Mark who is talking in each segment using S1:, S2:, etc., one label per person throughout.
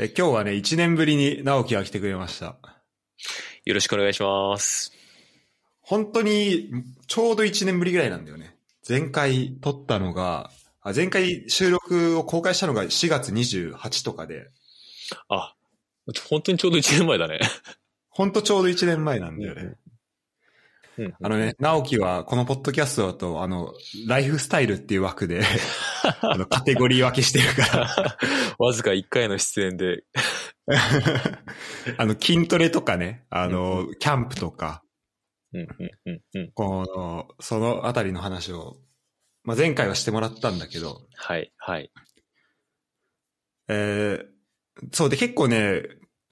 S1: え今日はね、1年ぶりに直樹が来てくれました。
S2: よろしくお願いします。
S1: 本当に、ちょうど1年ぶりぐらいなんだよね。前回撮ったのが、あ前回収録を公開したのが4月28とかで、
S2: あ、本当にちょうど1年前だね。
S1: ほんとちょうど1年前なんだよね。
S2: うん
S1: あのね、直樹はこのポッドキャストだと、あの、ライフスタイルっていう枠 で、あのカテゴリー分けしてるから、
S2: わずか1回の出演で。
S1: あの、筋トレとかね、あの、キャンプとか、
S2: うんうんうんうん。
S1: この、そのあたりの話を、まあ、前回はしてもらったんだけど、
S2: はい、はい。
S1: えーそうで結構ね、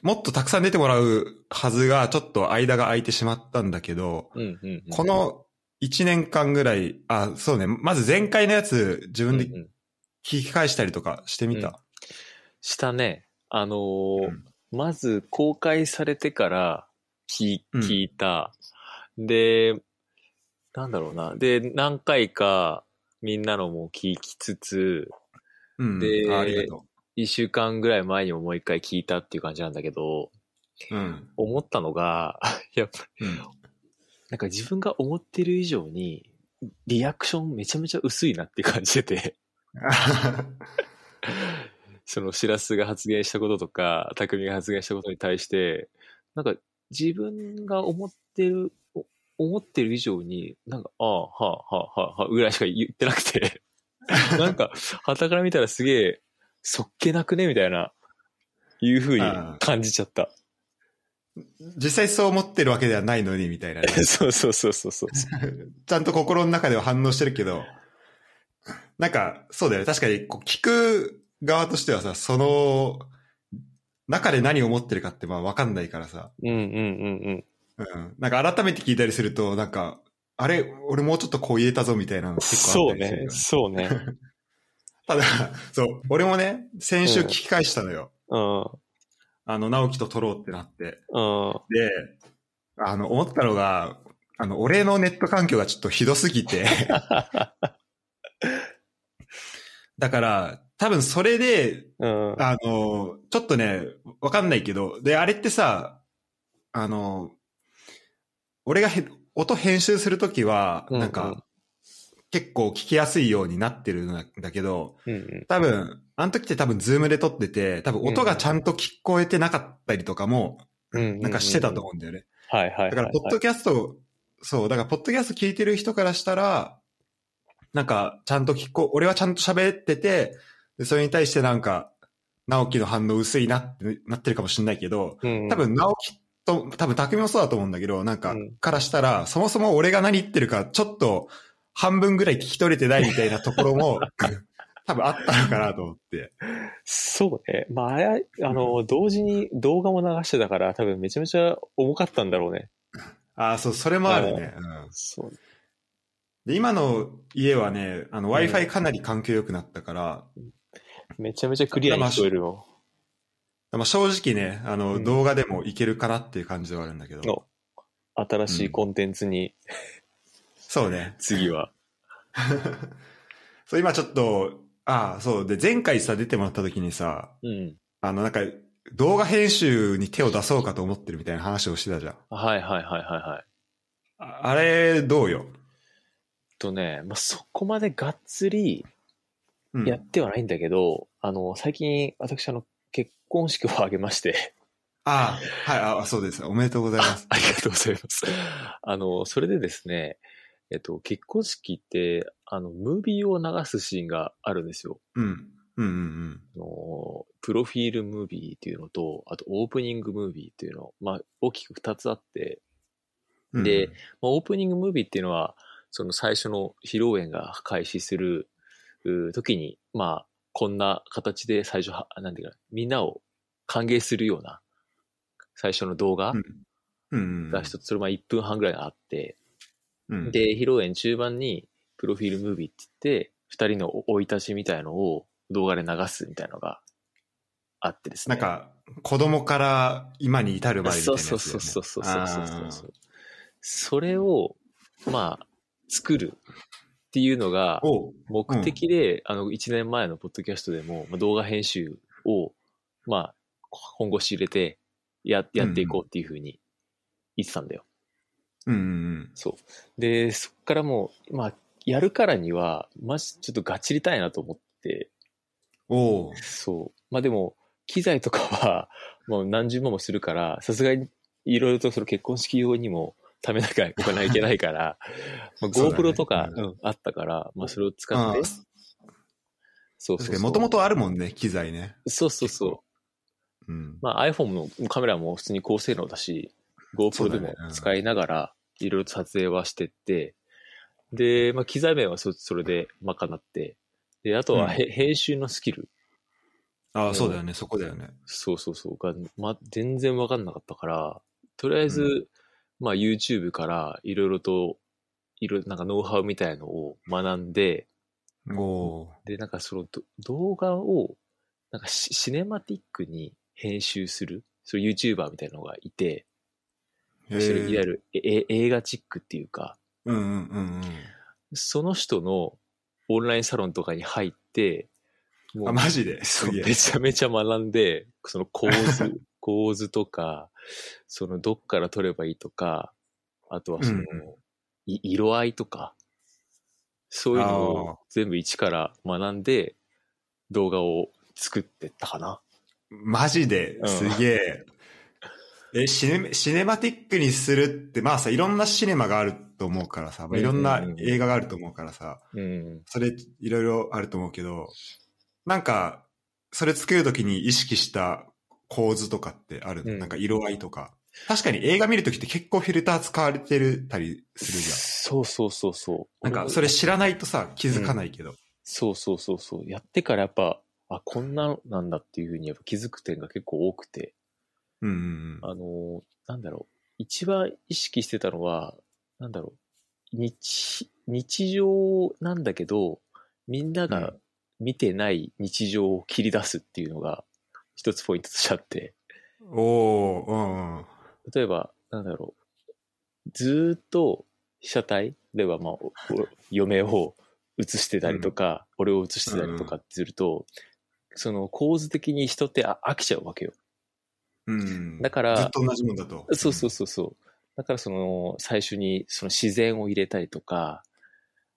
S1: もっとたくさん出てもらうはずが、ちょっと間が空いてしまったんだけど、
S2: うんうんうん、
S1: この1年間ぐらい、あ、そうね、まず前回のやつ自
S2: うん
S1: 分
S2: う
S1: で
S2: ん、
S1: 聞き返したりとかしてみた。
S2: したね。あのー
S1: うん
S2: まず公開されてから聞い
S1: うん
S2: 聞いた、で、なんだろうな。で、何回かみんなのも聞きつつ、
S1: うん。
S2: で
S1: あありがと
S2: 1週間ぐらい前にももう一回聞いたっていう感じなんだけど、
S1: う。うん。
S2: 思ったのが、やっぱ
S1: うん
S2: なんか自分が思ってる以上に、リアクションめちゃめちゃ薄いなって感じて て、そのシラスが発言したこととか、匠が発言したことに対して、なんか自分が思ってる、お思ってる以上に、なんか、ああ、はあ、はあ、はあ、はあ、ぐらいしか言ってな くて、なんか、旗から見たらすげえ、そっけなくねみたいな、いうふうに感じちゃった。
S1: 実際そう思ってるわけではないのに、みたいなね、
S2: そうそうそうそ うそう。
S1: ちゃんと心の中では反応してるけど、なんか、そうだよね。確かに、こう、聞く側としてはさ、その、中で何を思ってるかって、まあ、わかんないからさ、
S2: うんうんうんうん。
S1: うん。なんか、改めて聞いたりすると、なんか、あれ、俺もうちょっとこう言えたぞ、みたいなの結構
S2: そ
S1: あ
S2: う
S1: ったりする
S2: ね
S1: よ、ね。
S2: そうね。
S1: ただ、そう、俺もね、先週聞き返したのよ。
S2: うん、
S1: あの、直樹と撮ろうってなって。
S2: うん。
S1: で、あの、思ったのが、あの、俺のネット環境がちょっとひどすぎて。 だから、多分それで、
S2: うん。
S1: あの、ちょっとね、わかんないけど、で、あれってさ、あの、俺がへ音編集するときは、
S2: うんうん
S1: なんか、結構聞きやすいようになってるんだだけど、
S2: うんうん
S1: 多分、あの時って多分ズームで撮ってて、多分音がちゃんと聞こえてなかったりとかも、
S2: うんうんうん
S1: なんかしてたと思うんだよね。
S2: はいはいはいはい。
S1: だから、ポッドキャスト、そう、だから、ポッドキャスト聞いてる人からしたら、なんか、ちゃんと聞こ、俺はちゃんと喋ってて、でそれに対してなんか、直樹の反応薄いなってなってるかもしれないけど、
S2: うん
S1: 多、分、直樹と、多分、匠もそうだと思うんだけど、なんか
S2: うん、
S1: からしたら、そもそも俺が何言ってるか、ちょっと、半分ぐらい聞き取れてないみたいなところ も、多分あったのかなと思って。
S2: そうね。まあ、あれ、あの、同時に動画も流してたから、多分めちゃめちゃ重かったんだろうね。
S1: ああ、そう、それもあるね。うん
S2: そう。
S1: で、今の家はね、あの、
S2: ん
S1: Wi-Fi かなり環境良くなったから、
S2: めちゃめちゃクリアに聞こえるよ。
S1: まあ、正直ね、あの、
S2: うん
S1: 動画でもいけるかなっていう感じではあるんだけど。
S2: の新しいコンテンツに、
S1: そうね。
S2: 次は。
S1: そう、今ちょっと、ああ、そう。で、前回さ、出てもらった時にさ、
S2: うん。
S1: あの、なんか、動画編集に手を出そうかと思ってるみたいな話をしてたじゃん。
S2: はいはいはいはいはい。
S1: ああれ、どうよ。
S2: とね、まあ、そこまでがっつり
S1: うん。
S2: やってはないんだけど、あの、最近、私、あの、結婚式を挙げまして。
S1: ああ、はい、ああ、そうです。おめでとうございます。
S2: ありがとうございます。あの、それでですね、えっと、結婚式って、あの、ムービーを流すシーンがあるんですよ。
S1: うん。うんうん
S2: あの、プロフィールムービーっていうのと、あとオープニングムービーっていうの、まあ、大きく2つあって、
S1: うん。
S2: で、まあ、オープニングムービーっていうのは、その最初の披露宴が開始するうー時に、まあ、こんな形で最初は、なんていうかな、みんなを歓迎するような、最初の動画
S1: うんうんうん。
S2: が一つ、それまあ1分半ぐらいあって、
S1: うん、
S2: で、披露宴中盤に、プロフィールムービーって言って、二人の生い立ちみたいのを動画で流すみたいのがあってです
S1: な
S2: ね。
S1: んか、子供から今に至るまでみたいな
S2: そう
S1: やつだ
S2: そ
S1: よ
S2: う
S1: ね。
S2: そうそうそうそうそうそう
S1: あ
S2: そ
S1: あ
S2: れを、まあ、作るっていうのが
S1: おう
S2: 目的で、あの、1年前のポッドキャストでも、まあ、動画編集を、まあ、本腰入れて、や、やっていこうっていうふうに言ってたんだよ。
S1: うんうん
S2: そう。で、そっからもう、まあ、やるからには、まじ、ちょっとガチりたいなと思って、
S1: うん。おう
S2: そう。まあでも、機材とかは、もう何十万もするから、さすがに、いろいろとその結婚式用にも、貯めなきゃお金はいけな いから、まあ、
S1: そうだね
S2: GoPro とか、
S1: う
S2: うんあったから、まあそれを使って
S1: うん、
S2: そうそう
S1: 確
S2: そ
S1: か
S2: う。
S1: に、もともとあるもんね、機材ね。
S2: そうそうそ
S1: う
S2: う。
S1: ん。
S2: まあ、iPhone のカメラも普通に高性能だし、
S1: そう
S2: GoPro
S1: だ
S2: で
S1: ね
S2: も使いながら、いろいろと撮影はしてって、で、まあ、機材面はそそれで賄って、で、あとはへ、編集のスキル、
S1: ああ、そうだよね、そこだよね。
S2: そうそうそう、が、ま、全然わかんなかったから、とりあえず、
S1: う
S2: まあ、YouTube からいろいろと、いろ、なんかノウハウみたいのを学んで、
S1: おう
S2: で、なんかそのど動画を、なんかシシネマティックに編集する、そういう YouTuber みたいなのがいて、
S1: へ
S2: それいわゆ
S1: え。
S2: るえ映画チックっていうか、
S1: うんうんうんうん。
S2: その人のオンラインサロンとかに入って、も
S1: あ、マジで。す
S2: そう
S1: げえ
S2: めちゃめちゃ学んで、その構 図、構図とか、そのどっから撮ればいいとか、あとはその、
S1: うんう
S2: い色合いとか、そういうの
S1: あ
S2: を全部一から学んで、動画を作ってったかな。
S1: マジで
S2: うん
S1: すげえ。え、シネ、シネマティックにするって、まあさ、いろんなシネマがあると思うからさ、まあいろんな
S2: うんうんうん
S1: 映画があると思うからさ、
S2: うん。
S1: それいろいろあると思うけど、なんか、それ作るときに意識した構図とかってあるの、
S2: うん
S1: なんか色合いとか。確かに映画見るときって結構フィルター使われてるたりするじ
S2: そうそうそうそう。
S1: ゃん。なんか、それ知らないとさ、気づかないけど。
S2: そうそうそうそう。やってからやっぱ、あ、こんななんだっていうふうにやっぱ気づく点が結構多くて、
S1: うんうんうん。
S2: あのーなんだろう。一番意識してたのは、なんだろう。日、日常なんだけど、みんなが見てない日常を切り出すっていうのが一つポイントとしてあって、
S1: おー、うんうん。
S2: 例えば、なんだろう。ずーっと被写体、例えばまあ、おお嫁を映してたりとか、俺を映してたりとかってすると、その構図的に人ってあ飽きちゃうわけよ。
S1: うん、
S2: だから
S1: ずっと同じもんだと。
S2: そうそうそうそう。だからその、最初にその自然を入れたりとか、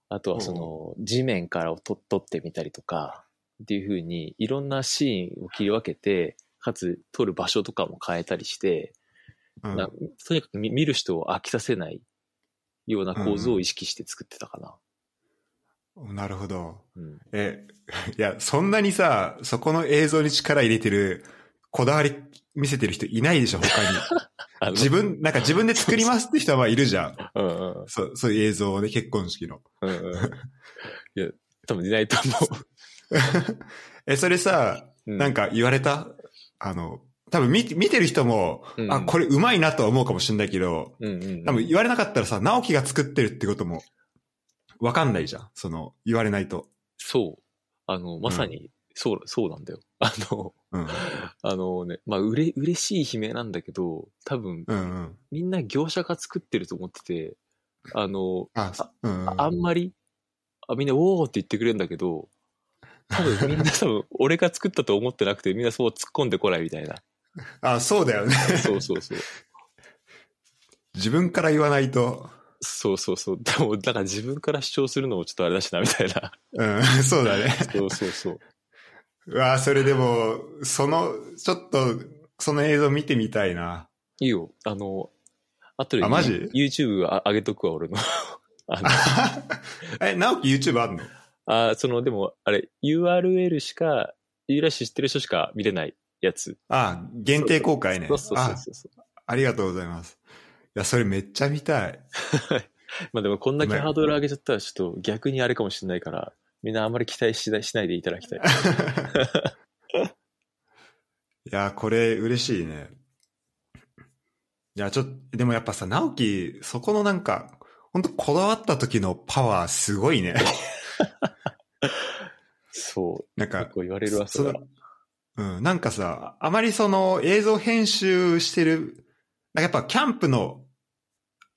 S2: あとはその地面からをと撮ってみたりとか、っていう風にいろんなシーンを切り分けて、かつ撮る場所とかも変えたりして、
S1: うん。うん
S2: なとにかく見見る人を飽きさせないような構図を意識して作ってたかな。
S1: なるほど。
S2: うん
S1: え、いや、そんなにさ、そこの映像に力入れてる、こだわり見せてる人いないでしょ、他に。
S2: あの
S1: 自 分、なんか自分で作りますって人はまあいるじゃん。
S2: うんうん
S1: そう、そういう映像をね、結婚式の。
S2: うんうん。いや、多分いないと思
S1: え、それさ、
S2: う。
S1: なん
S2: か、
S1: か言われたあの、多分見見てる人も、
S2: うん
S1: あ、これうまいなとは思うかもしれないけど、
S2: うんうんうん、
S1: 多分言われなかったらさ、直樹が作ってるってことも、わかんないじゃん。その、言われないと。
S2: そう。あの、まさに、そう、そうなんだよ。 あの、
S1: うん。
S2: あのね、まあ、うれ、嬉しい悲鳴なんだけど、多分、
S1: うんうん。
S2: みんな業者が作ってると思ってて、あの、
S1: あ、うん、うん。
S2: あんまり、あ、みんな、おーって言ってくれるんだけど、多分みんな多分、俺が作ったと思ってなくて、みんなそう突っ込んでこないみたいな。
S1: あ、そうだよね。
S2: そうそうそう。
S1: 自分から言わないと。
S2: そうそうそう。でも、だから自分から主張するのもちょっとあれだしな、みたいな。
S1: うん、 そうだね。
S2: そうそうそう。
S1: うわあそれでも、その、ちょっと、その映像見てみたいな。
S2: いいよ。あの、後で、
S1: あマジ
S2: YouTube あ上げとくわ、俺の。 あの
S1: え、直樹 YouTube あんの
S2: あー、その、でも、あれ、URL しか、URL 知ってる人しか見れないやつ。
S1: あ限定公開ね。
S2: そうそうそうそうそう。
S1: あありがとうございます。いや、それめっちゃ見た い。
S2: まあでも、こんだけ
S1: ね
S2: ハードル上げちゃったら、ちょっと逆にあれかもしれないから、みんなあんまり期待しないしないでいただきたい。
S1: いや、これ嬉しいね。いや、ちょっと、でもやっぱさ、直樹、そこのなんか、ほんとこだわった時のパワーすごい ね。
S2: そ
S1: なん
S2: う。
S1: か
S2: 結、構言われるわ、それは。
S1: うん、なんかさ、あまりその映像編集してる、なんかやっぱキャンプの、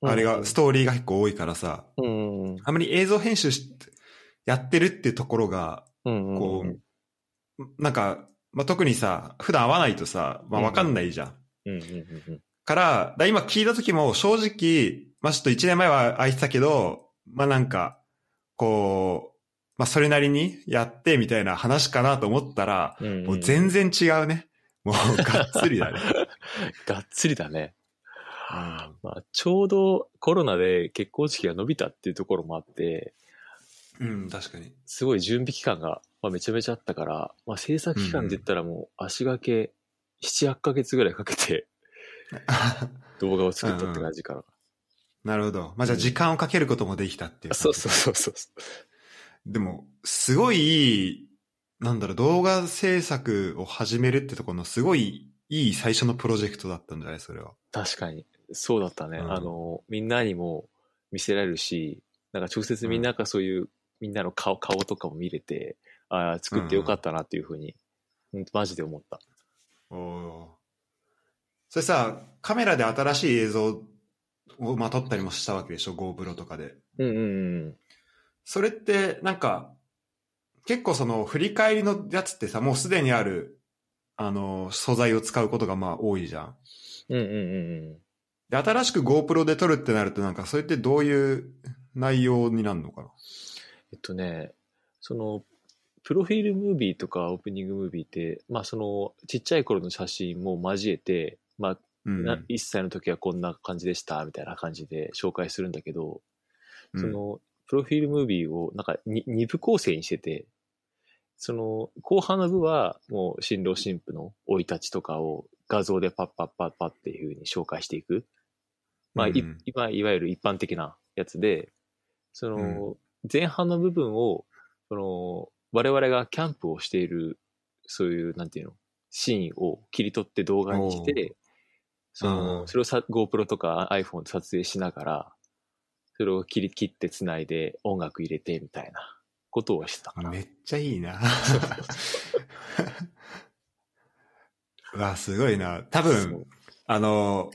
S1: あれ
S2: う
S1: が、
S2: ん
S1: ストーリーが結構多いからさ、
S2: うんうん
S1: あまり映像編集しやってるっていうところが、
S2: うんうん。
S1: こう、なんか、まあ、特にさ、普段会わないとさ、まあ、わかんないじゃん。
S2: うんうんうんうん。
S1: から、だから今聞いた時も正直、まあ、ちょっと1年前は空いてたけど、まあ、なんか、こう、まあ、それなりにやってみたいな話かなと思ったら、
S2: うんうん
S1: もう全然違うね。もう、がっつりだね。
S2: がっつりだね。まあ、ちょうどコロナで結婚式が伸びたっていうところもあって、
S1: うん、うん確かに。
S2: すごい準備期間が、まあ、めちゃめちゃあったから、まあ、制作期間で言ったらもう足掛け7、8ヶ月ぐらいかけて動画を作ったって感じかな。
S1: なるほど。まあ、じゃあ時間をかけることもできたっていう。
S2: そうそうそうそう。
S1: でも、すごい、なんだろう、動画制作を始めるってところのすごいいい最初のプロジェクトだったんじゃないそれは。
S2: 確かに。そうだったね。
S1: うん
S2: あの、みんなにも見せられるし、なんか直接みんながそういう、みんなの顔、顔とかも見れて、ああ、作ってよかったなっていうふうに、うん、マジで思った。
S1: おお。それさ、カメラで新しい映像をまあ撮ったりもしたわけでしょ ?GoPro とかで。
S2: うんうんうん。
S1: それって、なんか、結構その振り返りのやつってさ、もうすでにある、あの、素材を使うことがまあ多いじゃん。
S2: うんうんうんうん。
S1: で、新しく GoPro で撮るってなると、なんか、それってどういう内容になるのかな
S2: えっとね、その、プロフィールムービーとかオープニングムービーって、まあその、ちっちゃい頃の写真も交えて、まあ、
S1: うん。
S2: な1歳の時はこんな感じでした、みたいな感じで紹介するんだけど、
S1: うん
S2: その、プロフィールムービーを、なんかに二部構成にしてて、その、後半の部は、もう、新郎新婦の生い立ちとかを画像でパッパッパッパッっていう風に紹介していく。まあ、い
S1: うん
S2: 今、いわゆる一般的なやつで、その、前半の部分を、その、我々がキャンプをしている、そういう、なんていうの、シーンを切り取って動画にして、そ
S1: うん
S2: の、それをさ GoPro とか iPhone で撮影しながら、それを切り切ってつないで音楽入れてみたいなことをしてたかな。
S1: めっちゃいい な。うわ、すごいな。多
S2: そう
S1: 分、あの、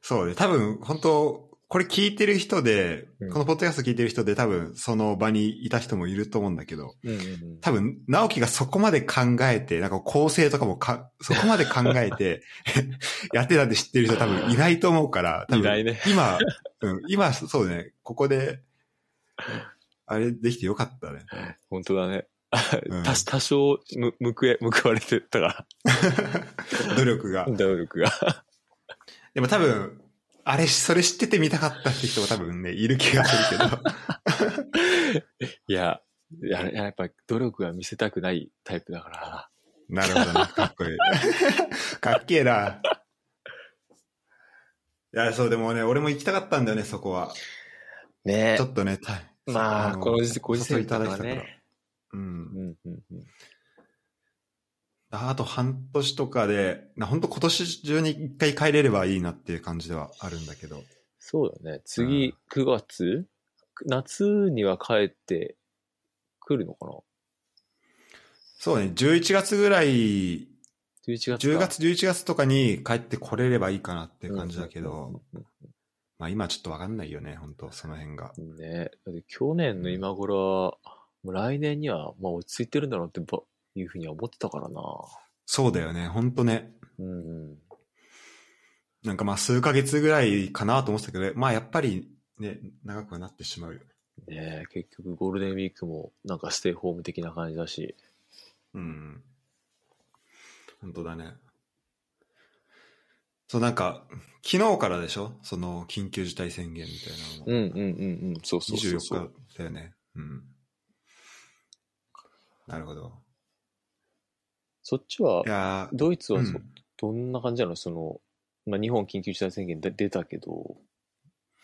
S1: そうね、多分、本当これ聞いてる人で、
S2: うん
S1: このポッドキャスト聞いてる人で、多分、その場にいた人もいると思うんだけど、
S2: うんうんうん
S1: 多分、直樹がそこまで考えて、なんか構成とかもか、そこまで考え て、やってたって知ってる人多分いないと思うから、多分
S2: いないね
S1: 今、うん、今、そうね、ここで、あれできてよかった ね。
S2: 本当だね。
S1: うん
S2: 多多少む、むくえ、報われてたか
S1: 努力 が
S2: ら、。 努力が。
S1: でも多分、あれ、それ知ってて見たかったって人も多分ね、いる気がする けど。
S2: いや、いややっぱ努力は見せたくないタイプだからな。
S1: なるほどな、かっこいい。かっけえな。いや、そう、でもね、俺も行きたかったんだよね、そこは。
S2: ね
S1: ちょっとね、た
S2: まあ、
S1: の
S2: この時ご時
S1: お誘
S2: 世
S1: いいただいてたから
S2: ね。
S1: うん
S2: う。んうんうん。
S1: ああと半年とかで、な本当今年中に一回帰れればいいなっていう感じではあるんだけど。
S2: そうだ
S1: う
S2: ね。
S1: ん
S2: 次、9月夏には帰ってくるのかな
S1: そうね、11月ぐらい、
S2: ?11 月か。
S1: 10月、11月とかに帰ってこれればいいかなっていう感じだけ
S2: うんうん
S1: ど、
S2: うん
S1: まあ今ちょっとわかんないよね、本当その辺が。
S2: うん。ねだって去年の今頃は、もう来年には、まあ落ち着いてるんだろうってば、いうふうには思ってたからな。
S1: そうだよね、本当ね。
S2: うんうん。
S1: なんかまあ数ヶ月ぐらいかなと思ってたけど、まあやっぱりね、長くはなってしまうよね。
S2: ね結局ゴールデンウィークもなんかステイホーム的な感じだし。
S1: うん。本当だね。そう、なんか、昨日からでしょその、緊急事態宣言みたいなのも。
S2: うんうんうんうん。そうそうそうそう。
S1: 24日だよね。うん。なるほど。、
S2: そっちはい
S1: やー
S2: ドイツはそ、
S1: うん
S2: どんな感じなのその、まあ、日本緊急事態宣言で出たけど、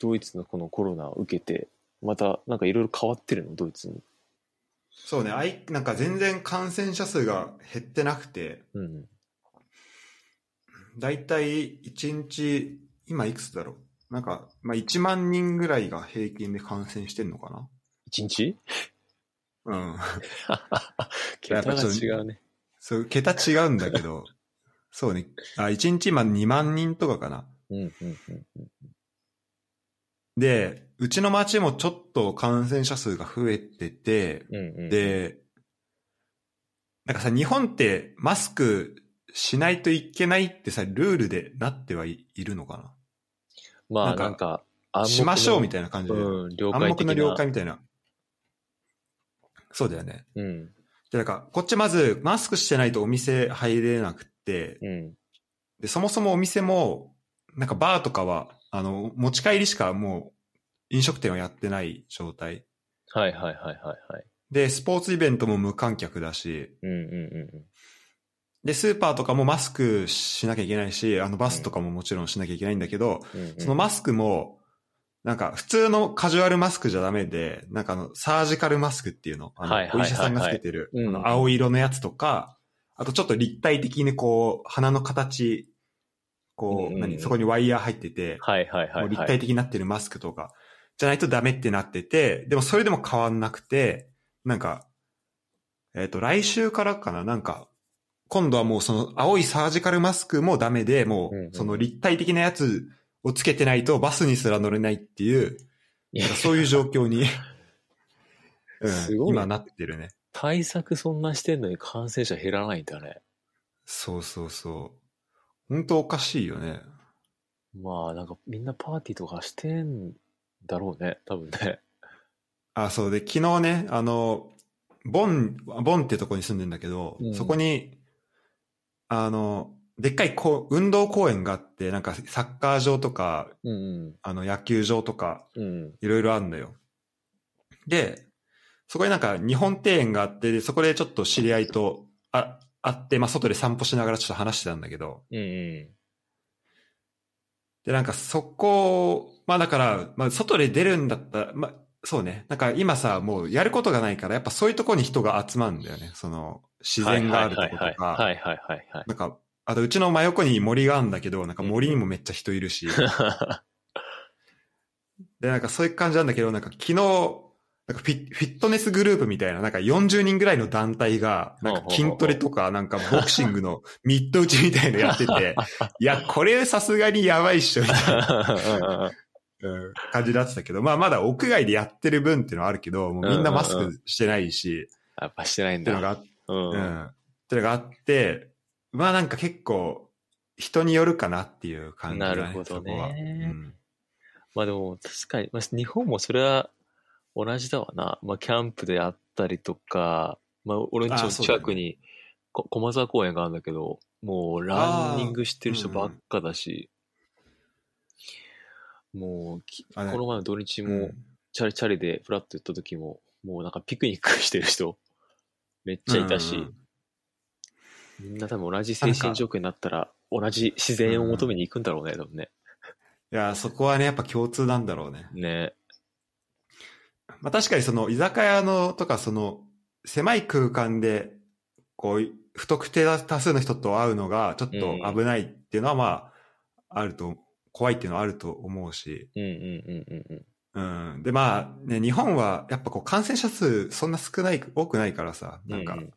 S2: ドイツのこのコロナを受けて、またなんかいろいろ変わってるの、ドイツも。
S1: そうね、あい、なんか全然感染者数が減ってなくて、
S2: うん。
S1: だいたい1日、今いくつだろうなんか、まあ1万人ぐらいが平均で感染してんのか
S2: 一日
S1: なうん。 や
S2: 桁
S1: っぱ
S2: が
S1: ちょっと
S2: 違うね。
S1: そう、桁違うんだけ ど、そうね。あ、1日今2万人とかかな。
S2: うんうんうんうん。
S1: で、うちの町もちょっと感染者数が増えてて、
S2: うんうん、
S1: で、なんかさ、日本ってマスクしないといけないってさ、ルールでなってはいいるのか
S2: ま
S1: な
S2: あ、なんん
S1: か
S2: か、
S1: なしましょうみたいな感じで。
S2: うん、了
S1: 暗
S2: 解
S1: 黙
S2: 的
S1: の
S2: な。
S1: 了解みたいな。そうだよね。
S2: うん、
S1: で、なんか、こっちまずマスクしてないとお店入れなくって、
S2: うん。
S1: で、そもそもお店も、なんかバーとかは、あの、持ち帰りしかもう飲食店はやってない状態。
S2: はいはいはいはいはい。
S1: で、スポーツイベントも無観客だし、
S2: うんうんう
S1: で、スーパーとかもマスクしなきゃいけないし、あのバスとかももちろんしなきゃいけないんだけど、
S2: んうん。うん
S1: そのマスクも、なんか普通のカジュアルマスクじゃダメで、なんかあの、サージカルマスクっていうの、あの
S2: はいはいはい
S1: お
S2: はい
S1: 医者さんがつけてる、
S2: うん
S1: あの青色のやつとか、あとちょっと立体的にこう、鼻の形、こ
S2: うんう
S1: う、
S2: ん
S1: 何、そこにワイヤー入ってて、
S2: はいはいはい
S1: もう立
S2: はい。
S1: 体的になってるマスクとか、じゃないとダメってなってて、でもそれでも変わんなくて、なんか、えっ、と、来週からかな、なんか、今度はもうその青いサージカルマスクもダメで、も
S2: うんう
S1: うんその立体的なやつをつけてないとバスにすら乗れないっていう、なんかそういう状況 に、うん
S2: すごい
S1: 今なってるね。
S2: 対策そんなしてんのに感染者減らないんだね。
S1: そうそうそう。本当おかしいよね。
S2: まあなんかみんなパーティーとかしてんだろうね、多分ね。
S1: あ、そうで、昨日ね、あの、ボン、ボンってとこに住んでんだけど、
S2: うん
S1: そこに、あの、でっかいこう運動公園があって、なんかサッカー場とか、
S2: うん
S1: あの野球場とか、
S2: うん。うん。
S1: いろいろあんのよ。で、そこになんか日本庭園があって、でそこでちょっと知り合いとあ会って、まあ外で散歩しながらちょっと話してたんだけど、
S2: うんう
S1: で、なんかそこ、まあだから、まあ外で出るんだったら、まあそうね、なんか今さ、もうやることがないから、やっぱそういうとこに人が集まるんだよね。その、
S2: ん。
S1: 自然があるとこと
S2: はい
S1: か。
S2: はいはいはいはい
S1: なんか、あとうちの真横に森があるんだけど、なんか森にもめっちゃ人いるし。
S2: は
S1: で、なんかそういう感じなんだけど、なんか昨日、なんかフィフィットネスグループみたいな、なんか40人ぐらいの団体が、なんか筋トレとか、なんかボクシングのミッド打ちみたいのやって て、いや、これさすがにやばいっしょ、みたいな。
S2: い。
S1: うん感じになってたけど、まあまだ屋外でやってる分っていうのはあるけど、もうみんなマスクしてないし、
S2: やっぱしてないん
S1: っていうのが
S2: だ。
S1: あっ
S2: うん。
S1: う
S2: うん
S1: んっていうのがあって、まあなんか結構人によるかなっていう感じだね。
S2: なるほどね
S1: そこはうん
S2: まあでも確かに、まあ、日本もそれは同じだわな。まあキャンプであったりとか、まあ俺んち
S1: あ
S2: の
S1: あそうだね
S2: 近くにこ駒沢公園があるんだけど、もうランニングしてる人ばっかだし、もうき
S1: あ
S2: こ
S1: れ
S2: の前の土日も、
S1: うん
S2: チャリチャリでフラッと行った時も、もうなんかピクニックしてる人、 めっちゃいたし、
S1: うんうん
S2: みんな多分同じ精神状況になったら、同じ自然を求めに行くんだろうね、多分ね。
S1: いや、そこはね、やっぱ共通なんだろうね。
S2: ね。
S1: まあ確かにその居酒屋のとかその狭い空間で、こう、不特定多数の人と会うのがちょっと危ないっていうのはまあ、あると、怖いっていうのはあると思うし、
S2: うんうんうんうんうん。
S1: うん。で、まあ、ね、日本は、やっぱこう、感染者数、そんな少ない、多くないからさ、なんか、
S2: う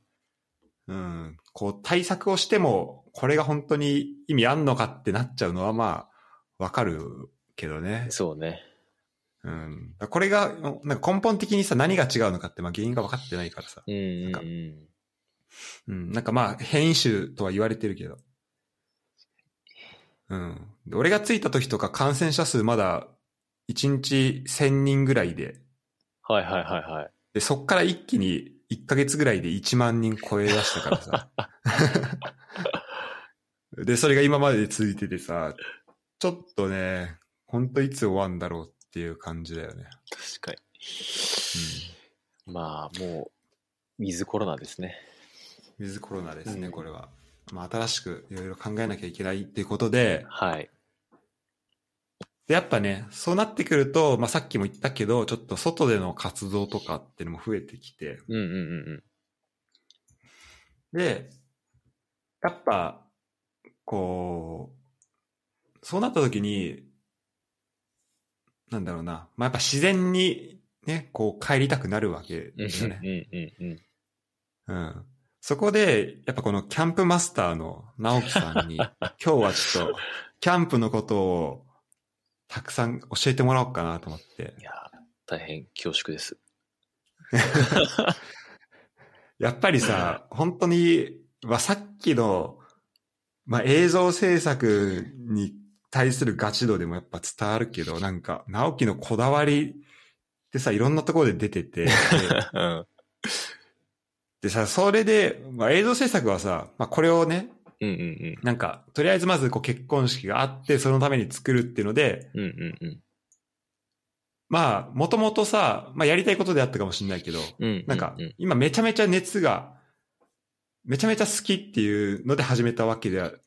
S1: うん、こう、対策をしても、これが本当に意味あんのかってなっちゃうのは、まあ、わかるけどね。
S2: そうね。
S1: うん。これが、なんか根本的にさ、何が違うのかって、まあ、原因が分かってないからさ。
S2: うんう
S1: なん
S2: ん
S1: か
S2: うん。
S1: うん。なんかまあ、変異種とは言われてるけど。うん。で俺がついた時とか、感染者数まだ、1日1000人ぐらいで、
S2: はいはいはいはい。
S1: で、そっから一気に1ヶ月ぐらいで1万人超え出したから さ。で、それが今まで続いててさ、ちょっとね、ほんといつ終わんだろうっていう感じだよね。
S2: 確かに。まあ、もう、ウィズコロナですね。
S1: ウィズコロナですね、
S2: うん
S1: これは。まあ、新しくいろいろ考えなきゃいけないっていうことで、
S2: はい。
S1: で、やっぱね、そうなってくると、まあ、さっきも言ったけど、ちょっと外での活動とかっていうのも増えてきて、
S2: うんうんうん
S1: で、やっぱ、こう、そうなった時に、なんだろうな。まあ、やっぱ自然にね、こう帰りたくなるわけ
S2: うん。
S1: ですよ
S2: う
S1: ね。
S2: んうんうん。
S1: うん。そこで、やっぱこのキャンプマスターの直樹さんに、今日はちょっと、キャンプのことをたくさん教えてもらおうかなと思って。
S2: いやー、大変恐縮です。
S1: やっぱりさ、 本当に、まあ、さっきの、まあ、映像制作に対するガチ度でもやっぱ伝わるけ ど、なんか、直樹のこだわりってさ、いろんなところで出て て、で
S2: うん。
S1: でさ、それで、まあ、映像制作はさ、まあ、これをね、
S2: うんうん
S1: なんか、とりあえずまずこう結婚式があって、そのために作るっていうので、
S2: うん。うんうんうん。
S1: まあ、もともとさ、まあやりたいことであったかもしれないけど、
S2: うんうんうん。
S1: なんか
S2: う、ん
S1: 今めちゃめちゃ熱が、めちゃめちゃ好きっていうので始めたわけではで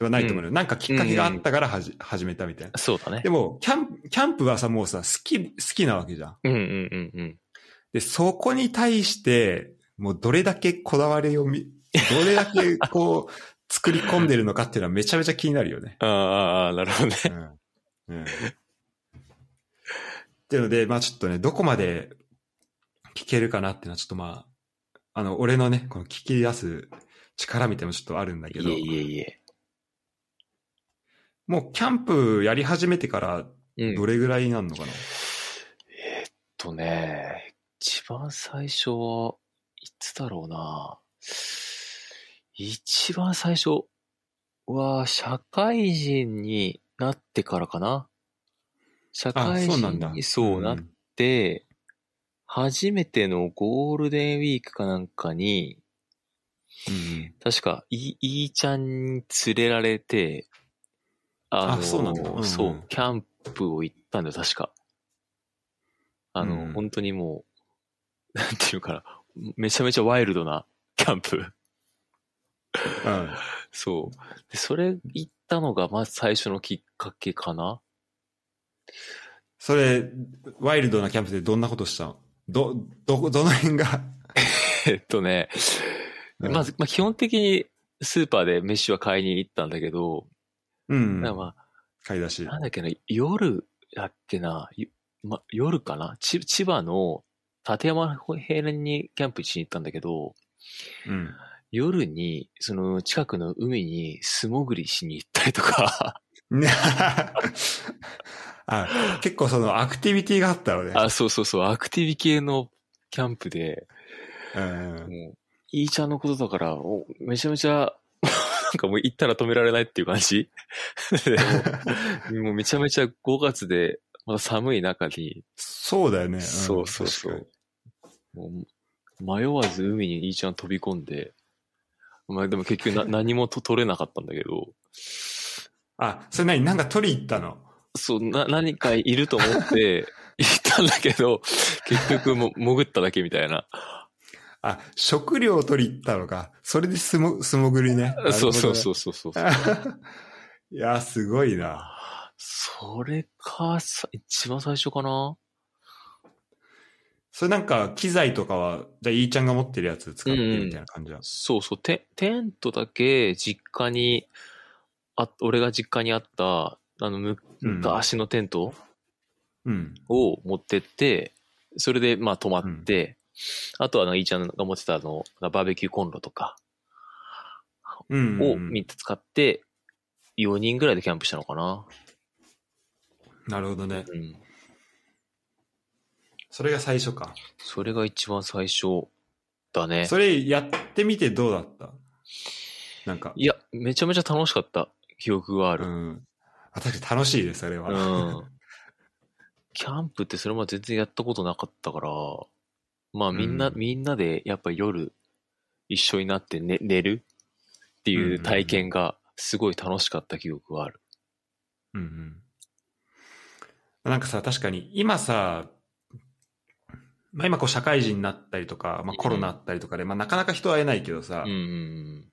S1: はないと思うのよ。なんかきっかけがあったからはじ、始めたみたいな。
S2: そうだね
S1: で。も、キャンプ、キャンプはさ、もうさ、好き、好きなわけじゃん。
S2: うんうんうんうん。
S1: で、そこに対して、もうどれだけこだわりをみ、どれだけこう、作り込んでるのかっていうのはめちゃめちゃ気になるよね。
S2: あーあー、あーなるほどね。
S1: うんうんっていうので、まあちょっとね、どこまで聞けるかなっていうのはちょっとまああの、俺のね、この聞き出す力みたいなのもちょっとあるん だけど
S2: いえ、いえいえ。
S1: もうキャンプやり始めてから
S2: うん
S1: どれぐらいになるのかな、
S2: えーっとね、一番最初は、いつだろうな。一番最初は、社会人になってからかな。社
S1: あ、
S2: 会
S1: そうなん
S2: 人
S1: だ
S2: に。そうなっ
S1: ん
S2: て、初めてのゴールデンウィークかなんかに、
S1: うん
S2: 確か、い、いーちゃんに連れられて、あの、
S1: あそうなんだうんうん
S2: そうキャンプを行ったんだよ、確か。あ
S1: う
S2: の、
S1: ん
S2: 本当にもう、なんていうかな、めちゃめちゃワイルドなキャンプ。
S1: うん。
S2: そう。で、それ行ったのが、まず最初のきっかけかな。
S1: それ、ワイルドなキャンプでどんなことしたのど、ど、どの辺が、
S2: えっとね、
S1: うん
S2: まず、まあ、基本的にスーパーで飯は買いに行ったんだけど、
S1: うん
S2: な。んかまあ、
S1: 買い出し。
S2: なんだっけな、夜だっけな、ゆま、夜かなち千葉の立山平年にキャンプしに行ったんだけど、
S1: うん。
S2: 夜に、その近くの海に素潜りしに行ったりとか、
S1: ね あ結構そのアクティビティがあったのね。
S2: あ、そうそうそう、アクティビ系のキャンプで、
S1: うん、
S2: もう、いいちゃんのことだから、おめちゃめ ちゃ、なんかもう行ったら止められないっていう感じ でもうもうめちゃめちゃ5月で、まだ寒い中に、
S1: そうだよね。ん
S2: そうそうそ。
S1: 確
S2: う。もう迷わず海にイーちゃん飛び込んで、まあでも結 局な何もと取れなかったんだけど、
S1: かにあ、それ何なんか取り行ったの
S2: そう、な、何かいると思 って行ったんだけど、結局も潜っただけみたいな。
S1: あ、食料を取り行ったのか。それで素も素潜りね。。
S2: そうそうそううそうそう。
S1: いや、すごいな。
S2: それか、さ一番最初かな
S1: それなんか機材とかは、じゃあ、いーちゃんが持ってるやつ使ってみたいな感じだ。
S2: そうそう、テテントだけ実家に、あ、俺が実家にあった、あの、む
S1: うん
S2: 昔のテント、
S1: うん。
S2: を持ってって、それでまあ泊まって、あとはあの、いーちゃんが持ってたあの、バーベキューコンロとか
S1: うん。
S2: を
S1: うん
S2: 3つ使って、4人ぐらいでキャンプしたのかな。
S1: なるほどね。
S2: うん。
S1: それが最初か。
S2: それが一番最初だね。
S1: それやってみてどうだったなんか。
S2: いや、めちゃめちゃ楽しかった記憶があ
S1: う
S2: る。
S1: ん。あ確かに楽しいです、それは。
S2: うん。キャンプってそれまで全然やったことなかったから、まあみんな、
S1: うん
S2: みんなでやっぱ夜一緒になって寝寝るっていう体験がすごい楽しかった記憶がある。
S1: うんうん。なんかさ、確かに今さ、まあ今こう社会人になったりとか、まあコロナあったりとかで、まあなかなか人は会えないけどさ、
S2: うん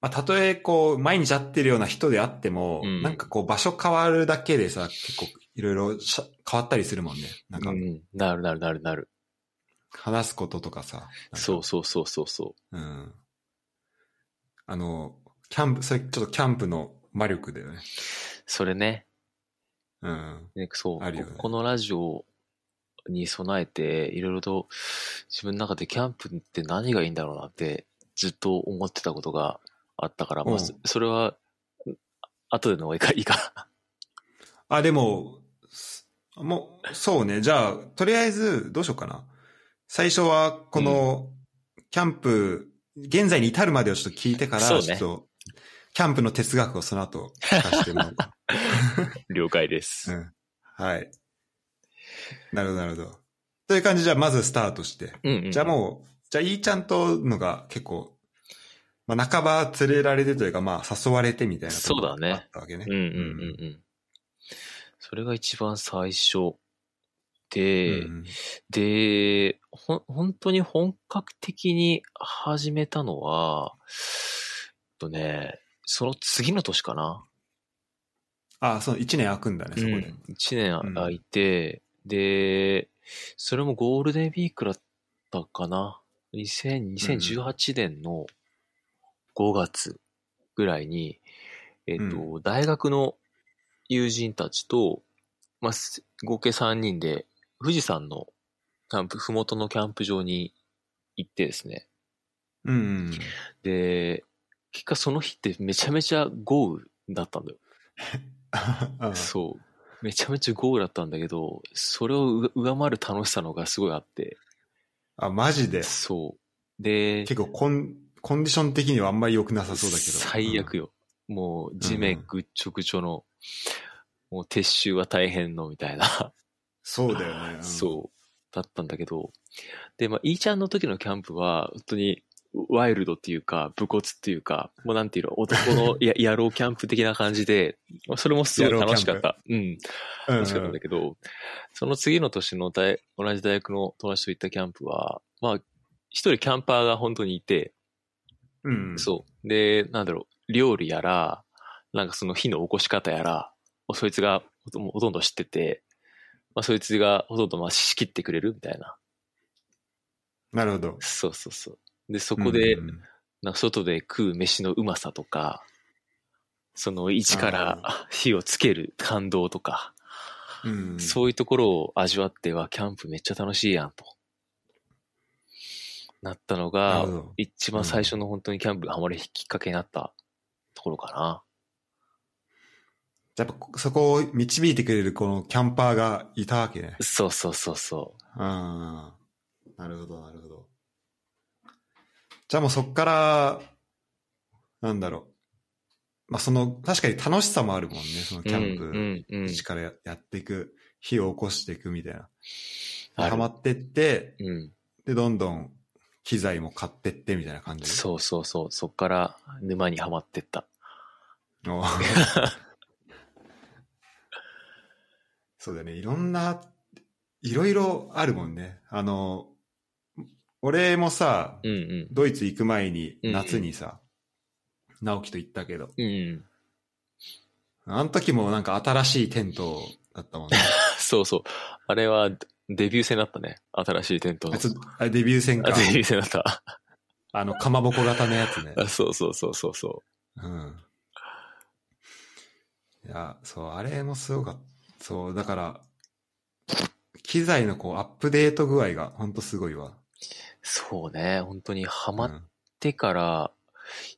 S1: まあたとえこう毎日会ってるような人であっても、
S2: うん
S1: なんかこう場所変わるだけでさ、結構いろいろしゃ変わったりするもんね。なん
S2: う
S1: か
S2: んうん。なるなるなるなる。
S1: 話すこととかさ。
S2: そうそうそうそうそ
S1: なんか。うん。あの、キャンプ、それちょっとキャンプの魔力だよね。
S2: う。それね。
S1: うん。
S2: ねそう、
S1: あるよね
S2: こ。このラジオに備えて、いろいろと自分の中でキャンプって何がいいんだろうなってずっと思ってたことがあったから、ま
S1: う
S2: あ、
S1: ん
S2: そそれは、後での方がいいか、いい か。
S1: あ、でも、すもう、そうね。じゃあ、とりあえず、どうしようかな。最初は、この、キャンプ、現在に至るまでをちょっと聞いてから、
S2: そうね
S1: ちょっと、キャンプの哲学をその後、聞かせてもらう。
S2: 了解です。
S1: うん。はい。なるほど、なるほど。という感じじゃあ、まずスタートして。
S2: うん、うん。
S1: じゃあもう、じゃあ、いいちゃんとのが結構、まあ、半ば連れられてというか、まあ、誘われてみたいなところ
S2: そうだね
S1: あったわけね。
S2: うんうんうんうん。それが一番最初。で、
S1: うん
S2: で、ほん、本当に本格的に始めたのは、えっとね、その次の年かな。
S1: あ、そう、1年空くんだね、そこで。
S2: 1年空いて、で、それもゴールデンウィークだったかな。2000 2018年の5月ぐらいに、えっ、と、大学の友人たちと、まあ、す合計3人で、富士山のキャンプ、ふもとのキャンプ場に行ってですね。
S1: うん。うん
S2: で、結果その日ってめちゃめちゃ豪雨だったんだよ。
S1: あ
S2: そう。めちゃめちゃ豪雨だったんだけど、それをう上回る楽しさの方がすごいあって。
S1: あ、マジで。
S2: そう。で、
S1: 結構コン、コンディション的にはあんまり良くなさそうだけど。
S2: 最悪よ。もう地面ぐっちょぐちょの、もう撤収は大変のみたいな、
S1: そうだよね。うん
S2: そう、だったんだけど。で、まあ、イーちゃんの時のキャンプは、本当に、ワイルドっていうか、武骨っていうか、もうなんていうの、男の や野郎キャンプ的な感じで、まあそれもすごい楽しかった。うん。
S1: うん。
S2: 楽しかったんだけど、その次の年の大同じ大学の友達と行ったキャンプは、まあ、一人キャンパーが本当にいて、
S1: うん。
S2: そう。で、なんだろう、料理やら、なんかその火の起こし方やら、そいつがほとほとんど知ってて、まあ、そいつがほとんどまあ仕切ってくれるみたいな。
S1: なるほど。
S2: そうそうそう。で、そこで、
S1: うん
S2: なんか外で食う飯のうまさとか、その一から火をつける感動とか、
S1: うん。
S2: そういうところを味わっては、キャンプめっちゃ楽しいやんと。なった
S1: なる
S2: のが
S1: ほ、ど
S2: 一番最初の本当にキャンプがハマるきっかけになったところか
S1: やっぱそこを導いてくれるこのキャンパーがいたわけね
S2: な。。そうそうそうそ
S1: うん。なるほど、なるほど。じゃあもうそっから、なんだろう。まあその、確かに楽しさもあるもんね、その
S2: う。
S1: キャンプ。
S2: うんうんうん。
S1: 一からややっていく、火を起こしていくみたいな。
S2: ある
S1: ハマってって、
S2: うん。
S1: で、どんどん機材も買ってってみたいな感じ。
S2: そうそうそう。そっから沼にはまってった。
S1: お そうだよね。いろんな、いろいろあるもんね。あの、俺もさ、
S2: うんうん。
S1: ドイツ行く前に、
S2: うんうん
S1: 夏にさ、直樹と行ったけど、
S2: うんうん。
S1: あの時もなんか新しいテントだったもん ね。
S2: そうそう。あれはデビュー戦だったね。新しいテントの。
S1: あ
S2: あ
S1: ち
S2: デ
S1: ょあデビュー戦か。
S2: ビュー戦だった。
S1: あの、かまぼこ型のやつね。
S2: あそうそうそうそうそ
S1: うん。いや、そう、あれもすごかった。そう、だから、機材のこう、アップデート具合がほんとすごいわ。
S2: う。そうね。本当にハマっ
S1: うん
S2: ってから、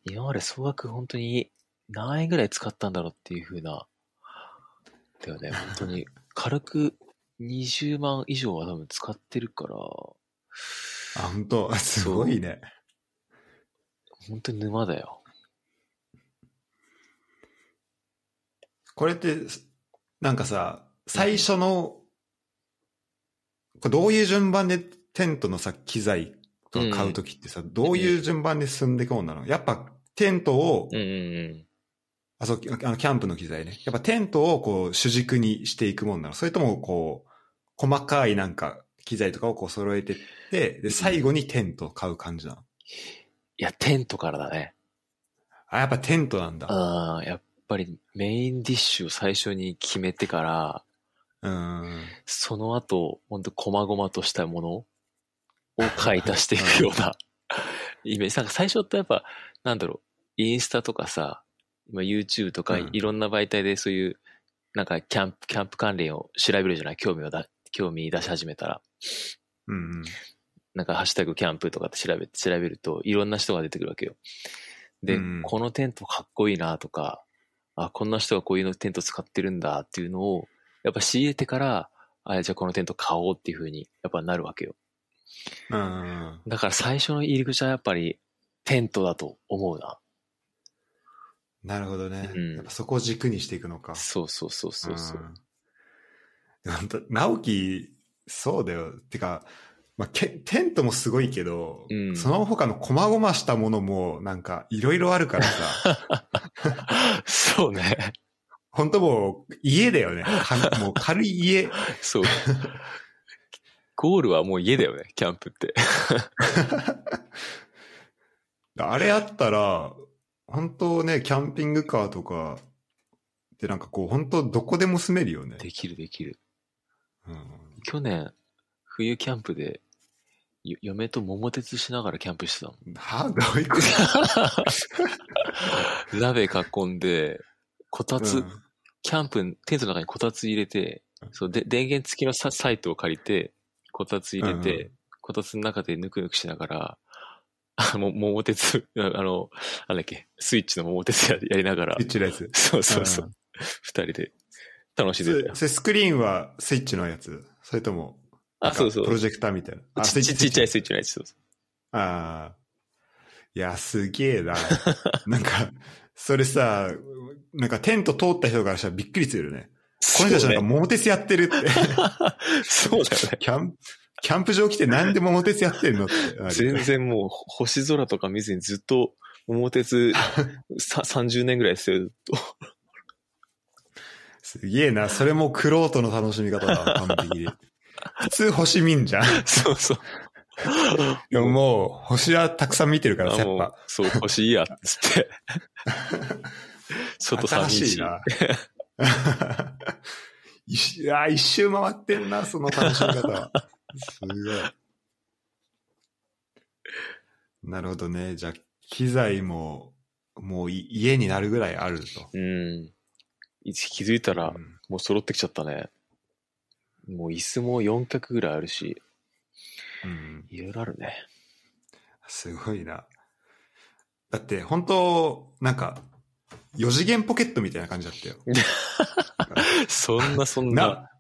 S2: 今まで総額本当に何円ぐらい使ったんだろうっていう風な、だよね、本当 に軽く20万以上は多分使ってるから、
S1: あ、ほんと、すごいね。
S2: 本当に沼だよ。
S1: これって、なんかさ、最初の、これどういう順番でテントのさ、機材とか買うときってさ、どういう順番で進んでいくもんなのやっぱ、テントを、
S2: うんうん
S1: あ、そう、あの、キャンプの機材ね。やっぱテントをこう主軸にしていくもんなのそれともこう、細かいなんか機材とかをこう揃えてって、で、最後にテントを買う感じなの
S2: いや、テントからだね。
S1: あ、やっぱテントなんだ。
S2: あーやっぱりメインディッシュを最初に決めてから、
S1: うーん。
S2: その後、本当細々としたものを買い足していくようなイメージ。なんか最初ってやっぱ、なんだろう、インスタとかさ、今 YouTube とか
S1: うん
S2: いろんな媒体でそういう、なんかキャンプ、キャンプ関連を調べるじゃない興味をだ、興味出し始めたら。
S1: うんうん。
S2: なんかハッシュタグキャンプとかって調べて、調べるといろんな人が出てくるわけよ。で、
S1: うん
S2: このテントかっこいいなとか、あ、こんな人がこういうのテント使ってるんだっていうのを、やっぱ仕入れてから、あ、じゃあこのテント買おうっていうふうに、やっぱなるわけよ。
S1: うん。
S2: だから最初の入り口はやっぱりテントだと思うな。
S1: なるほどね。
S2: うん
S1: やっぱそこを軸にしていくのか。
S2: そうそうそうそうそう。
S1: うん。本当直樹、そうだよ。てか、まあ、けテントもすごいけど、
S2: うん
S1: その他の細々したものも、なんか、いろいろあるからさ、
S2: そうね。
S1: 本当もう、家だよね。 かもう軽い家。
S2: そう。 ゴールはもう家だよね、キャンプって。
S1: あれあったら、本当ね、キャンピングカーとか、でなんかこう、本当どこでも住めるよね。
S2: できるできる。
S1: うん、
S2: 去年、冬キャンプで、よ嫁と桃鉄しながらキャンプしてたもん。
S1: はどういうこと
S2: 鍋囲んで、こたつ、
S1: うん
S2: キャンプ、テントの中にこたつ入れて、そうで電源付きのササイトを借りて、こたつ入れて、
S1: う
S2: こたつの中でぬくぬくしながら、あも桃鉄、ああの、なんだっけ、スイッチの桃鉄ややりながら
S1: スイッ、チのやつ。
S2: そうそうそう
S1: う、
S2: 二、人で楽しんでた
S1: そ
S2: よ。
S1: それスクリーンはスイッチのやつそれとも、
S2: あ、そうそ
S1: プ
S2: う
S1: ロ。ジェクターみたいな。あ
S2: ちちちっちゃいスイッ
S1: チ。
S2: チのやつ、そうそう
S1: ああ。いや、すげえな。 なんか、それさ、なんかテント通った人からしたらびっくりするよね。この人たちなんか桃鉄やってるって。
S2: そうだよね。
S1: キャンプ、キャンプ場来てなんで桃鉄やってんの ってなる。
S2: 全然もうほ星空とか見ずにずっと 桃鉄さ30年ぐらいですよ。ずっと
S1: すげえな。それもクロートの楽しみ方だわ、完 璧に。普通星見んじゃん。
S2: そうそう。
S1: でももう、星はたくさん見てるから
S2: あ
S1: さ、やっ
S2: もう
S1: ぱ。
S2: そう、星いいや、つ って。外寂
S1: 新
S2: しい
S1: しい な。一周あー一周回ってんな、その楽しみ方は。すごい。なるほどね。じゃあ、機材も、もうい家になるぐらいあると。
S2: うん。いつ気づいたら
S1: う、ん
S2: もう揃ってきちゃったね。もう椅子も4脚ぐらいあるし、
S1: うん
S2: いろいろある ね。
S1: すごいな。だって、本当なんか、4次元ポケットみたいな感じだったよ。
S2: そんなそんな。
S1: な、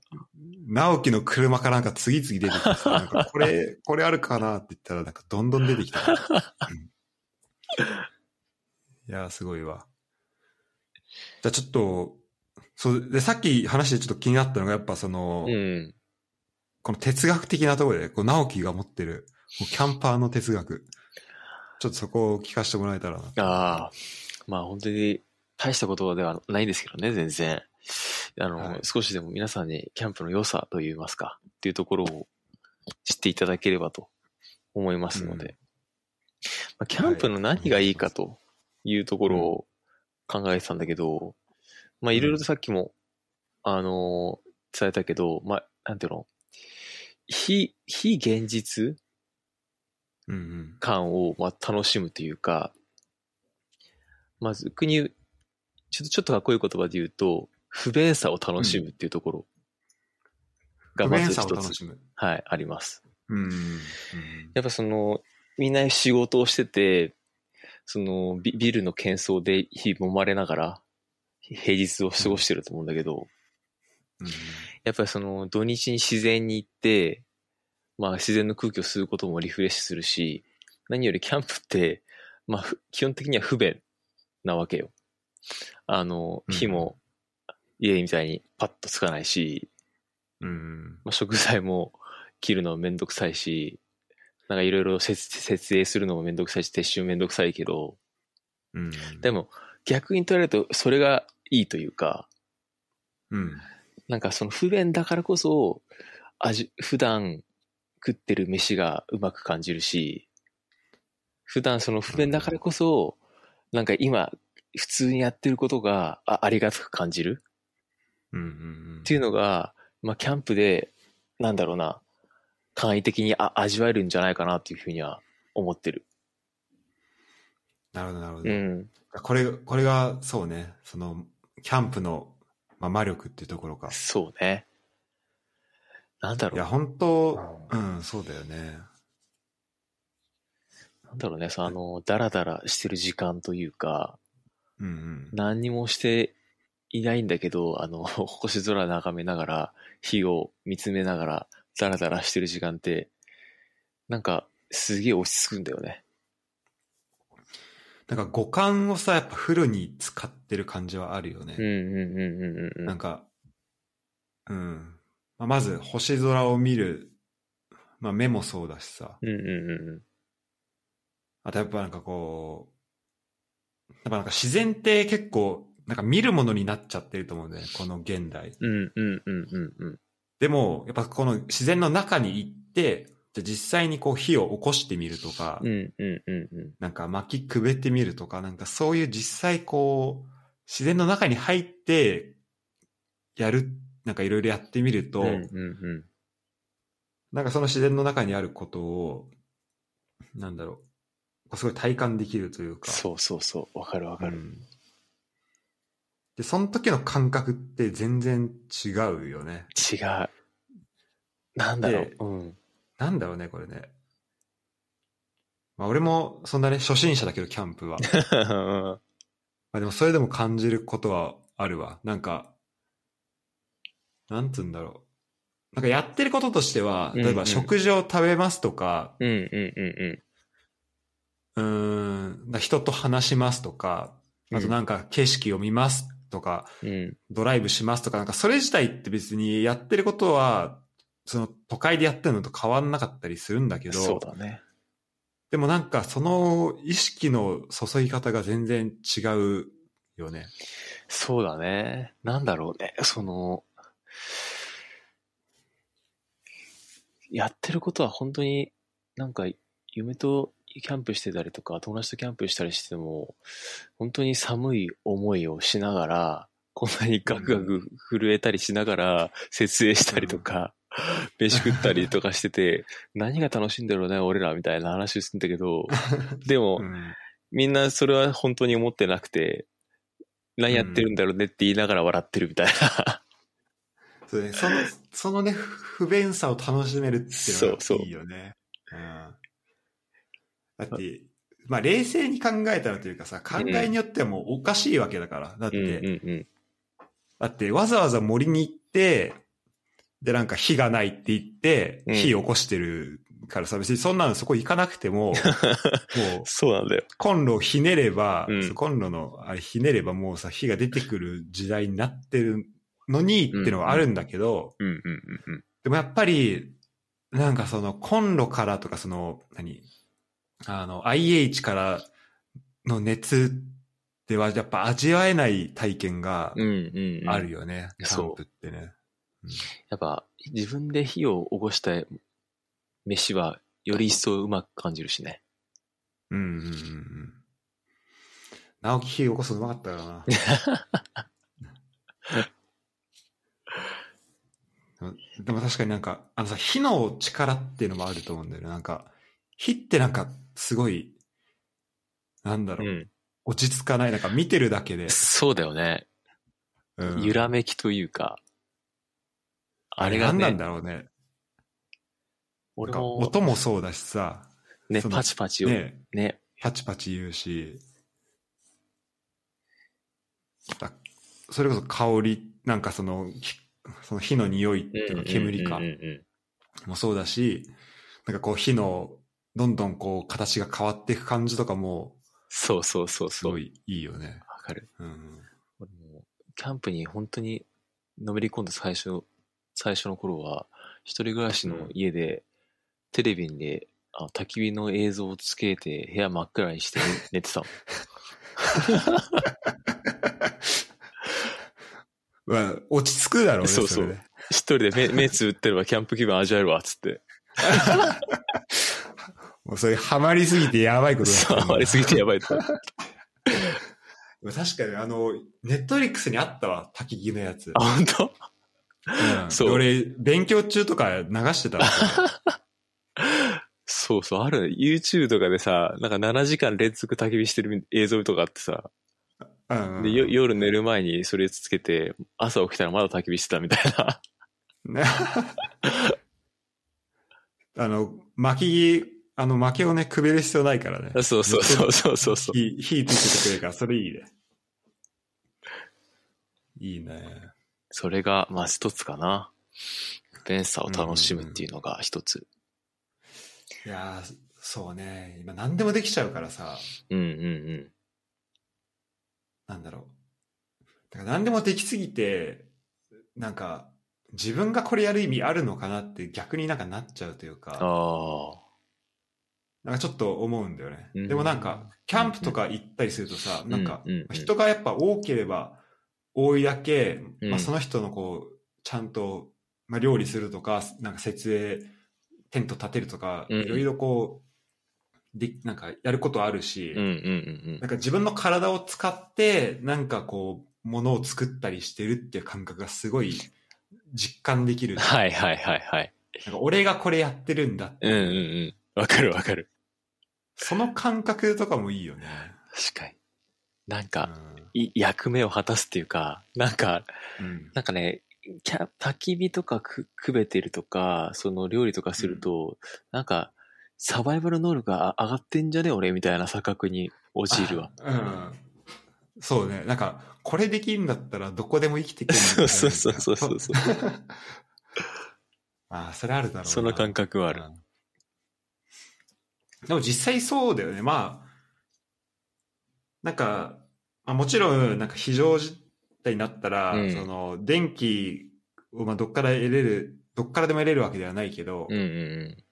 S1: 直樹の車からなんか次々出てきてさ、なんかこれ、 これあるかなって言ったらなんかどんどん出てきたから。うんいやー、すごいわ。じゃあちょっと、そう、で、さっき話でちょっと気になったのがやっぱその、
S2: うん。
S1: この哲学的なところで、こう直樹が持ってる、こうキャンパーの哲学。ちょっとそこを聞かせてもらえたらな。
S2: ああ、まあ本当に大したことではないんですけどね、全然。あの、
S1: はい
S2: 少しでも皆さんにキャンプの良さといいますか、っていうところを知っていただければと思いますので、
S1: うん
S2: まあ、キャンプの何がいいかというところを考えてたんだけど、まあいろいろとさっきも、あのー伝えたけど、まあ、なんていうの、非、非現実
S1: うんうん。
S2: 感を、まあ、楽しむというか、まず、国、ちょっと、ちょっとかっこいい言葉で言うと、不便さを楽しむっていうところが、
S1: 不
S2: ま
S1: 便
S2: ず
S1: さを
S2: 一
S1: 楽
S2: つ、
S1: しむ。
S2: はい、あります。
S1: うんうんうん。
S2: やっぱその、みんな仕事をしてて、そのビ、ビルの喧騒で日々揉まれながら、平日を過ごしてると思うんだけど、
S1: うんうん
S2: やっぱりその土日に自然に行って、まあ自然の空気を吸うこともリフレッシュするし、何よりキャンプって、まあふ基本的には不便なわけよ。あの、
S1: うん
S2: 火も家みたいにパッとつかないし、
S1: うんうん。
S2: まあ、食材も切るのもめんどくさいし、なんかいろいろ設設営するのもめんどくさいし、撤収もめんどくさいけど、
S1: うん。
S2: でも逆に取られるとそれがいいというか、
S1: うん。
S2: なんかその不便だからこそ、味、普段食ってる飯がうまく感じるし、普段その不便だからこそ、なんか今、普通にやってることがあありがたく感じる
S1: うんうんうん
S2: っていうのが、まあ、キャンプで、なんだろうな、簡易的にあ味わえるんじゃないかなっていうふうには思ってる。
S1: なるほど、なるほど。
S2: うん。
S1: これ、これが、そうね、その、キャンプの、まあ、魔力っていうところか。
S2: そうね。なんだ
S1: い
S2: ろ
S1: や、
S2: う、
S1: 本当うん、そうだよね。
S2: なんだろうね、そのあの、ダラダラしてる時間というか、
S1: うんうん。
S2: 何にもしていないんだけど、あの、 星空眺めながら、火を見つめながら、ダラダラしてる時間って、なんか、すげえ落ち着くんだよね。
S1: なんか五感をさ、やっぱフルに使ってる感じはあるよね。
S2: うんうんうんうんうんう
S1: なん
S2: ん。
S1: か、うん。まあ、まず、星空を見る、まあ、目もそうだしさ。
S2: うんうんうんうん。
S1: あと、やっぱなんかこう、やっぱなんか自然って結構、なんか見るものになっちゃってると思うんだよね、この現代。
S2: うんうんうんうんうん。
S1: でも、やっぱこの自然の中に行って、じゃあ実際にこう火を起こしてみるとか、
S2: うんうんうんうん。
S1: なんか薪くべってみるとか、なんかそういう実際こう、自然の中に入って、やる、なんかいろいろやってみると、
S2: うんうんうん。
S1: なんかその自然の中にあることを、なんだろう、こうすごい体感できるというか。
S2: そうそうそう。わかるわか
S1: う
S2: る。
S1: んで、その時の感覚って全然違うよね。
S2: 違う。なんだろう
S1: で。
S2: うん。
S1: なんだろうね、これね。まあ俺もそんなね、初心者だけど、キャン プは。まあでもそれでも感じることはあるわ。なんか、なんつうんだろう。なんかやってることとしては、
S2: うんうん
S1: 例えば食事を食べますとか、
S2: うんうんうんうん。
S1: うーん、人と話しますとか、あとなんか景色を見ますとか、
S2: うん。
S1: ドライブしますとか、なんかそれ自体って別にやってることは、その都会でやってるのと変わんなかったりするんだけ
S2: そう
S1: ど、
S2: だね。
S1: でもなんかその意識の注ぎ方が全然違うよね。
S2: そうだね。なんだろうね。その、やってることは本当になんか夢とキャンプしてたりとか、友達とキャンプしたりしても、本当に寒い思いをしながら、こんなにガクガク震えたりしながら、設営したりとか、飯食ったりとかしてて、何が楽しいんだろうね、俺らみたいな話をするんだけど、でも、
S1: うん
S2: みんなそれは本当に思ってなくて、何やってるんだろうねって言いながら笑ってるみたいな。
S1: そうね、その、そのね、不便さを楽しめるっていうの
S2: そうそう
S1: がいいよね。うん、だって、まあ冷静に考えたらというかさ、考えによってはもうおかしいわけだから。だっ
S2: う
S1: て、
S2: んうんうん。
S1: だってわざわざ森に行って、でなんか火がないって言って、
S2: うん
S1: 火起こしてるからさ、別にそんなのそこ行かなくて も、もう
S2: そうなんだよ。
S1: コンロをひねれば、
S2: うん
S1: コンロのあれひねればもうさ、火が出てくる時代になってるのにっていうのはあるんだけど、
S2: うんうんうんうん。
S1: でもやっぱり、なんかそのコンロからとかその、何あの、IH からの熱ではやっぱ味わえない体験が
S2: うんうん、うん。
S1: あるよね。
S2: うん
S1: キャンプってね。
S2: やっぱ自分で火を起こした飯はより一層うまく感じるしね。
S1: うんうんうんうん。直樹火起こすのうまかったからな。 でもでも確かになんか、あのさ、火の力っていうのもあると思うんだよね。なんか、火ってなんかすごい、なんだろう、
S2: ん。
S1: 落ち着かない。なんか見てるだけで。
S2: そうだよね。
S1: うん
S2: 揺らめきというか。あれが
S1: 何なん
S2: ね、
S1: だろうね。
S2: 俺
S1: なんか
S2: も
S1: 音もそうだしさ、
S2: ね、
S1: その
S2: パチパチを
S1: ね、
S2: ね
S1: パチパチ言うし、あそれこそ香り、なんかその、きその火の匂いっていうか煙か
S2: うんうんうんうん
S1: もそうだし、なんかこう火の、どんどんこう形が変わっていく感じとかも、
S2: そうそうそう
S1: す
S2: そう。
S1: ご
S2: わ
S1: いいいよね。
S2: かる。
S1: うん。
S2: 俺もキャンプに本当にのめり込んだ最初、最初の頃は、一人暮らしの家で、テレビにねあ焚き火の映像をつけて、部屋真っ暗にして寝寝てたもん。
S1: まあ、落ち着くだろうね、
S2: そうそう
S1: れで
S2: 一人で目目つぶってればキャンプ気分味わえるわ、つって。
S1: もうそういうハマりすぎてやばいこと
S2: そう、あまりすぎてやばいって。
S1: でも確かにあの、ネットフリックスにあったわ、焚き木のやつ。
S2: あ、本当
S1: うん、
S2: そう
S1: 俺、勉強中とか流してたわ。
S2: そうそう、あるね。YouTube とかでさ、なんか7時間連続焚き火してる映像とかあってさ、
S1: うん
S2: でよ夜寝る前にそれつけて、朝起きたらまだ焚き火してたみたいな。
S1: ね あの、巻き、あの、巻きをね、くべる必要ないからね。
S2: そうそうそうそうそうそう。
S1: 火、火つけてくれるから、それいいね。いいね。
S2: それが、まあ一つかな。ベンサーを楽しむっていうのが一つ。
S1: いやーそうね。今何でもできちゃうからさ、
S2: うんうん
S1: なんだろう。だから何でもできすぎて、なんか、自分がこれやる意味あるのかなって逆になんかなっちゃうという
S2: うん。
S1: か、
S2: ああ。
S1: なんかちょっと思うんだよね。
S2: うん
S1: でもなんか、キャンプとか行ったりするとさ、なんか
S2: う、う
S1: 人がやっぱ多ければ多いだけ、
S2: うん
S1: まあ、その人のこうちゃんと、まあ、料理するとかなんか設営テント立てるとか、
S2: うん
S1: いろいろこうでなんかやることあるし、
S2: うんうんうん
S1: なんか自分の体を使ってなんかこうものを作ったりしてるっていう感覚がすごい実感でき
S2: う
S1: る
S2: ん。はいはいはいはい。
S1: なんか俺がこれやってるんだって
S2: うん
S1: いうう、
S2: んうん。わかるわかる。
S1: その感覚とかもいいよね。
S2: 確かに。なん
S1: う
S2: か、い役目を果たすっていうか、なんか、
S1: んうん
S2: なんかね、キャ焚き火とかく、くべてるとか、その料理とかすると、なんか、サバイバル能力があ上がってんじゃね俺みたいな錯覚に陥るわ。
S1: あうん。そうね。なんか、これできるんだったらどこでも生きていけるんだ
S2: そうそうそうそうそうそう。
S1: ああ、それあるだろうな。
S2: その感覚はある。
S1: うんでも実際そうだよね。まあ、なんか、まあ、もちろん、なんか非常事態になったら、
S2: うん
S1: その、電気をまあどっから得れる、どっからでも得れるわけではないけど、
S2: うんうん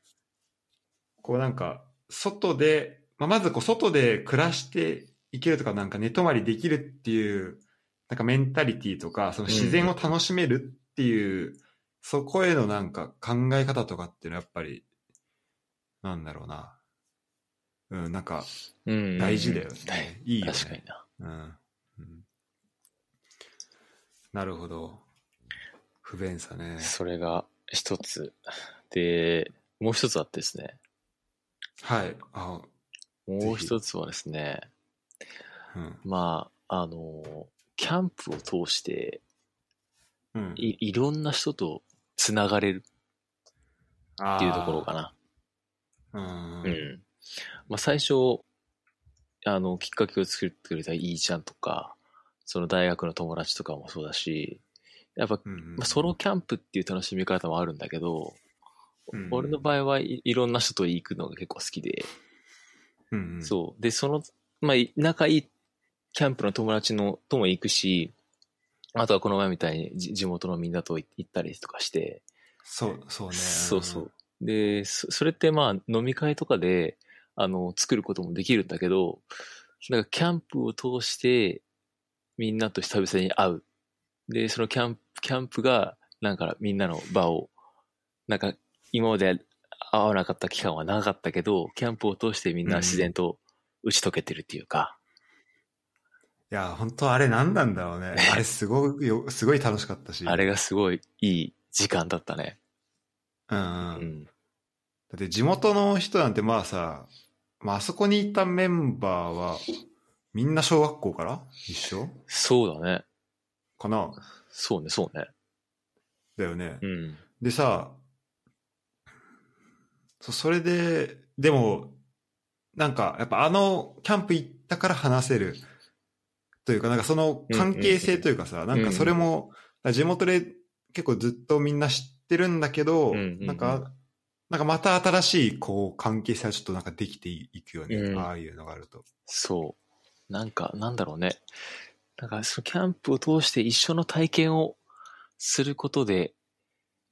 S1: こうなんか、外で、まあ、まずこう外で暮らしていけるとか、なんか寝泊まりできるっていう、なんかメンタリティとか、その自然を楽しめるっていう、そこへのなんか考え方とかっていうのはやっぱり、なんだろうな。うん、なんか
S2: うん。うんうんうん
S1: 大事だよね。
S2: 大
S1: いいよね。
S2: 確かにな。
S1: うん。うんなるほど。不便さね。
S2: それが一つ。で、もう一つあってですね。
S1: はい。あ、
S2: もう一つはですね、
S1: うん。
S2: まあ、あの、キャンプを通して、
S1: うん。
S2: いいろんな人とつながれる
S1: っ
S2: っていうところかな。
S1: な
S2: う。ん。まあ、最初、あの、きっかけを作ってくれたいいちゃんとか、その大学の友達とかもそうだし、やっぱ、
S1: うん。うん
S2: まあ、ソロキャンプっていう楽しみ方もあるんだけど、
S1: うん
S2: 俺の場合はい、いろんな人と行くのが結構好きで、
S1: うんうん、
S2: そう。で、その、まあ、い仲いいキャンプの友達のとも行くし、あとはこの前みたいにじ地元のみんなと行行ったりとかして、
S1: そう、そうね。
S2: そうそう。。で、そそれってまあ飲み会とかで、あの、作ることもできるんだけど、なんかキャンプを通してみんなと久々に会う。で、そのキャンプ、キャンプがなんかみんなの場を、なんか今まで会わなかった期間は長かったけど、キャンプを通してみんな自然と打ち解けてるっていうか、
S1: いや、本当あれ何なんだろうね。あれすごいよ、すごい楽しかったし。
S2: あれがすごいいい時間だったね。
S1: うん
S2: う
S1: うん。だ。って地元の人なんてまあさ、まああそこにいたメンバーは、みんな小学校から一緒
S2: そうだね。
S1: かな
S2: そうね、そうね。
S1: だよね
S2: う。ん。
S1: でさ、そそれで、でも、なんか、やっぱあの、キャンプ行ったから話せる、というか、なんかその関係性というかさ、
S2: んう
S1: なんんかそれも、地元で結構ずっとみんな知ってるんだけど、
S2: うんうんうん
S1: なんか、なんかまた新しい、こう、関係性はちょっとなんかできていくよね、
S2: うん
S1: ああいうのがあると。
S2: そう。なんか、なんだろうね。なんか、そのキャンプを通して一緒の体験をすることで、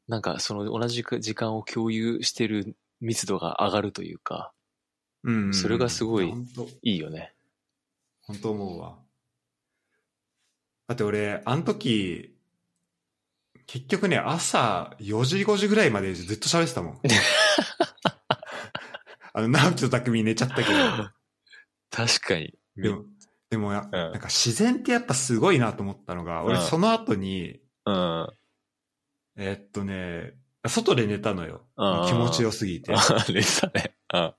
S2: なんか、その同じく時間を共有してる密度が上がるというか、
S1: うんうんうん
S2: それがすごい
S1: 本当
S2: いいよ ね。
S1: 本当思うわ。だって俺、あの時、結局ね、朝4時5時ぐらいまでずっと喋ってた もん。あの、直樹と匠寝ちゃったけ
S2: 確かに。
S1: ど。でも、でもや、
S2: ん
S1: なんか自然ってやっぱすごいなと思ったのが、俺
S2: うん
S1: その後に、
S2: うん。
S1: えーっとね、外で寝たのよ
S2: うん。
S1: 気持ちよすぎて。
S2: あれだね。うん。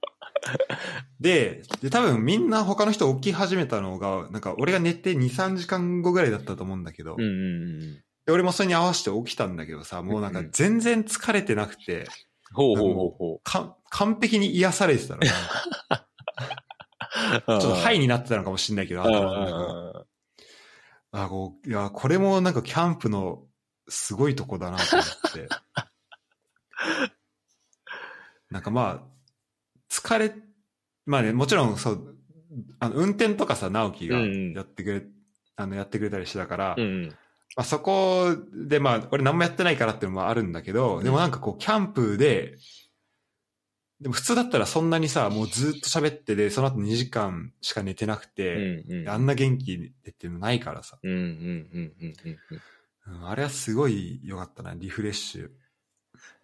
S1: で、で、多分みんな他の人起き始めたのが、なんか俺が寝て2、3時間後ぐらいだったと思うんだけど、
S2: うんうんうん。
S1: で俺もそれに合わせて起きたんだけどさ、もうなんか
S2: うんうん
S1: 全然疲れてなくて、
S2: ほうほうほうほ
S1: か完璧に癒されてた の。なんか
S2: う。
S1: ち
S2: ちょ
S1: ょっとハイ
S2: に
S1: になってたのかもしれないけど、
S2: あ
S1: 頭の中があこういや、これもなんかキャンプのす ごいとこだなと思って。なんかまあ、疲れ、まあね、もちろん、そう、あの、運転とかさ、直樹が
S2: うんうん
S1: やってくれ、あの、やってくれたりしてたから、
S2: うん。
S1: まあそこで、まあ、俺何もやってないからっていうのもあるんだけど、でもなんかこう、キャンプで、でも普通だったらそんなにさ、もうずっと喋ってで、その後2時間しか寝てなく
S2: うん。
S1: て、
S2: うん。
S1: あんな元気でっていうのないからさ、
S2: うん。うん。うん。うん。うん。
S1: うんあれはすごい良かったな、リフレッシュ。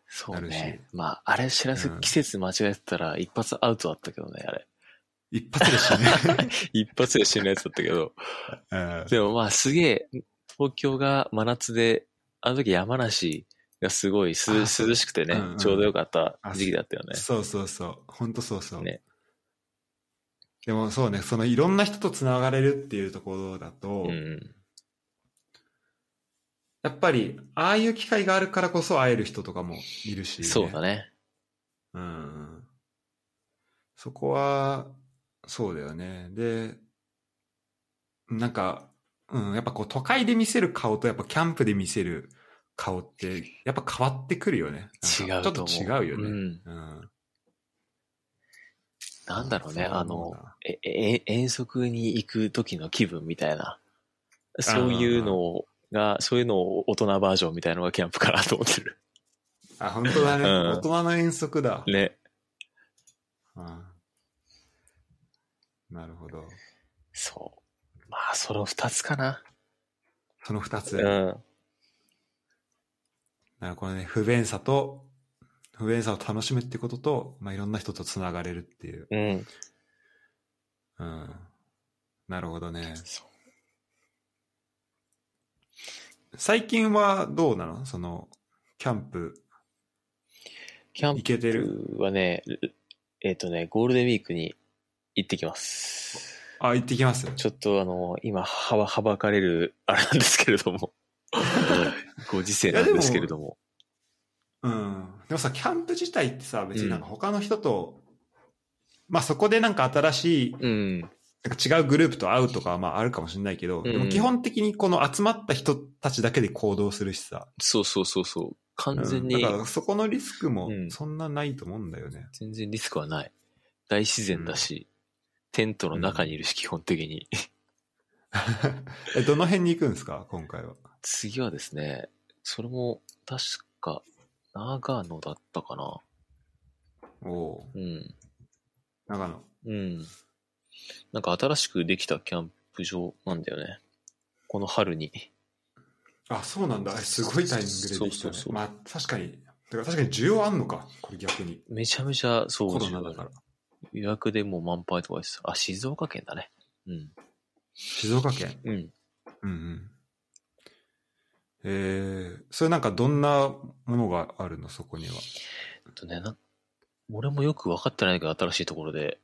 S2: そう
S1: なるし
S2: ね。まあ、あれ知らず季節間違えてたら一発アウトだったけどね、あれ。
S1: 一発でした ね。
S2: 一発で死ぬやつだったけど。
S1: うん
S2: でもまあすげえ、東京が真夏で、あの時山梨がすごいす
S1: あそう
S2: 涼しくてね、
S1: うんうん
S2: ちょうどよかった時期だったよね。
S1: そうそうそう。ほんとそうそう。
S2: ね
S1: でもそうね、そのいろんな人とつながれるっていうところだと、
S2: うんうん。
S1: やっぱり、ああいう機会があるからこそ会える人とかもいるし、
S2: そうだね。
S1: うん。そこは、そうだよね。で、なんか、うん、やっぱこう都会で見せる顔とやっぱキャンプで見せる顔って、やっぱ変わってくるよね。
S2: 違
S1: な
S2: うんと
S1: か
S2: 思う。
S1: ちょっと違うよね。
S2: ん。
S1: うん。
S2: なんだろうね、
S1: そ
S2: あ
S1: 思う
S2: の
S1: な、
S2: え、え、遠足に行く時の気分みたいな。そういうのが、そういうのを大人バージョンみたいなのがキャンプかなと思ってる。
S1: あ、本当だね。
S2: うん
S1: 大人の遠足だ。
S2: ね。
S1: うんなるほど。
S2: そう。まあ、その二つかな。
S1: その二つ。
S2: う
S1: なんか
S2: ん。
S1: このね、不便さと、不便さを楽しむってことと、まあ、いろんな人とつながれるっていう。
S2: うん。
S1: うん。なるほどね。
S2: そう
S1: 最近はどうなのその、キャンプ
S2: キャン
S1: 行けてる
S2: 僕はね、えっ、とね、ゴールデンウィークに行ってきます。
S1: あ、行ってきます。
S2: ちょっとあの、今、はば、はばかれる、あれなんですけれども。ご時世なんですけれども。
S1: うん。でもさ、キャンプ自体ってさ、別になんか他の人と、まあそこでなんか新しい
S2: うん。
S1: なんか違うグループと会うとかはまああるかもしれないけど、で
S2: う
S1: も
S2: ん
S1: 基本的にこの集まった人たちだけで行動するしさ。
S2: そうそうそうそう。完全
S1: うん
S2: に
S1: だ、からそこのリスクも
S2: うん
S1: そんなないと思うんだよね。
S2: 全然リスクはない。大自然だし、テントの中にいるし、基本的に。
S1: え、どの辺に行くんですか今回は。
S2: 次はですね、それも、確か、長野だったかな。
S1: おお
S2: うん。
S1: う長野。
S2: うん。なんか新しくできたキャンプ場なんだよね。この春に。
S1: あ、そうなんだ。えすごいタイミングでできた
S2: そうそう
S1: ね。
S2: そう
S1: まあ確かに、だから確かに需要あんのか。これ逆に。
S2: めちゃめちゃ、そう、
S1: コロナだから。
S2: 予約でもう満杯とかです。あ、静岡県だね。うん。
S1: 静岡県。
S2: うん。
S1: うんうん。えー、それなんかどんなものがあるのそこには。
S2: えっとね、な俺もよく分かってないけど、新しいところで。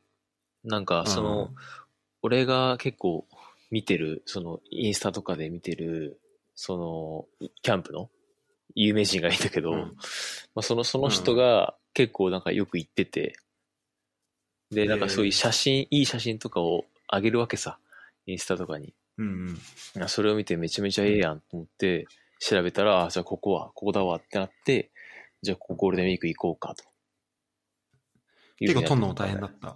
S2: なんか、その、俺が結構見てる、その、インスタとかで見てる、その、キャンプの有名人がいたけど、
S1: うん
S2: まあ、その、その人が結構なんかよく行ってて、で、なんかそういう写真、いい写真とかをあげるわけさ、インスタとかに。
S1: うんうん。
S2: あそれを見てめちゃめちゃええやんと思って、調べたら、あじゃあここは、ここだわってなって、じゃあここゴールデンウィーク行こうかと。
S1: 結構撮んのも大変だった。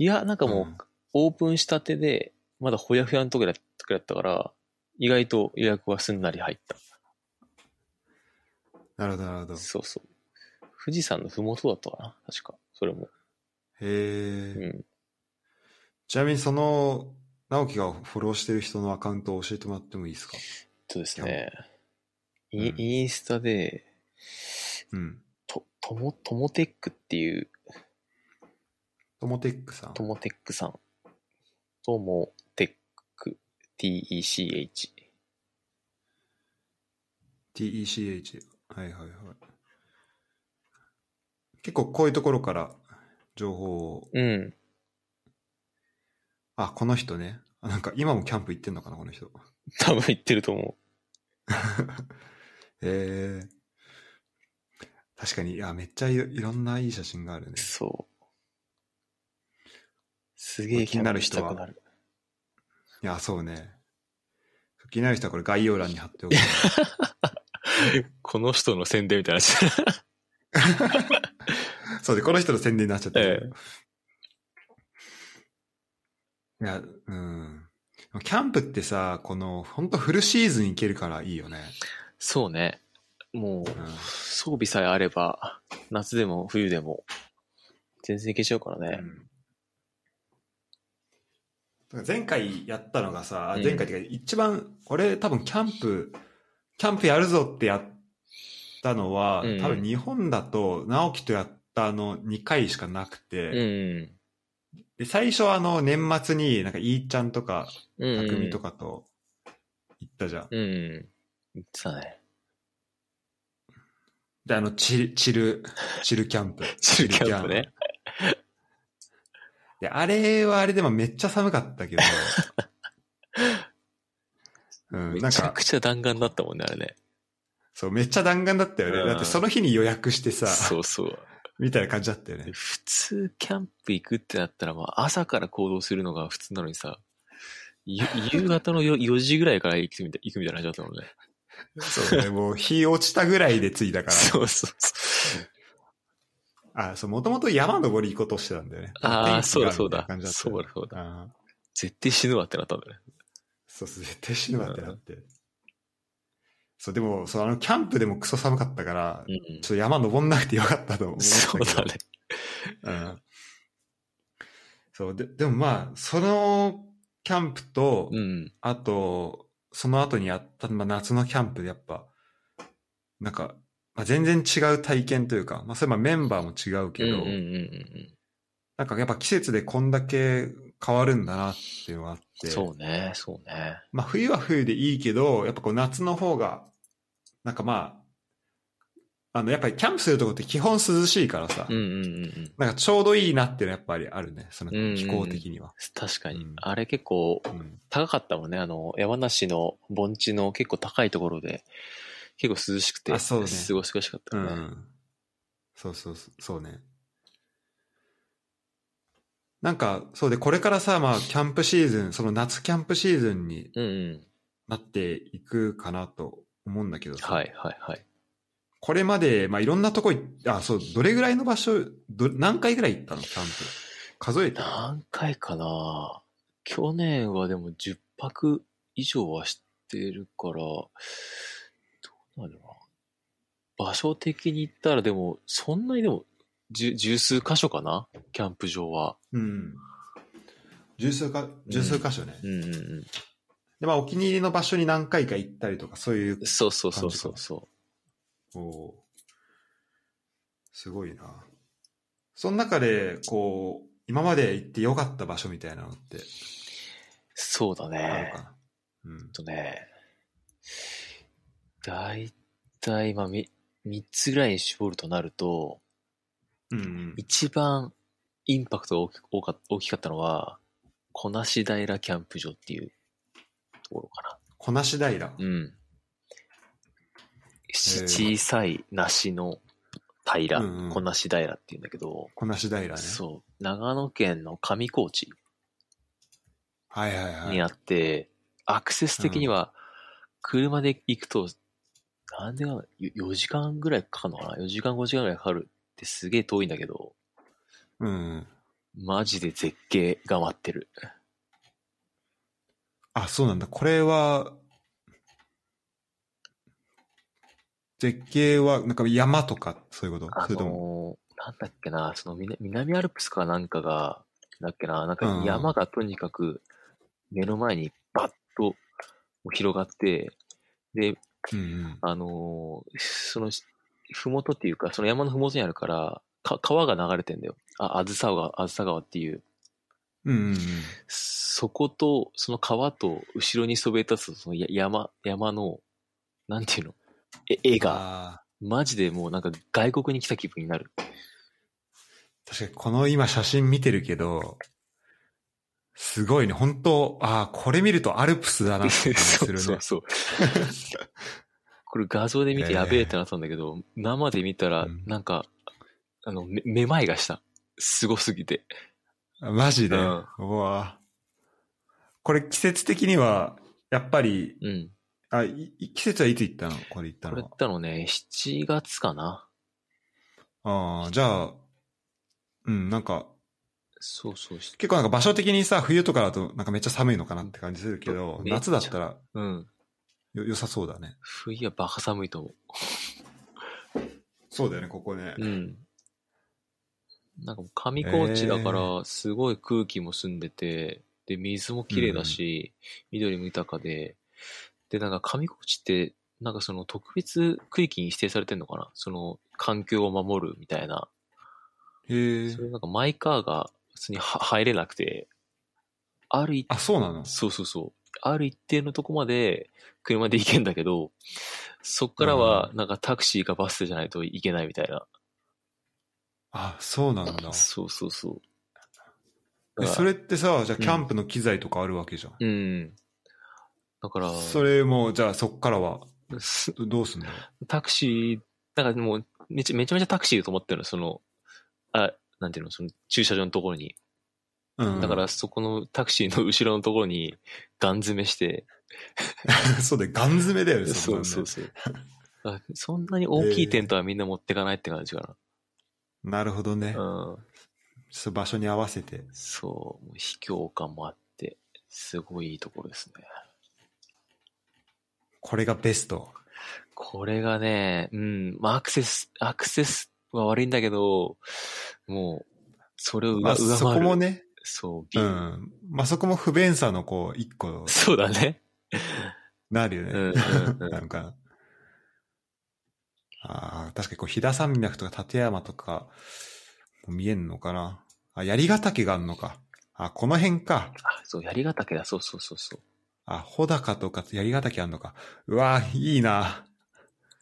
S2: いや、なんかも
S1: う
S2: う、
S1: ん
S2: オープンしたてで、まだほやふやの時だったから、意外と予約はすんなり入った。
S1: なるほど、なるほど。へ
S2: そうそう。富士山のふもとだったかな確か。それも。
S1: え、
S2: うん。
S1: ちなみにその、直樹がフォローしてる人のアカウントを教えてもらってもいいですか
S2: そうですね。イ
S1: うん
S2: インスタで、
S1: うん。
S2: と、とも、ともテックっていう、
S1: トモテックさん
S2: ト。モテックさん。トモテック、T-E-C-H。
S1: TECH。はいはいはい。結構こういうところから情報を。
S2: うん。
S1: あ、この人ね。あなんか今もキャンプ行ってんのかな、この人。
S2: 多分言ってると思
S1: へえ。確かに、いや、めっちゃいろいろんないい写真があるね
S2: う。。そう。すげえキャンプしたくなる。
S1: いや、そうね。気になる人はこれ概要欄に貼っておく。
S2: この人の宣伝みたいな。
S1: そうで、この人の宣伝になっちゃったけど、い
S2: え
S1: や、うん。キャンプってさ、この、本当フルシーズン行けるからいいよね。
S2: そうね。
S1: う、
S2: もう
S1: ん
S2: 装備さえあれば、夏でも冬でも、全然いけちゃうからね。
S1: うん前回やったのがさ、
S2: うん
S1: 前回っていうか一番、俺多分キャンプ、キャンプやるぞってやったのは、
S2: うん
S1: 多分日本だと直樹とやったあの2回しかなくて、
S2: うん。
S1: で最初はあの年末になんかイーちゃんとか、
S2: うん。
S1: 匠とかと行ったじゃん。
S2: うん。言ってたね。
S1: で、あのチル、チル、チルキャンプ。
S2: チルキャンプね
S1: チルキャンプ。で、あれはあれでもめっちゃ寒かった けど、うん、な
S2: め
S1: ん
S2: ちゃ
S1: か
S2: く、ちゃ弾丸だったもんね、あれね。
S1: そう、めっちゃ弾丸だったよね。
S2: うん
S1: だってその日に予約してさ、
S2: そうそう。
S1: みたいな感じだったよね。
S2: 普通、キャンプ行くってなったら、まあ、朝から行動するのが普通なのにさ、 ゆ夕方の 4, 時ぐらいから行くみたい行くみたいな感じだったもんね。
S1: そうね、もう日落ちたぐらいで着いたから。
S2: そうそうそう。
S1: あ、そう、もともと山登り行こうとしてたんだよね。
S2: ああ、そうだ
S1: 天
S2: そう
S1: 気が
S2: だ
S1: みたいな感。じった
S2: そ
S1: よね
S2: うだそうだ。
S1: あー
S2: 絶対死ぬわってなったんだね。
S1: そうそう、絶対死ぬわってなって。そう、でも、そのあの、キャンプでもクソ寒かったから、
S2: う
S1: ちょ
S2: ん
S1: っと山登んなくてよかったと思っ
S2: う
S1: たけ
S2: ん。そう
S1: ど
S2: だね。
S1: うんそう、で、でもまあ、そのキャンプと、
S2: うん。
S1: あと、その後にやった、まあ、夏のキャンプでやっぱ、なんか、まあ、全然違う体験というか、まあ、それまあメンバーも違うけど、
S2: うんうんうんうん
S1: なんかやっぱ季節でこんだけ変わるんだなっていうのがあっ
S2: うん。
S1: て、
S2: そうね、そうね。
S1: まあ冬は冬でいいけど、やっぱこう夏の方が、なんかまあ、あの、やっぱりキャンプするとこって基本涼しいからさ、
S2: うんうんうんうん。
S1: なんかちょうどいいなっていうのはやっぱりあるね、その
S2: うんうんうん
S1: 気候的には。
S2: 確かに
S1: うん。
S2: あれ結構
S1: うん
S2: 高かったもんね。あの、山梨の盆地の結構高いところで、結構涼しくて、
S1: あそうね
S2: 過ごしやすかった
S1: う
S2: よね。
S1: ん。そうそうそう、そうね。なんか、そうで、これからさ、まあ、キャンプシーズン、その夏キャンプシーズンに
S2: うんうん。
S1: なっていくかなと思うんだけどさ、
S2: はいはいはい。
S1: これまで、まあ、いろんなとこ行っあ、そう、どれぐらいの場所、ど、何回ぐらい行ったのキャンプ。数えた
S2: 何回かな去年はでも10泊以上はしてるから、どうなるな場所的に言ったらでも、そんなにでも、十十数箇所かなキャンプ場は。
S1: うん。十数か、十数箇所ね。
S2: うんうんうん。
S1: で、まあ、お気に入りの場所に何回か行ったりとか、そういう、
S2: そうそうそうそうそ
S1: おーすごいな。その中で、こう、今まで行って良かった場所みたいなのって
S2: う。そうだ
S1: ある
S2: ね
S1: か。な、うん
S2: えっ。とね、だいたい、まあ、み3つぐらいに絞るとなると、
S1: うんうん。
S2: 一番インパクトが大き大か大きかったのは、小梨平キャンプ場っていうところか
S1: こなし平。
S2: な。うん。し
S1: へー
S2: 小さい梨の平、
S1: うんうん
S2: 小梨平っていうんだけど、
S1: こなし平ね。
S2: そう、長野県の上高地
S1: はいはいはい。
S2: にあって、アクセス的には、車で行くと、なんでかな、4時間ぐらいかかるのかな ?4 時間5時間ぐらいかかるってすげえ遠いんだけど、
S1: うんうん。
S2: マジで絶景が待ってる。
S1: あ、そうなんだ。これは、絶景は、なんか山とか、そういうこと、
S2: あ
S1: それとも。
S2: のーなんだっけな、その南南アルプスかなんかが、だっけな、なん
S1: うんう
S2: か
S1: ん
S2: 山がとにかく目の前にバッと広がって、で、
S1: うんうん。
S2: あのーその、ふもとっていうか、その山のふもとにあるから、か川が流れてんだよ。あ、あずさ川、あずさ川っていう。
S1: うんうんうん。
S2: そこと、その川と後ろにそびえ立つそのや山、山の、なんていうのえ、絵が、
S1: あ
S2: マジでもうなんか外国に来た気分になる。
S1: ー確かに、この今写真見てるけど、すごいね。本当ああ、これ見るとアルプスだなって感じす
S2: そ
S1: る
S2: う
S1: ね。
S2: そうそう。これ画像で見てやべえってなったんだけど、生で見たら
S1: うん、
S2: なんか、あの、め、めまいがした。すごすぎて。
S1: マジで。
S2: う
S1: うんわこれ季節的には、やっぱり、
S2: うん。
S1: あ、いい季節はいつ行ったのこれ行った
S2: こ
S1: の
S2: れ
S1: は
S2: だったのね、7月かな。
S1: ああ、じゃあ、うん、なんか、
S2: そうそうし。
S1: 結構なんか場所的にさ、冬とかだとなんかめっちゃ寒いのかなって感じするけど、
S2: めっち
S1: 夏
S2: ゃ
S1: だったら
S2: うん。
S1: よ良さそうだね。
S2: 冬はバカ寒いと思
S1: そうだよね、ここね
S2: う。うん。なんかもう上高地だか
S1: へ
S2: ら、すごい空気も澄んでて、で、水も綺麗だし、緑も豊かで、で、なんか上高地って、なんかその特別区域に指定されてんのかなその環境を守るみたいな。
S1: へえ
S2: そ。れなんかマイカーが普通には入れなくて、ある一
S1: あ、そうなの
S2: そうそうそう。ある一定のとこまで車で行けんだけど、そっからは
S1: う
S2: なんかタクシーかバスじゃないといけないみたいな。
S1: あ、そうなんだ。
S2: そうそうそう。
S1: えそ
S2: れ
S1: れってさ、じゃあキャンプの機材とかあるわけじゃん。
S2: うん。だから、
S1: それも、じゃあそっからは、
S2: す
S1: どどうすんの
S2: タクシー、なんかもうめちゃめちゃめちゃタクシーが止まってるの、その、あ、なんていうの、その駐車場のところに。
S1: うん。
S2: だから、そこのタクシーの後ろのところにガン詰めして、
S1: そうだよ、ガン詰めだよね、ん
S2: そ
S1: な
S2: う
S1: ね
S2: そうそう。 あそんなに大きいテントはみんな持ってかないって感じか
S1: なるほどね
S2: な。。うん。
S1: ちょっと場所に合わせて。
S2: そう、もう卑怯感もあって、すごいいいところですね。
S1: これがベスト。
S2: これがね、うん、まあアクセス、アクセスは悪いんだけど、もう、それを上,、
S1: まあ、
S2: 上
S1: そ
S2: 回
S1: こ
S2: る。
S1: もね、
S2: そう、
S1: う
S2: ビ
S1: ん。まあ、そこも不便さのこう、一個
S2: そうだね。
S1: なるよ
S2: う
S1: ね。
S2: ん、うん、うん
S1: な。のかな。ああ、確かにこう、飛騨山脈とか立山とか、見えんのかな。あ、槍ヶ岳があんのか。あ、この辺か。
S2: あ、そう、槍ヶ岳だ、そうそうそうそう。
S1: あ、穂高とか槍ヶ岳あんのか。うわーいいな。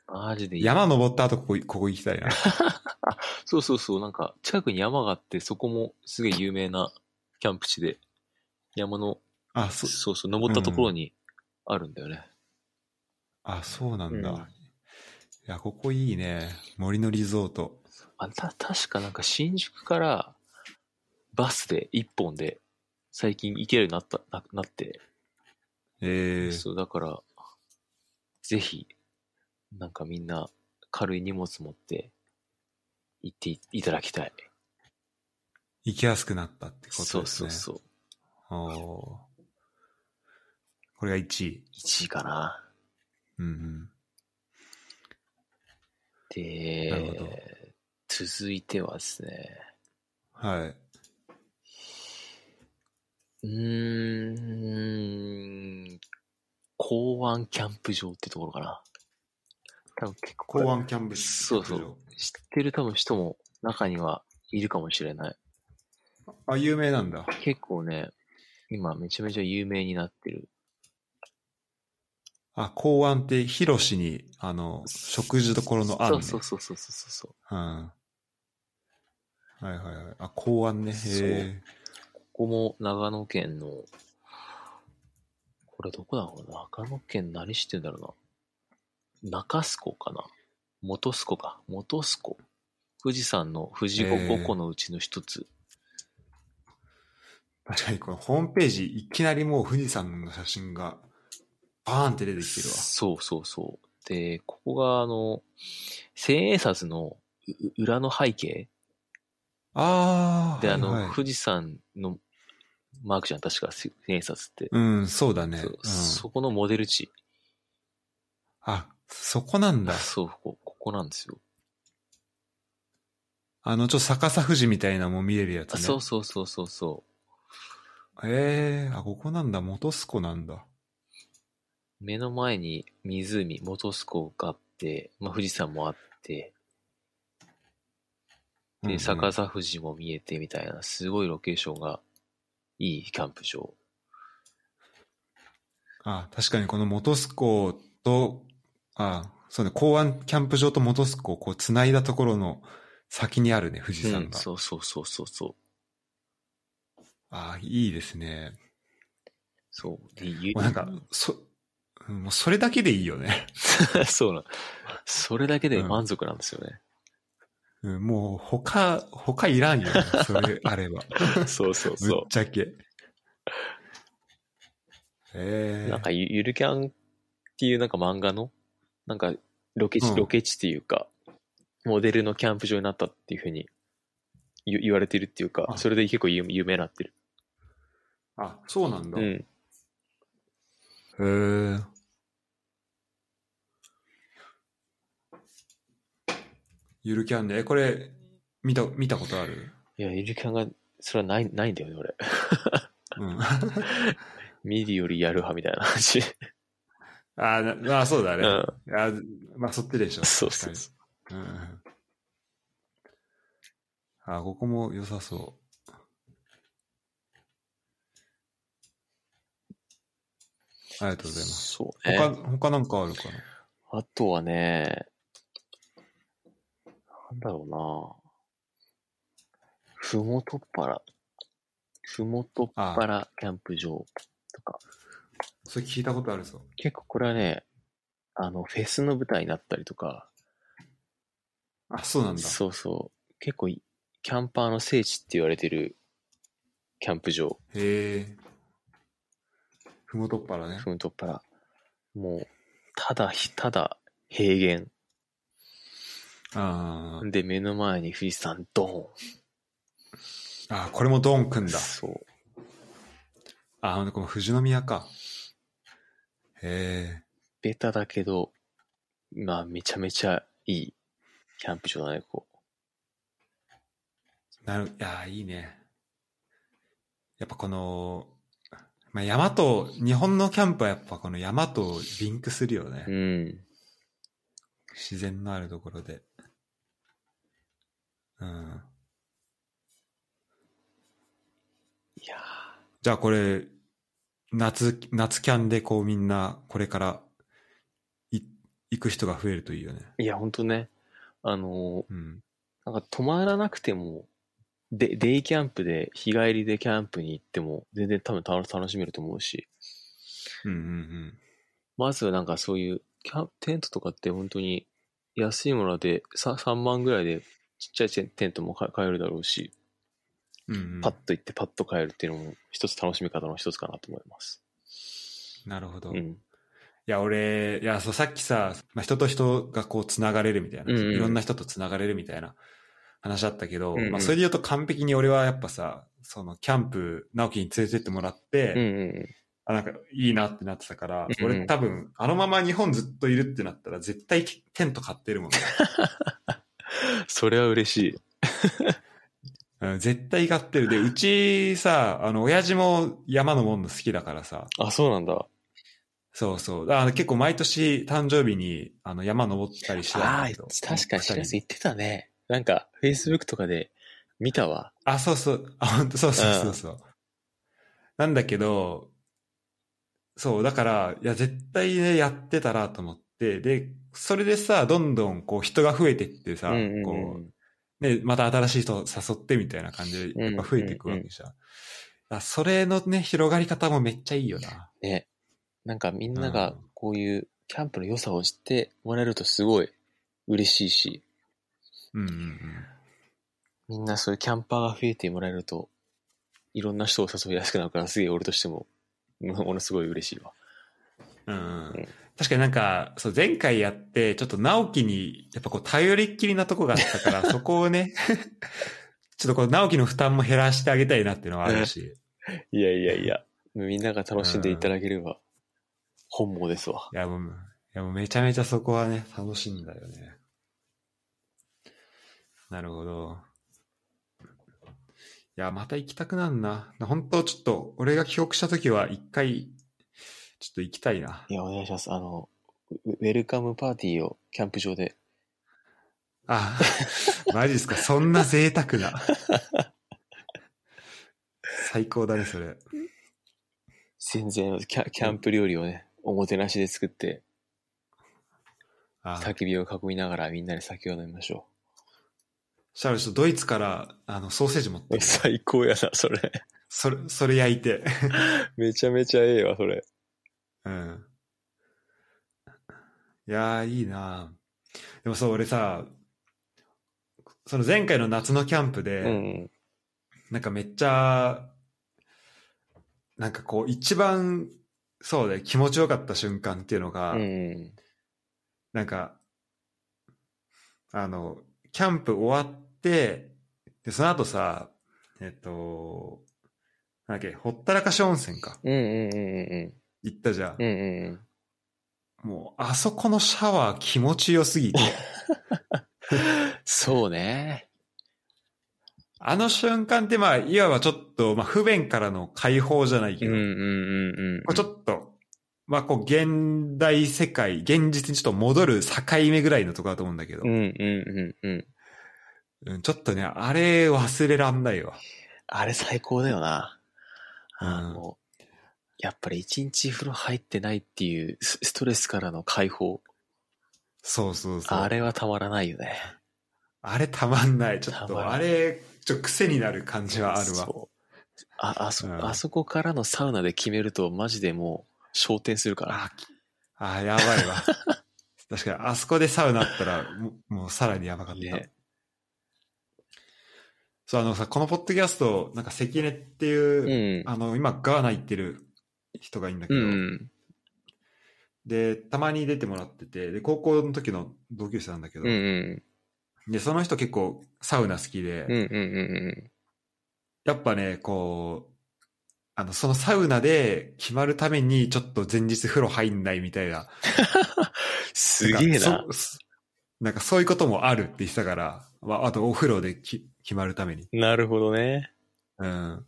S2: マジでいい。
S1: 山登った後ここ、ここ行きたいな。
S2: そうそうそう、なんか、近くに山があって、そこもすげえ有名なキャンプ地で、山の、
S1: あ、そ、
S2: そうそう、登ったところにあるんだよね。
S1: あ、そうなんだ。
S2: うん
S1: いや、ここいいね。森のリゾート。
S2: あた確かなんか新宿からバスで一本で最近行けるようになったななって、
S1: ええ
S2: そうだからぜひなんかみんな軽い荷物持って行っていいただきたい、
S1: 行きやすくなったってことです
S2: そ
S1: ね。
S2: うそうそう
S1: おーこれが1位。
S2: 1位かな
S1: うんうん。なるほど
S2: で続いてはですね
S1: はい。
S2: うーん港湾キャンプ場ってところかな多分結構
S1: 港湾キャンプ
S2: そうそう知ってる多分人も中にはいるかもしれない。
S1: あ、有名なんだ。
S2: 結構ね、今めちゃめちゃ有名になってる。
S1: あ、港湾って広しに、あの、食事どころの案、ね。
S2: そうそうそうそうそうそう。
S1: うん。はいはいはい。あ、港湾ね。へえ。
S2: ここも長野県の、これどこだろうな長野県何してんだろうな中須湖かな元須湖か。元須湖。富士山の富士五湖湖のうちの一つ。
S1: 確かにこのホームページ、いきなりもう富士山の写真が、バーンって出てきてるわ。
S2: そうそうそう。で、ここがあの、千円札のう裏の背景
S1: ああ。
S2: で、あの、
S1: はいはい
S2: 富士山のマークじゃん、確か、千円札って、
S1: うん、そうだね。
S2: そう
S1: うん、
S2: そこのモデル地。
S1: あ、そこなんだ。
S2: そう、ここ、ここなんですよ。
S1: あの、ちょっと逆さ富士みたいなのも見えるやつ
S2: あ
S1: ね。
S2: そうそうそうそうそ
S1: ええあ、ここなんだ。元栖湖なんだ。
S2: う。目の前に湖、元栖湖があって、まあ、富士山もあって、
S1: うんう
S2: で、
S1: ん
S2: 逆さ富士も見えてみたいな、すごいロケーションがいいキャンプ場。
S1: あ、確かにこの元栖湖と、あ、そうね、港湾キャンプ場と元栖湖をこう繋いだところの先にあるね、富士
S2: う
S1: 山
S2: ん、
S1: が。
S2: そうそうそうそうそう。
S1: あ、いいですね。
S2: そう。で、ゆ
S1: もうなんか、そ、うんもうそれだけでいいよね。
S2: そうなん。それだけで満足なんですよ ね。
S1: うんもう他、他いらんよ、ね、 それあれば。
S2: そうそう
S1: ぶっ
S2: そう。
S1: ちゃけ。ええ
S2: なんかゆ、ゆるキャンっていうなんか漫画の、なんか、ロケ地、
S1: うん
S2: ロケ地っていうか、モデルのキャンプ場になったっていうふうに言言われてるっていうか、
S1: あ
S2: それで結構有有名になってる。
S1: あ、そうなんだ。
S2: う
S1: へ
S2: ん。
S1: え。ゆるキャンで、えこれ、見た、見たことある
S2: いや、ゆるキャンが、それはない、ないんだよね、俺。
S1: うん。
S2: 見るよりやる派みたいな話。
S1: あーなあ、そうだ
S2: う
S1: ね。
S2: ん。
S1: あーまあ、そっちでしょ。
S2: そうそうそう。
S1: 確かに。うん。あー、ここも良さそう。ありがとうございます。
S2: そうね。
S1: 他、他なんかあるかな
S2: あとはね、なんだろうな。ふもとっぱら。ふもとっぱらキャンプ場とか。
S1: それ聞いたことあるぞ。
S2: 結構これはね、あの、フェスの舞台になったりとか、
S1: あ、そうなんだ。
S2: そうそう。結構い、キャンパーの聖地って言われてるキャンプ場、
S1: へえ。ふもとっぱらね。
S2: ふもとっぱら。もう、ただひ、ただ平
S1: あー
S2: 原。で、目の前に富士山ド
S1: あー、これもドンくん
S2: ーン。
S1: だ。
S2: そう。
S1: あー、この富士宮か。へえ。
S2: ベタだけど、まあ、めちゃめちゃいいキャンプ場だね、ここ。
S1: なる、いやー、いいね。やっぱこの、まあ、山と、日本のキャンプはやっぱこの山とリンクするよね。
S2: うん。
S1: 自然のあるところで。うん。
S2: いや
S1: じゃあこれ、夏、夏キャンでこうみんなこれからい行く人が増えるといいよね。
S2: ーいや、ほんとね、あの
S1: うん。
S2: ー、なんか泊まらなくても、で、デイキャンプで、日帰りでキャンプに行っても、全然多分楽楽しめると思うし、
S1: うんうんうん。
S2: まずはなんかそういう、キャンテントとかって本当に安いもので 3, 3万ぐらいでちっちゃいチェテントも買買えるだろうし、
S1: うんうん
S2: パッと行ってパッと買えるっていうのも一つ楽しみ方の一つかなと思います。
S1: なるほど。
S2: う
S1: い
S2: ん。
S1: や、俺、いや、そう、さっきさ、まあ、人と人がこう、つながれるみたいな、
S2: うんうん
S1: いろんな人とつながれるみたいな話だったけど、
S2: うんうん
S1: まあ、それで言うと完璧に俺はやっぱさ、その、キャンプ、直樹に連れてってもらって、
S2: うんうん
S1: あ、なんか、いいなってなってたから、
S2: うんうん
S1: 俺多分、あのまま日本ずっといるってなったら、絶対テント買ってる もんね。
S2: うん。それは嬉しい。
S1: うん絶対買ってる。で、うちさ、あの、親父も山のもんの好きだからさ、
S2: あ、そうなんだ。
S1: そうそう。あの結構毎年誕生日に、あの、山登ったりしてたん
S2: あ
S1: だ
S2: あ
S1: け
S2: ー
S1: ど。、
S2: 確かに、
S1: 二人
S2: 白洲言ってたね。なんか、Facebook とかで見たわ。
S1: あ、そうそう。あ、本当そうそうそうそう。なんだけど、そう、だから、いや、絶対ね、やってたらと思って、で、それでさ、どんどんこう人が増えてってさ、
S2: うんうん
S1: こう
S2: うん、
S1: ね、また新しい人を誘ってみたいな感じで、やっぱ増えていくわけじゃん。あそれのね、広がり方もめっちゃいいよな。
S2: ね。なんかみんな
S1: う
S2: が
S1: ん
S2: こういうキャンプの良さを知ってもらえるとすごい嬉しいし、
S1: うんうんうん。
S2: みんなそういうキャンパーが増えてもらえると、いろんな人を誘いやすくなるから、すげえ俺としても、もものすごい嬉しいわ。
S1: うん
S2: うん
S1: 確かになんか、そう、前回やって、ちょっと直樹に、やっぱこう、頼りっきりなとこがあったから、そこをね、ちょっとこう、直樹の負担も減らしてあげたいなっていうのはあるし、
S2: いやいやいや、みんなが楽しんでいただければ、本望ですわ。
S1: いやもう、いやもうめちゃめちゃそこはね、楽しいんだよね。なるほど。いや、また行きたくなんな。本当ちょっと、俺が帰国した時は、一回、ちょっと行きたいな。
S2: いや、お願いします。あの、ウウェルカムパーティーをキャンプ場で
S1: あ、マジですか。そんな贅沢な。最高だね、それ。
S2: 全然キャキャンプ料理をね、おもてなしで作って、
S1: あ
S2: 焚き火を囲みながらみんなで酒を飲みましょ
S1: シャール、ちょっとドイツから、あの、ソーセージ持って
S2: う。
S1: る。
S2: 最高やな、それ。
S1: それ、それ焼いて。
S2: めちゃめちゃええわ、それ。
S1: うん。いやー、いいなでもそう、俺さ、その前回の夏のキャンプで、
S2: うん。
S1: なんかめっちゃ、なんかこう、一番、そうだよ、気持ちよかった瞬間っていうのが、
S2: うん。
S1: なんか、あの、キャンプ終わって、で、その後さ、えっと、なんだっけ、ほったらかし温泉か。
S2: うんうんうんう
S1: 行ったじゃん
S2: んうん。うんうんうん。
S1: もう、あそこのシャワー気持ちよすぎ て、
S2: そうね。
S1: あの瞬間ってまあ、いわばちょっと、まあ、不便からの解放じゃないけ
S2: うん
S1: ど、
S2: うんうんうん。
S1: これちょっと、まあ、こう、現代世界、現実にちょっと戻る境目ぐらいのとこだと思うんだけど
S2: うん、うんうんうん。
S1: うんちょっとね、あれ忘れらんないわ。
S2: あれ最高だよな。
S1: うん
S2: あの、やっぱり一日風呂入ってないっていうスストレスからの解放。
S1: そうそうそう。
S2: あれはたまらないよね。
S1: あれたまんない。ちょった
S2: まら
S1: と、
S2: ない
S1: あれ、ちょっと癖になる感じはあるわ。
S2: そうあ、あそ、
S1: うん
S2: あそこからのサウナで決めるとマジでもう昇天するから。
S1: あ、きあ、やばいわ。 確かに、あそこでサウナあったら、もうもうさらにやばかった。
S2: ね
S1: そう、あのさ、このポッドキャスト、なんか関根って
S2: う
S1: いう、
S2: ん。
S1: あの、今、ガーナ行ってる人がいるんだけ
S2: う
S1: ど、
S2: ん。
S1: で、たまに出てもらってて、で、高校の時の同級生なんだけど、
S2: うんうん。
S1: で、その人結構サウナ好きで、
S2: うんうんうん
S1: やっぱね、こう、あの、そのサウナで決まるために、ちょっと前日風呂入んないみたいな。
S2: うん。すげえ
S1: なん
S2: な
S1: か。そなんかそういうこともあるって言ってたから、まあ、あとお風呂でき決まるために。
S2: なるほどね。
S1: うん。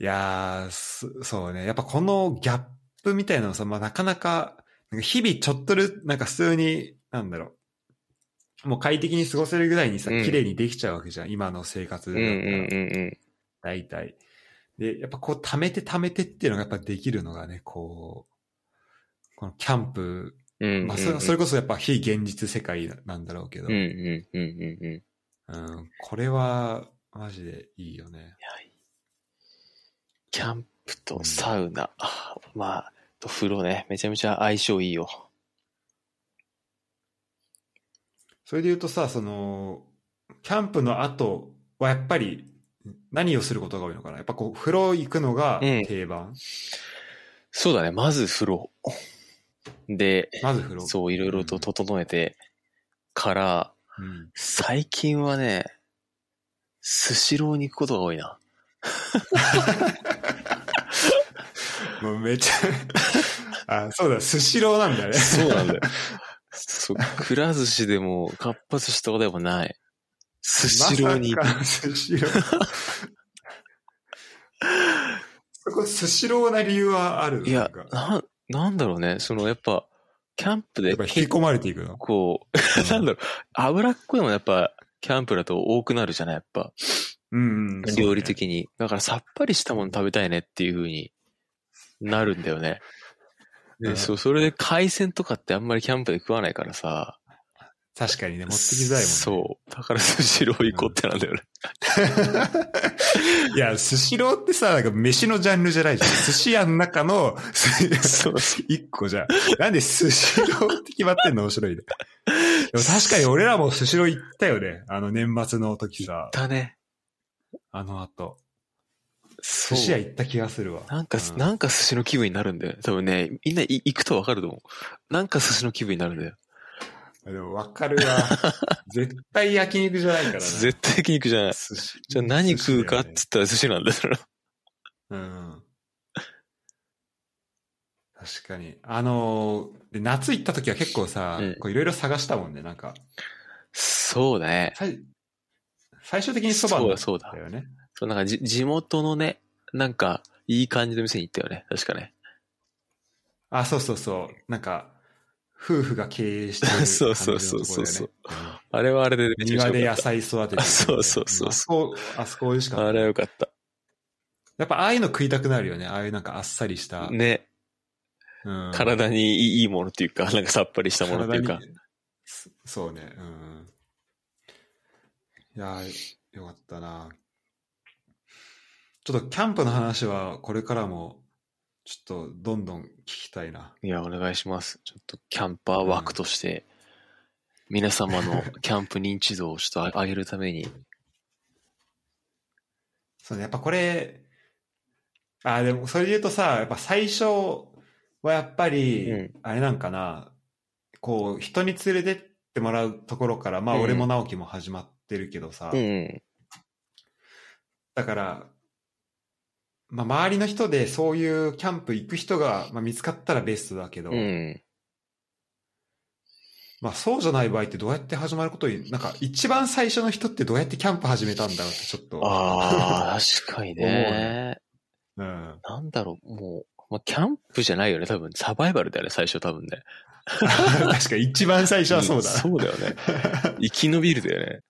S1: いやー、すそうね。やっぱこのギャップみたいなのさ、まあなかなか、なんか日々ちょっとずつ、なんか普通に、なんだろう。もう快適に過ごせるぐらいにさ、
S2: うん
S1: 綺麗にできちゃうわけじゃん。今の生活
S2: う
S1: だ
S2: ん
S1: っ
S2: うん
S1: たら。
S2: うん
S1: 大体。で、やっぱこう、貯めて貯めてっていうのがやっぱできるのがね、こう、このキャンプ、
S2: うん。うんうんうん。
S1: まあそれ、それこそやっぱ非現実世界なんだろうけど、
S2: うんうんうんうんうん。
S1: うんこれは、マジでいいよね。
S2: キャンプとサウナ、まあ、と風呂ね、めちゃめちゃ相性いいよ。
S1: それで言うとさ、その、キャンプの後はやっぱり、何をすることが多いのかなやっぱこう、風呂行くのが
S2: うん
S1: 定番、
S2: そうだね、まず風呂。で、
S1: まず風呂。
S2: そう、いろいろと整えてから、
S1: うん
S2: 最近はね、スシローに行くことが多いな。
S1: もうめっちゃ あ、そうだ、スシローなんだね。
S2: そうなんだよ。 そう、くら寿司でも、かっぱ寿司とかでもない。スシローに行
S1: ま
S2: く。
S1: さかスシ ロー。そこ、スシローな理由はある
S2: いや
S1: なんか、
S2: な、なんだろうね、その、やっぱ、キャンプ
S1: や
S2: で
S1: っぱ引き込まれていくの。
S2: こう、なんだろう、脂っこいもんやっぱ、キャンプだと多くなるじゃない、やっぱ、
S1: うん、うん。
S2: 料理的
S1: に。
S2: に。だからさっぱりしたもの食べたいねっていう風になるんだよね。
S1: う
S2: で、
S1: ん
S2: そう、それで海鮮とかってあんまりキャンプで食わないからさ。
S1: 確かにね、持ってきづらいもん、ね。
S2: そう。だからスシロー行こうってなんだよね。
S1: う。いや、スシローってさ、なんか飯のジャンルじゃないじゃん。寿司屋の中の、
S2: そう
S1: 一個じゃん。なんでスシローって決まってんの面白いね。でも確かに俺らもスシロー行ったよね。あの年末の時さ、
S2: だね。
S1: あの後。
S2: そ
S1: 寿司屋
S2: う。
S1: 行った気がするわ。
S2: なんか、
S1: う
S2: なんか寿司の気分になるんだよね。多分ね、みんない行くとわかると思う。なんか寿司の気分になるんだよ。
S1: でも分かるわ。 絶対焼肉じゃないからな。
S2: 絶対焼肉じゃない。
S1: 寿司
S2: じゃあ何食うかっ
S1: 寿
S2: つったら寿司なんだよ。
S1: 司だよねうん。確かに。あのーで夏行った時は結構さ
S2: うん、
S1: こういろいろ探したもんね、なんか。
S2: そうだね。
S1: 最最終的にそば
S2: そう
S1: の
S2: だそうだ
S1: だよね。
S2: そう、なんかじ、地元のね、なんか、いい感じの店に行ったよね。確かね。
S1: あ、そうそうそう。なんか、夫婦が経営してる
S2: そうそうそうそ
S1: 感
S2: う
S1: じのとこだよね
S2: あれはあれで
S1: うん
S2: めちゃ
S1: 庭
S2: め
S1: で
S2: ちゃ
S1: 野
S2: 良かっ
S1: 菜育ててる
S2: あそうそうそ
S1: そう。
S2: う
S1: あそこ、あそこ美味しか
S2: た。あ
S1: っ
S2: れ
S1: た。
S2: はよかった。
S1: やっぱああいうの食いたくなるよね。ああいうなんかあっさりした。
S2: ね。
S1: うん
S2: 体にいいいいものっていうか、なんかさっぱりしたものっていうか
S1: 体。にそそうね。うん。いやー、よかったな。ちょっとキャンプの話はこれからもちょっとどんどん聞きたいな。
S2: いや、お願いします。ちょっと、キャンパー枠として、皆様 のキャンプ認知度をちょっと上げるために。
S1: そうね、やっぱこれ、あー、でもそれで言うとさ、やっぱ最初はやっぱり、
S2: うん
S1: あれなんかな、こう人に連れてってもらうところから、まあ
S2: うん
S1: 俺も直樹も始まってるけどさ、
S2: うん。
S1: だから、まあ、周りの人でそういうキャンプ行く人が、まあ、見つかったらベストだけど、
S2: うん。
S1: まあ、そうじゃない場合ってどうやって始まることに、なんか一番最初の人ってどうやってキャンプ始めたんだろうってちょっと、
S2: ああ、確かに
S1: 思う
S2: ね。
S1: うん。
S2: なんだろう、もう、まあ、キャンプじゃないよね、多分。サバイバルだよね、最初多分ね。
S1: 確かに一番最初はそうだ。
S2: んそうだよ ね。生き延びるだよね。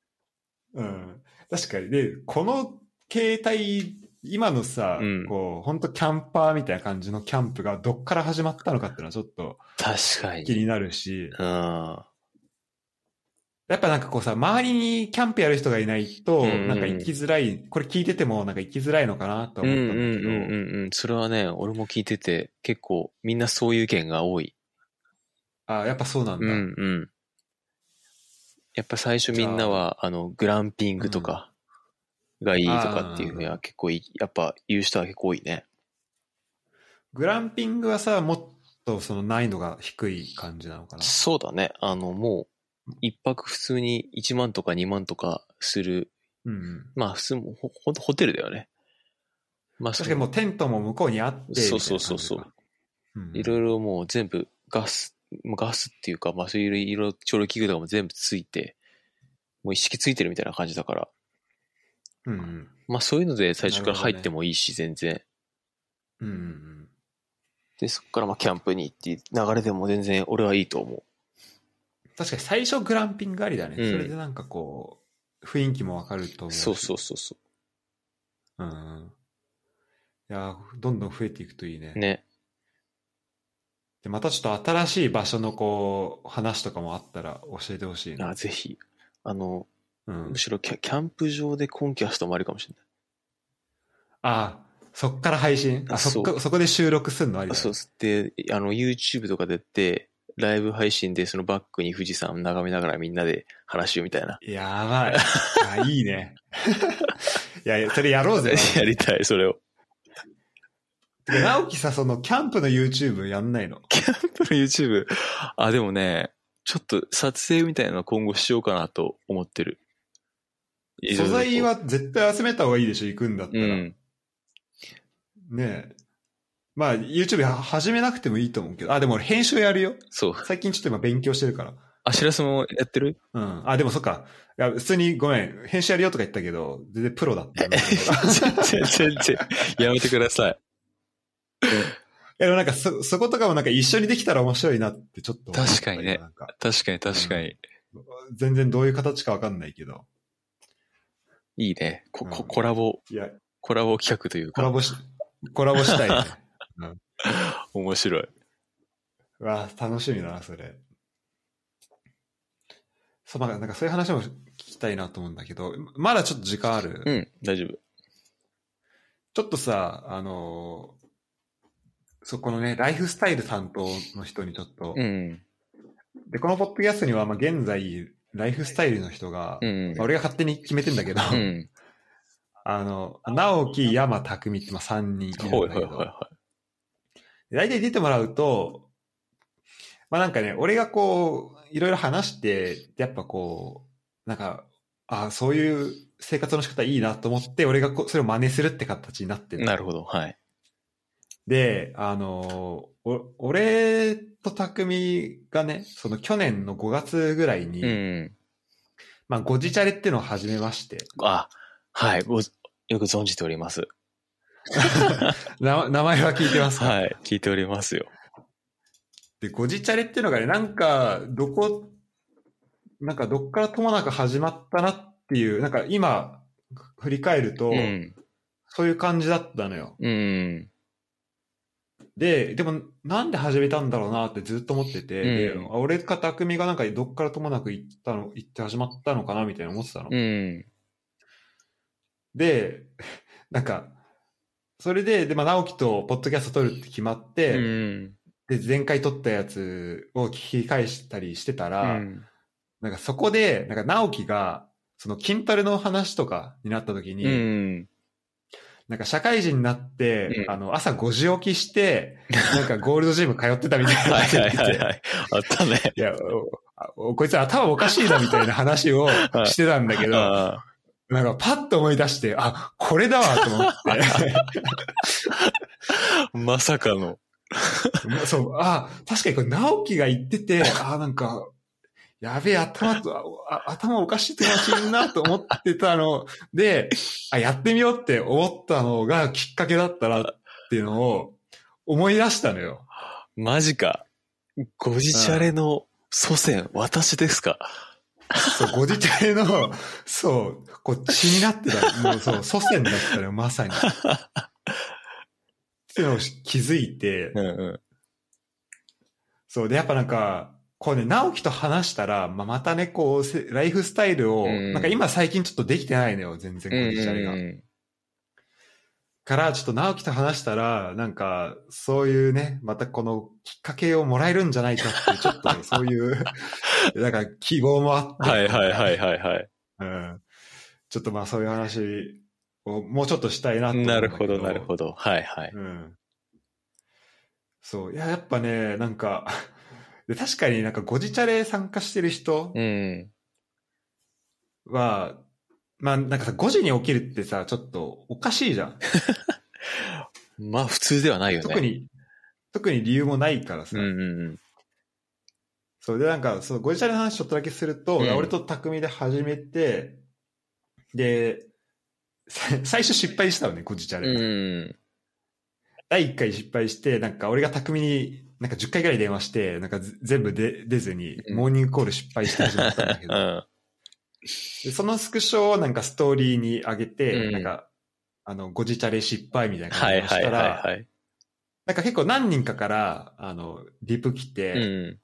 S1: うん。確かに。で、この携帯、今のさ、
S2: うん
S1: こう、本当キャンパーみたいな感じのキャンプがどっから始まったのかっていうのはちょっと
S2: 確かに。
S1: 気になるし、
S2: うん。
S1: やっぱなんかこうさ、周りにキャンプやる人がいないと、
S2: うんうん
S1: なんか行きづらい、これ聞いててもなんか行きづらいのかなと
S2: うん
S1: 思
S2: う
S1: っ
S2: ん
S1: たんだけど、
S2: うんうんうん。それはね、俺も聞いてて、結構みんなそういう意見が多い。
S1: あやっぱそうなんだ。
S2: うんうん。やっぱ最初みんなは、あの、グランピングとかがいいとかっていうの
S1: あ
S2: は結構いい、やっぱ言う人は結構多いね。
S1: グランピングはさ、もっとその難易度が低い感じなのかな。
S2: そうだね。あの、もう、一泊普通に1万とか2万とかする、
S1: うんうん。
S2: まあ普通もほほホテルだよね。まあそ
S1: 確かにもうテントも向こうにあってみたいな感じか。
S2: そうそうそうそう
S1: うんうん。
S2: いろいろもう全部ガス、ガスっていうか、まあそういういろいろ調理器具とかも全部ついて、もう一式ついてるみたいな感じだから、
S1: うんうん。
S2: まあそういうので最初か
S1: な
S2: ら
S1: るほど
S2: 入
S1: ね
S2: ってもいいし、全然。
S1: うんうんうん。
S2: で、そこからまあキャンプに行っていう流れでも全然俺はいいと思
S1: 確かに最初グランピングありだね。
S2: うん
S1: それでなんかこう、雰囲気もわかると思う
S2: う。
S1: し。。
S2: そうそうそうそう
S1: うん。いやーどんどん増えていくといいね。
S2: う。ね。
S1: で、またちょっと新しい場所のこう、話とかもあったら教えてほしいな。
S2: あぜひ。あの、
S1: うん
S2: む。しろキャキャンプ場でコンキャストもあるかもしれない。
S1: あ、そっから配信あ、そっか、そこで収録するのありだ
S2: あ
S1: ね
S2: そうです。で、あの、YouTube とかでやって、ライブ配信でそのバックに富士山を眺めながらみんなで話しようみたいな。
S1: や ばい。あ、いいね。いやいや、それやろうぜ。
S2: やりたい、それを。
S1: で直樹さ、その、キャンプの YouTube やんないの
S2: プロ YouTube。あ、でもね、ちょっと撮影みたいなの今後しようかなと思ってる。
S1: 素材は絶対集めた方がいいでしょ、行くんだった
S2: う
S1: ら。
S2: ん。
S1: ねえ。まあ、YouTube は始めなくてもいいと思うけど。あ、でも俺編集やるよ。
S2: そう。
S1: 最近ちょっと今勉強してるから。
S2: あしらすもやってる
S1: うん。あ、でもそっか。いや、普通にごめん。編集やるよとか言ったけど、全然プロだった。 い
S2: 全然、全然。やめてください。
S1: や、でもなんかそ、そことかもなんか一緒にできたら面白いなってちょっと思った
S2: 確かにね
S1: なんか
S2: 確かに、確かに。
S1: 全然どういう形かわかんないけど。
S2: いいね。こ、こ、
S1: うん
S2: コラボ、
S1: いや、
S2: コラボ企画という
S1: コラ
S2: か、
S1: ボし、コラボした いね、
S2: 面白い。
S1: うわ楽しみだな、それ。そう、まあ、なんかそういう話も聞きたいなと思うんだけど、まだちょっと時間ある。
S2: うん、大丈夫。
S1: ちょっとさ、あのーそこのね、ライフスタイル担当の人にちょっと、
S2: うん。
S1: で、このポッドキャストには、まあ、現在、ライフスタイルの人が、
S2: うん
S1: まあ。俺が勝手に決めてんだけど、
S2: うん。
S1: あの、直樹、山、匠って、まあ、3人いる
S2: ほ
S1: ん
S2: い
S1: だ
S2: ほ
S1: け
S2: いほい
S1: ど、
S2: ほ
S1: 大体出てもらうと、まあなんかね、俺がこう、いろいろ話して、やっぱこう、なんか、ああ、そういう生活の仕方いいなと思って、俺がこうそれを真似するって形になって
S2: い。
S1: る
S2: なるほど、はい。
S1: で、あのーお、俺と匠がね、その去年の5月ぐらいに、
S2: うん。
S1: まあ、ゴジチャレっていうのを始めまして、
S2: あ、はい。もうよく存じております。
S1: な名前は聞いてますか、
S2: はい。聞いておりますよ。
S1: で、ゴジチャレっていうのがね、なんか、どこ、なんかどっからともなく始まったなっていう、なんか今、振り返ると、
S2: うん。
S1: そういう感じだったのよ。
S2: うん。
S1: で、でも、なんで始めたんだろうなってずっと思ってて、で
S2: うん
S1: 俺か匠がなんかどっからともなく行ったの、行って始まったのかなみたいな思ってたの。
S2: うん。
S1: で、 なんか、それで、で、まあ、直樹とポッドキャスト撮るって決まって、
S2: うん。
S1: で、前回撮ったやつを聞き返したりしてた
S2: う
S1: ら、
S2: ん。
S1: なんかそこで、なんか直樹が、その筋トレの話とかになった時に、
S2: うん。
S1: なんか社会人になって、
S2: うん
S1: あの、朝5時起きして、 なんかゴールドジム通ってたみたいな
S2: はい
S1: 話
S2: は
S1: を
S2: い
S1: して
S2: はい
S1: て、
S2: はい。あったね。
S1: いや、おあおこいつ頭おかしいなみたいな話をしてたんだけど、
S2: あ
S1: なんかパッと思い出して、あ、これだわと思っ
S2: まさかの。
S1: て。そう、あ、確かにこれ直樹が言ってて、あ、なんか、やべえ、頭と、あ頭おかしいって話いいなと思ってたので、あ、やってみようって思ったのがきっかけだったなっていうのを思い出したのよ。
S2: マジか。ご自チャレの祖先、私ですか。
S1: そう、ご自体の、 そう、こう血になってた。もうそう、祖先だったのよ、まさに。っていうのを気づいて、
S2: うんう
S1: そう、で、やっぱなんか、こうね、直樹と話したら、まあ、またね、こうせ、ライフスタイルを、
S2: うん
S1: なんか今最近ちょっとできてないのよ、全然、
S2: ん。うん
S1: こじちゃれが。
S2: うん
S1: から、ちょっと直樹と話したら、なんか、そういうね、またこのきっかけをもらえるんじゃないかっていう、ちょっと、 ね、そういう、なんか希望もあって、
S2: はいはいはいはいはい。
S1: うん。ちょっとまあそういう話をもうちょっとしたいなと思うんだ
S2: な
S1: け
S2: るほどなるほど。はいはい。
S1: うん。そう。いや、やっぱね、なんか、で確かになんか、ごじチャレ参加してる人
S2: うん。
S1: は、まあ、なんかさ、5時に起きるってさ、ちょっとおかしいじゃん。
S2: まあ普通ではないよね。
S1: 特。に、特に理由もないからさ。
S2: うんうんうん。
S1: それでなんか、そのごじチャレの話ちょっとだけすると、
S2: うん
S1: 俺と匠で始めて、で、さ最初失敗したのね、ごじチャレ。
S2: うん。
S1: 第1回失敗して、なんか俺が巧みに、なんか10回ぐらい電話して、なんかぜ全部で出ずに、
S2: うん
S1: モーニングコール失敗して始まったんだけ
S2: う
S1: ど、
S2: ん。
S1: でそのスクショをなんかストーリーに上げて、
S2: うん
S1: なんか、あの、ごじチャレ失敗みたいな感
S2: は
S1: じ
S2: い
S1: をし
S2: はい
S1: たら、
S2: はいはい。
S1: なんか結構何人かから、あの、リプ来て、
S2: う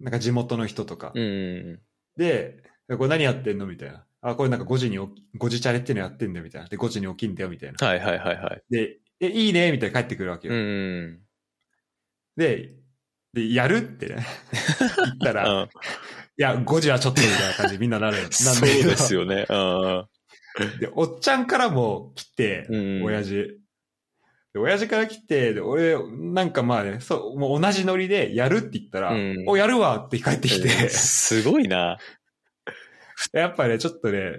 S2: ん。
S1: なんか地元の人とか、
S2: うんうん
S1: で、これ何やってんのみたいな。あ、これなんか5時に起き、5時チャレっていうのやってんだよ、みたいな。で、5時に起きんだよ、みたいな
S2: う。ん。はいはいはいはい。
S1: で、え、いいね、みたいな帰ってくるわけ
S2: う
S1: よ。
S2: んうん。
S1: で、で、やるって ね、言ったら、
S2: うん
S1: いや、5時はちょっとみたいな感じにみんななる。なん
S2: そうです
S1: よ。
S2: よね。うん
S1: で、おっちゃんからも来て、
S2: うん。
S1: 親父。で、親父から来て、で、俺、なんかまあね、そう、もう同じノリでやるって言ったら、
S2: うん
S1: お、やるわって帰ってきて、
S2: すごい な。
S1: やっぱね、ちょっとね、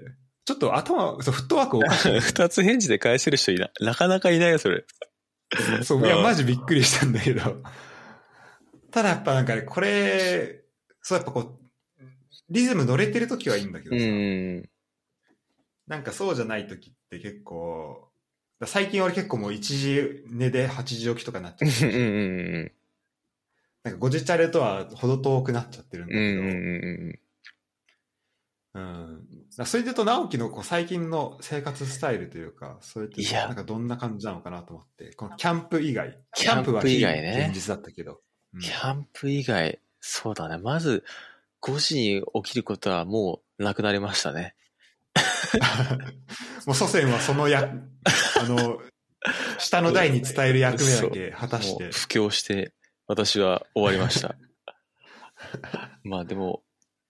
S1: ちょっと頭、そう、フットワークおかし
S2: 二つ返事で返せる人いな、なかなかいないよ、それ。
S1: い。 そう、いや、マジびっくりしたんだけど。ただやっぱなんかね、これ、そう、やっぱこう、リズム乗れてる時はいいんだけ
S2: う
S1: どさ、
S2: ん。
S1: なんかそうじゃない時って結構、だ最近俺結構もう1時寝で8時起きとかになっち
S2: う
S1: ゃ
S2: ん
S1: う。
S2: うん
S1: なんか5時チャレとはほど遠くなっちゃってるんだ
S2: うん。うんうん
S1: け
S2: う
S1: ど、
S2: ん
S1: うん。だそれで言うと直樹のこう最近の生活スタイルというか、それって
S2: いや
S1: なんかどんな感じなのかなと思って、このキャンプ以外。
S2: キャンプ以外ね
S1: キャンプは非現実だったけど。うん
S2: キャンプ以外、そうだね。まず、5時に起きることはもうなくなりましたね。
S1: もう祖先はその や、あの、下の代に伝える役目だけ果たし
S2: も
S1: て
S2: う、布教して、私は終わりました。まあでも、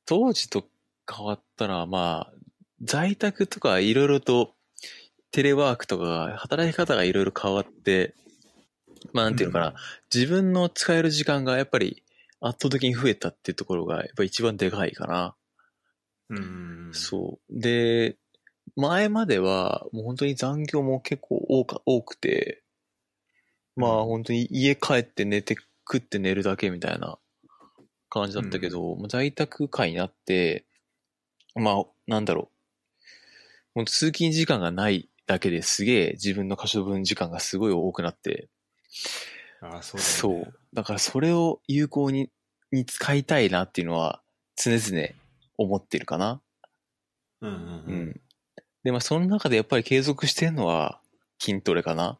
S2: 当時と変わったら、まあ、在宅とかいろいろと、テレワークとかが、働き方がいろいろ変わって、まあなんていうのかな、自分の使える時間がやっぱり圧倒的に増えたっていうところが、やっぱ一番でかいかな。
S1: うん。
S2: そう。で、前までは、もう本当に残業も結構多か多くて、まあ本当に家帰って寝て食って寝るだけみたいな感じだったけど、もう在宅会になって、まあ、なんだろう。もう通勤時間がないだけですげえ自分の可処分時間がすごい多くなって、
S1: あそうだ
S2: そ
S1: よ
S2: う
S1: ね。
S2: だからそれを有効に、に使いたいなっていうのは常々思ってるかな。
S1: うんうん
S2: う
S1: うん。
S2: ん。で、まあその中でやっぱり継続してるのは筋トレかな。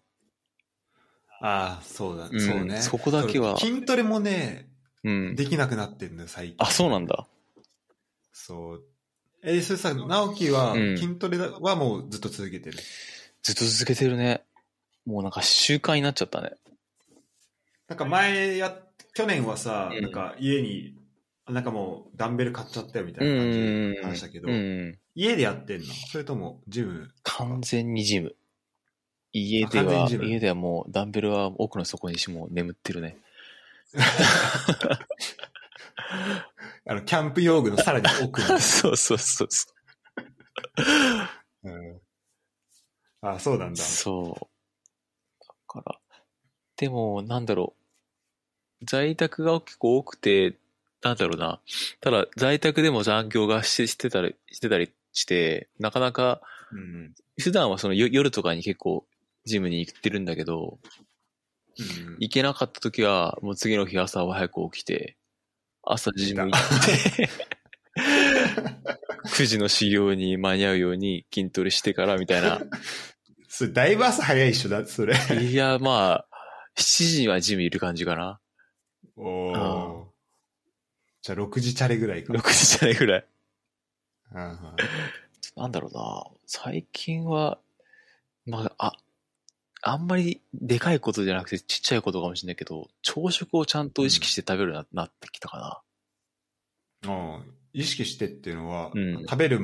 S1: ああ、そうだ、
S2: うん
S1: そうね。
S2: そこだけは
S1: それ筋トレもね、
S2: うん。
S1: できなくなってんのよ、最近。
S2: あ、そうなんだ。
S1: そう。え、それさ、直樹は
S2: うん
S1: 筋トレはもうずっと続けてる。
S2: ずっと続けてるね。もうなんか習慣になっちゃったね。
S1: なんか前や、去年はさ、
S2: うん
S1: なんか家に、なんかもうダンベル買っちゃったよみた
S2: う
S1: いな感じ
S2: ん
S1: で。話したけど、
S2: うん。
S1: 家でやってんのそれともジム
S2: 完全にジム。家で
S1: あ完全に
S2: は、
S1: ジム
S2: 家ではもうダンベルは奥の底にしもう眠って るね。
S1: あの、キャンプ用具のさらに奥の
S2: 。そうそうそうそう。
S1: あ、そうなんだ。
S2: そう。だから、でも、なんだろう。在宅が結構多くて、なんだろうな。ただ、在宅でも残業がししてたり、してたりして、なかなか、
S1: うんうん。うん
S2: 普段はそのよ夜とかに結構、ジムに行ってるんだけど、
S1: うん
S2: 行けなかった時は、もう次の日朝は早く起きて、朝ジム行って、9時の修行に間に合うように筋トレしてからみたいな。
S1: それ、だいぶ朝早いっしょだ、そ れ。
S2: いや、まあ、7時にはジムいる感じかな。
S1: お
S2: あ
S1: ー。じゃあ、6時チャレぐらいか。
S2: 6時じゃないぐらい。
S1: うんうん
S2: なんだろうな。最近は、まあ、あ、あんまりでかいことじゃなくてちっちゃいことかもしれないけど、朝食をちゃんと意識して食べるようにななってきたかな。
S1: ああ意識してっていうのは、
S2: うん
S1: 食べる、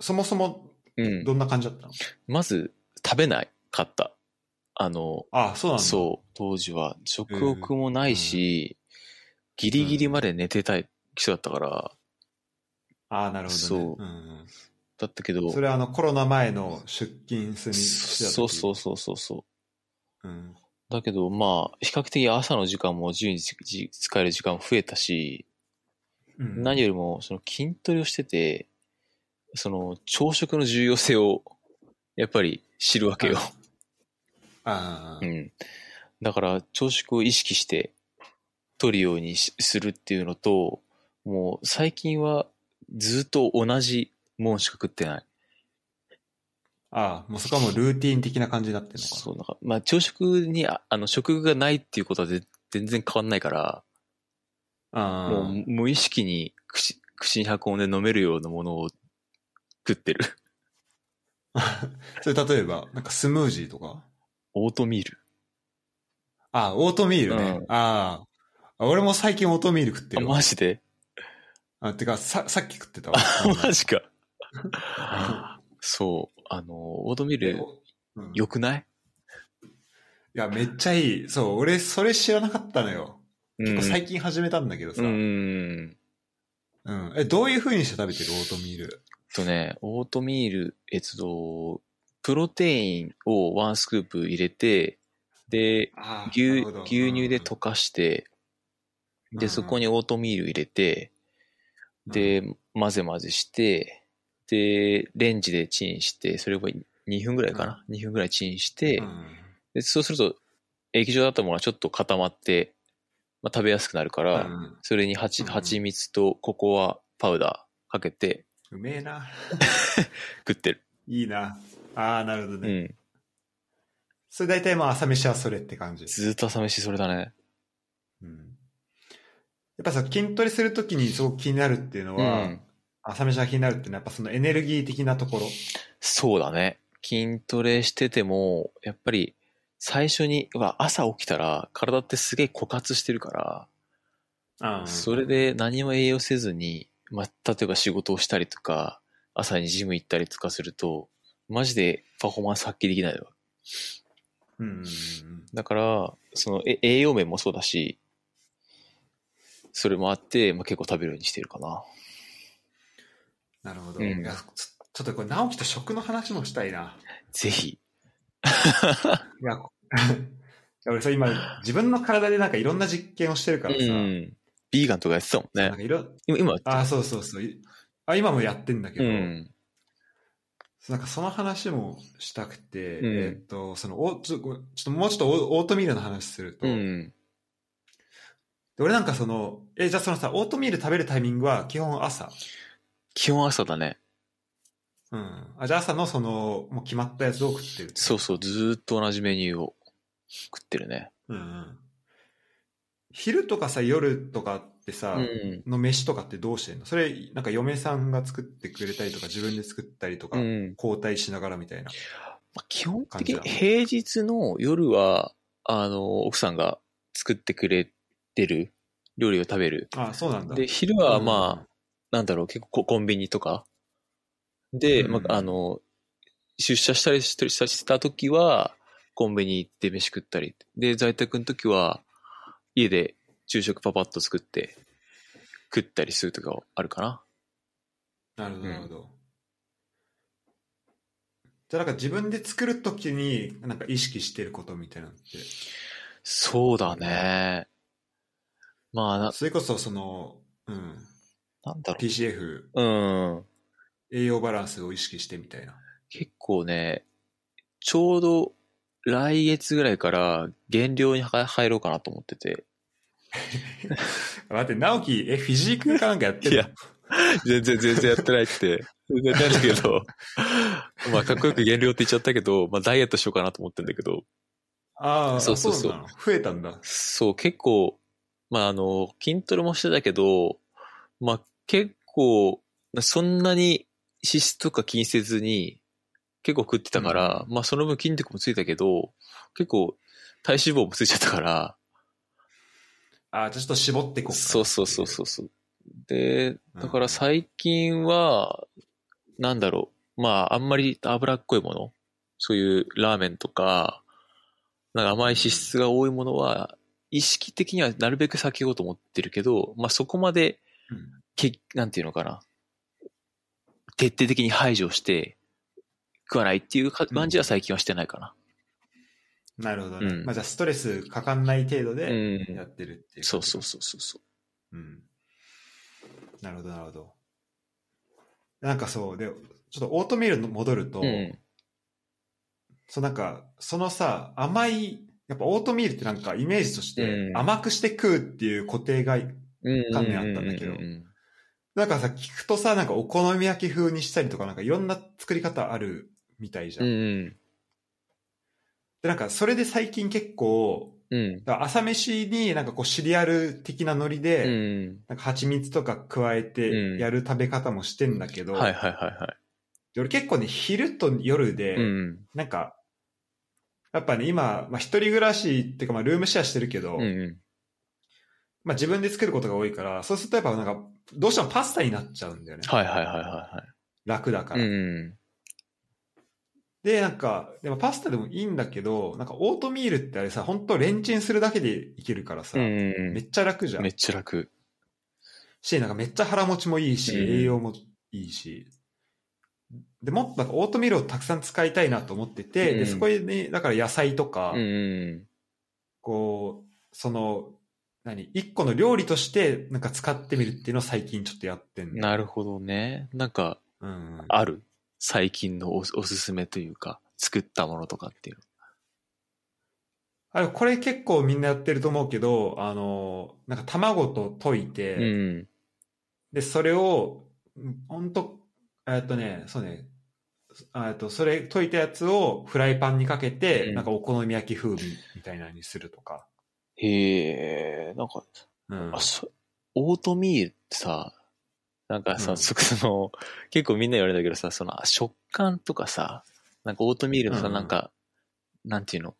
S1: そもそも
S2: うん。
S1: どんな感じだったの、
S2: まず、食べない。買った。あの、
S1: ああそうなんだ。
S2: そう、当時は食欲もないし、ギリギリまで寝てたい人だったから、
S1: ああ、なるほど、ね。
S2: そう
S1: うん
S2: だった
S1: う
S2: けど、
S1: ん、それはあのコロナ前の出勤するにしてた時
S2: そうそうそうそうそう。
S1: うん。
S2: だけど、まあ、比較的朝の時間も自由にじ使える時間も増えたし、
S1: うん、
S2: 何よりもその筋トレをしてて、その朝食の重要性をやっぱり知るわけよ。
S1: ああ、
S2: うん。だから朝食を意識して取るようにしするっていうのと、もう最近はずっと同じもんしか食ってない。
S1: ああ、もうそこはもうルーティン的な感じになってるのかな。
S2: そう、なんか、まあ朝食にああの食欲がないっていうことはぜ全然変わんないから、
S1: ああ
S2: もう無意識に口口に運んで飲めるようなものを食ってる。
S1: それ例えば、なんかスムージーとか
S2: オートミール。
S1: ああ、オートミールね。
S2: うん
S1: ああ。俺も最近オートミール食って
S2: あ、
S1: るわ。
S2: マジで
S1: あてか、さ、さっき食ってた わ。
S2: マジか。 そう。あの、オートミール
S1: うん
S2: 良くない
S1: いや、めっちゃいい。そう、俺、それ知らなかったのよ。
S2: うん
S1: 最近始めたんだけどさ。
S2: う
S1: うん。
S2: ん。
S1: え、どういう風にして食べてるオートミール。
S2: とね、オートミール、えっと、プロテインをワンスクープ入れて、で、
S1: あ
S2: 牛牛乳で溶かして、で、そこ
S1: に、
S2: にオートミール入れて、
S1: うん、
S2: で、混ぜ混ぜして、で、レンジでチンして、それを2分ぐらいかな、?2 分ぐらいチンして、
S1: うん
S2: でそうすると、液状だったものはちょっと固まって、まあ、食べやすくなるか
S1: う
S2: ら、
S1: ん
S2: それに蜂
S1: うん
S2: 蜂蜜とココアパウダーかけて
S1: うめえな。
S2: 食ってる。
S1: いいな。ああ、なるほど
S2: う
S1: ね。
S2: ん。
S1: それ大体まあ、朝飯はそれって感じ。
S2: ずーっと朝飯それだね。
S1: うん。やっぱさ、筋トレするときにすごく気になるっていうの
S2: う
S1: は、
S2: ん。
S1: 朝飯が気になるっていうのは、やっぱそのエネルギー的なところ。
S2: そうだね。筋トレしてても、やっぱり最初に、うわ朝起きたら体ってすげえ枯渇してるから、
S1: うん
S2: それ、で何も栄養せずに、まあ、例えば仕事をしたりとか、朝にジム行ったりとかすると、マジでパフォーマンス発揮できないわ。
S1: うんうんうん。
S2: だから、そのえ栄養面もそうだし、それもあって、まあ、結構食べるようにしてるかな。
S1: なるほど。
S2: うん
S1: いやちょちょっとこれ、直樹と食の話もしたいな。
S2: ぜひ。
S1: いや、こいや俺さ、今、自分の体でなんかいろんな実験をしてるからさ、
S2: うん。ビーガンとかやってたもん
S1: なん
S2: ね。
S1: かいろ、
S2: 今、今やってた
S1: あそうそうそう。いあ今もやってんだけ
S2: う
S1: ど、
S2: ん。
S1: なんかその話もしたくて、
S2: うん
S1: えーっと、そのおちょ、ごめんちょっともうちょっとオーオートミールの話すると、
S2: うん。
S1: で俺なんかその、え、じゃあそのさ、オートミール食べるタイミングは基本朝。
S2: 基本朝だね。
S1: うん。あじゃあ朝のその、もう決まったやつを食ってる。
S2: そうそう、ずーっと同じメニューを食ってるね。
S1: うんうん。昼とかさ、夜とかって
S2: う
S1: さ、
S2: ん。
S1: の飯とかってどうしてんのそれ、なんか嫁さんが作ってくれたりとか、自分で作ったりとか、
S2: うん。
S1: 交代しながらみたいな。
S2: まあ、基本的に
S1: 感じだ
S2: 平日の夜は、あの、奥さんが作ってくれてる料理を食べる。
S1: あそうなんだ。
S2: で、昼はまあ、なんだろう、結構ココンビニとか。で、
S1: うん
S2: まあ、あの、出社したりしたりした時は、コンビニ行って飯食ったり。で、在宅の時は、家で昼食パパッと作って、食ったりするとかあるかな。
S1: なるほど、なるほど。じじゃあなんか自分で作るときに、なんか意識してることみたいなのって。
S2: そうだね。まあ、な、
S1: それこそその、うん、
S2: なんだろ
S1: PCF、
S2: う。うん。
S1: 栄養バランスを意識してみたいな。
S2: 結構ね、ちょうど来月ぐらいから減量には入ろうかなと思ってて。
S1: 待って、直樹、え、フィジークかなんかやってる
S2: いや全然、全然やってないって。全然やってないんだけど。 まあ、かっこよく減量って言っちゃったけど、まあ、ダイエットしようかなと思ってんだけど。
S1: ああ、
S2: そ
S1: そうう
S2: そ
S1: そうう
S2: そう
S1: そうなの増えたんだ。
S2: そう、結構、まあ、あの、筋トレもしてたけど、まあ、結構、そんなに脂質とか気にせずに、結構食ってたから、まあ、その分筋肉もついたけど、結構、体脂肪もついちゃったから、
S1: ああ、じゃあちょっと絞っていこうかな
S2: そうそうそうそうそう。で、
S1: うん
S2: だから最近は、なんだろう。まあ、あんまり脂っこいもの、そういうラーメンとか、なんか甘い脂質が多いものは、意識的にはなるべく避けようと思ってるけど、まあそこまで、
S1: うん
S2: けなんていうのかな。徹底的に排除して、食わないっていうか感じは最近はしてないかな。
S1: なるほどね。
S2: うん
S1: まあじゃあストレスかかんない程度
S2: う
S1: でや
S2: ん。
S1: ってるっていう、
S2: そうそうそうそうそう。
S1: う。うん。なるほど、なるほど。なんかそう、で、ちょっとオートミールに戻ると、
S2: うん。
S1: そうなんか、そのさ、甘い、やっぱオートミールってなんかイメージとして
S2: うん
S1: 甘くして食うっていう固定が、
S2: うん。
S1: 観念あったんだけど
S2: ううん
S1: なんかさ、聞くとさ、なんかお好み焼き風にしたりとか、なんかいろんな作り方あるみたいじゃ。
S2: うんん。
S1: で、なんかそれで最近結構、
S2: うん。
S1: だから朝飯になんかこうシリアル的なノリで、
S2: うん。
S1: なんか蜂蜜とか加え
S2: うん
S1: てやる食べ方もしてんだけど、
S2: はいはいはいは
S1: で俺結構ね、昼と夜で、
S2: い。うん。
S1: なんか、やっぱね、今、まあ、一人暮らしっていうか、まあ、ルームシェアしてるけど、
S2: うんうん。
S1: まあ、自分で作ることが多いから、そうするとやっぱなんか、どうしてもパスタになっちゃうんだよね。
S2: はいはいはいは
S1: 楽だか
S2: いはい。
S1: ら。
S2: うん。
S1: で、なんか、でもパスタでもいいんだけど、なんかオートミールってあれさ、ほんとレンチンするだけでいけるからさ、
S2: うん
S1: めっちゃ楽じゃ
S2: めっ
S1: ん。
S2: ちゃ楽。
S1: し、なんかめっちゃ腹持ちもいいし、
S2: うん
S1: 栄養もいいし。で、もっとなんかオートミールをたくさん使いたいなと思ってて、
S2: うん
S1: で、そこに、だから野菜とか、
S2: うんうん。
S1: こう、その、何、一個の料理としてなんか使ってみるっていうのを最近ちょっとやってんの
S2: なるほどね。なんか、
S1: うん。
S2: ある最近のおおすすめというか、作ったものとかっていう。
S1: あれ、これ結構みんなやってると思うけど、あの、なんか卵と溶いて、
S2: うん。
S1: で、それを、うんほんと、えっとね、そうね、えっと、それ溶いたやつをフライパンにかけて、
S2: うん
S1: なんかお好み焼き風味みたいなのにするとか。
S2: へえ、なんか、
S1: うん
S2: あ、。そ、オートミールってさ、なんかさ、
S1: うん
S2: そその、結構みんな言われるんだけどさ、そのあ食感とかさ、なんかオートミールのさ、
S1: うんうん
S2: なんか、なんていうの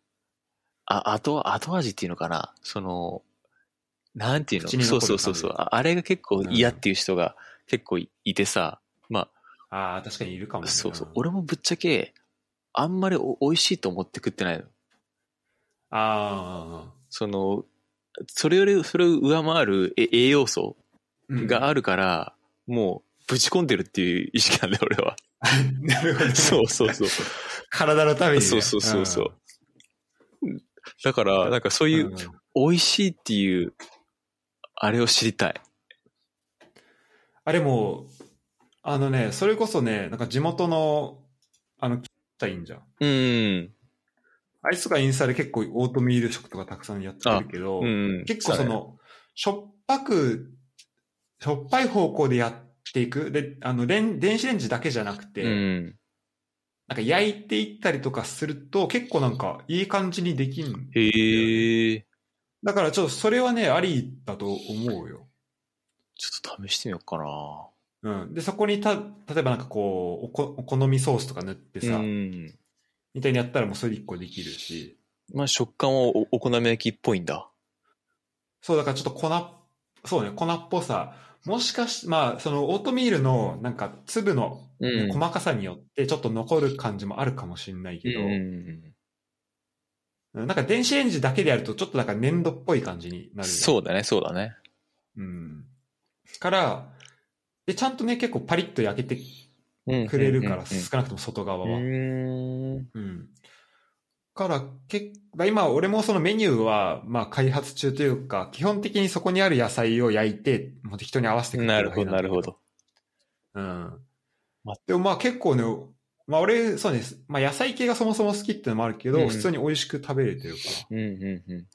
S2: あ、後、後味っていうのかなその、なんていうの
S1: 口に残
S2: そう
S1: る
S2: そうそうそう。
S1: 感じ
S2: ああれが結構
S1: うん
S2: 嫌っていう人が結構いいてさ、ま
S1: ああ、確かにいるかも
S2: あ、
S1: ね
S2: そうそう。
S1: ん
S2: 俺もぶっちゃけ、あんまりお美味しいと思って食ってないの。
S1: ああ、
S2: その、それより、それを上回るえ栄養素
S1: うん
S2: があるから、もう、ぶち込んでるっていう意識な んだよ、俺は。
S1: なるほどね。
S2: そうそうそう。
S1: 体のためにね。
S2: そうそうそうそう。だから、なんかそう
S1: うん。
S2: い
S1: うん
S2: う、美味しいっていう、あれを知りたい。
S1: あれも、あのね、それこそね、なんか地元の、あの、いいんじゃん。
S2: うん。
S1: あいつがインスタで結構オートミール食とかたくさんやってるけど、
S2: うん。
S1: 結構そ、の、しょっぱく、しょっぱい方向でやっていく。で、あの、レン電子レンジだけじゃなくて、
S2: うん。
S1: なんか焼いていったりとかすると、結構なんかいい感じにできる。
S2: へえ。
S1: だからちょっとそれはね、ありだと思うよ。
S2: ちょっと試してみようかな。
S1: うん。で、そこにた、例えばなんかこう、おこお好みソースとか塗って
S2: う
S1: さ、
S2: ん。
S1: みたいにやったらもうそれ一個できるし、
S2: まあ食感はおお好み焼きっぽいんだ。
S1: そう、だからちょっと粉っ、そうね、粉っぽさ、もしかし、まあ、そのオートミールのなんか粒の
S2: う
S1: ね
S2: ん。
S1: 細かさによってちょっと残る感じもあるかもしれないけど、
S2: うん。
S1: なんか電子レンジだけでやるとちょっとなんか粘土っぽい感じになる。
S2: そうだね、そうだね。
S1: う。うん。から、で、ちゃんとね、結構パリッと焼けてくれるから、
S2: うんうんうん
S1: 少なくとも外側は。
S2: うーん
S1: うん。から、けまあ今、俺もそのメニューは、まあ開発中というか、基本的にそこにある野菜を焼いて、もう適当に合わせてく
S2: なるほど、なるほ。ど。
S1: うん
S2: ま。
S1: でもまあ結構ね、まあ俺、そうです。まあ野菜系がそもそも好きっていうのもあるけど、
S2: うん
S1: 普通に美味しく食べれてるか
S2: うんうんうん。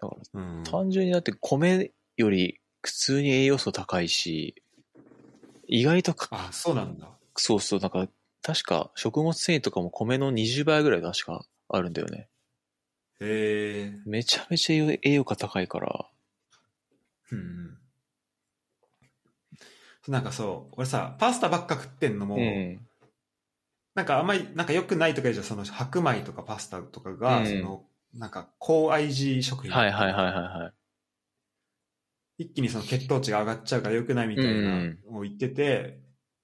S2: だから、
S1: ら。うん。
S2: 単純にだって米より普通に栄養素高いし、意外とか、
S1: あ、そうなんだ。
S2: そうそう、なんか、確か食物繊維とかも米の20倍ぐらい確かあるんだよね。
S1: へえ。
S2: めちゃめちゃ栄養栄養価高いから。
S1: うん。なんかそう、俺さ、パスタばっか食ってんのも、
S2: うん。
S1: なんかあんまり、なんか良くないとか言うじゃん、その白米とかパスタとかが、
S2: うん
S1: その、なんか高 IG 食品。
S2: はいはいはいはいはい。
S1: 一気にその血糖値が上がっちゃうから良くないみたいなのを言ってて、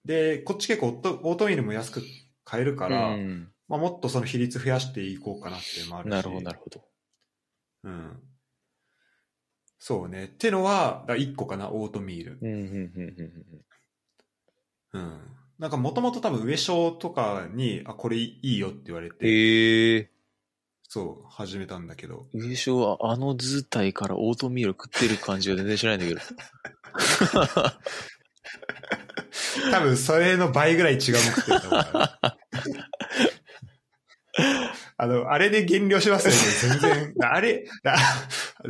S1: で、こっち結構オートオートミールも安く買えるから、
S2: うん、
S1: まあ、もっとその比率増やしていこうかなっていうのもあるし。
S2: なるほどなるほど。
S1: うん。そうね。ってのは、だ1個かな、オートミール。
S2: うんうんうんうんうん。
S1: うん。なんかもともと多分上昇とかに、あ、これいいよって言われて、
S2: ええ
S1: そう、始めたんだけど。
S2: 優勝はあの図体からオートミール食ってる感じが全然しないんだけど。
S1: 多分それの倍ぐらい違うの食ってると思う からあの、あれで減量しますよね、全然。あれ、あ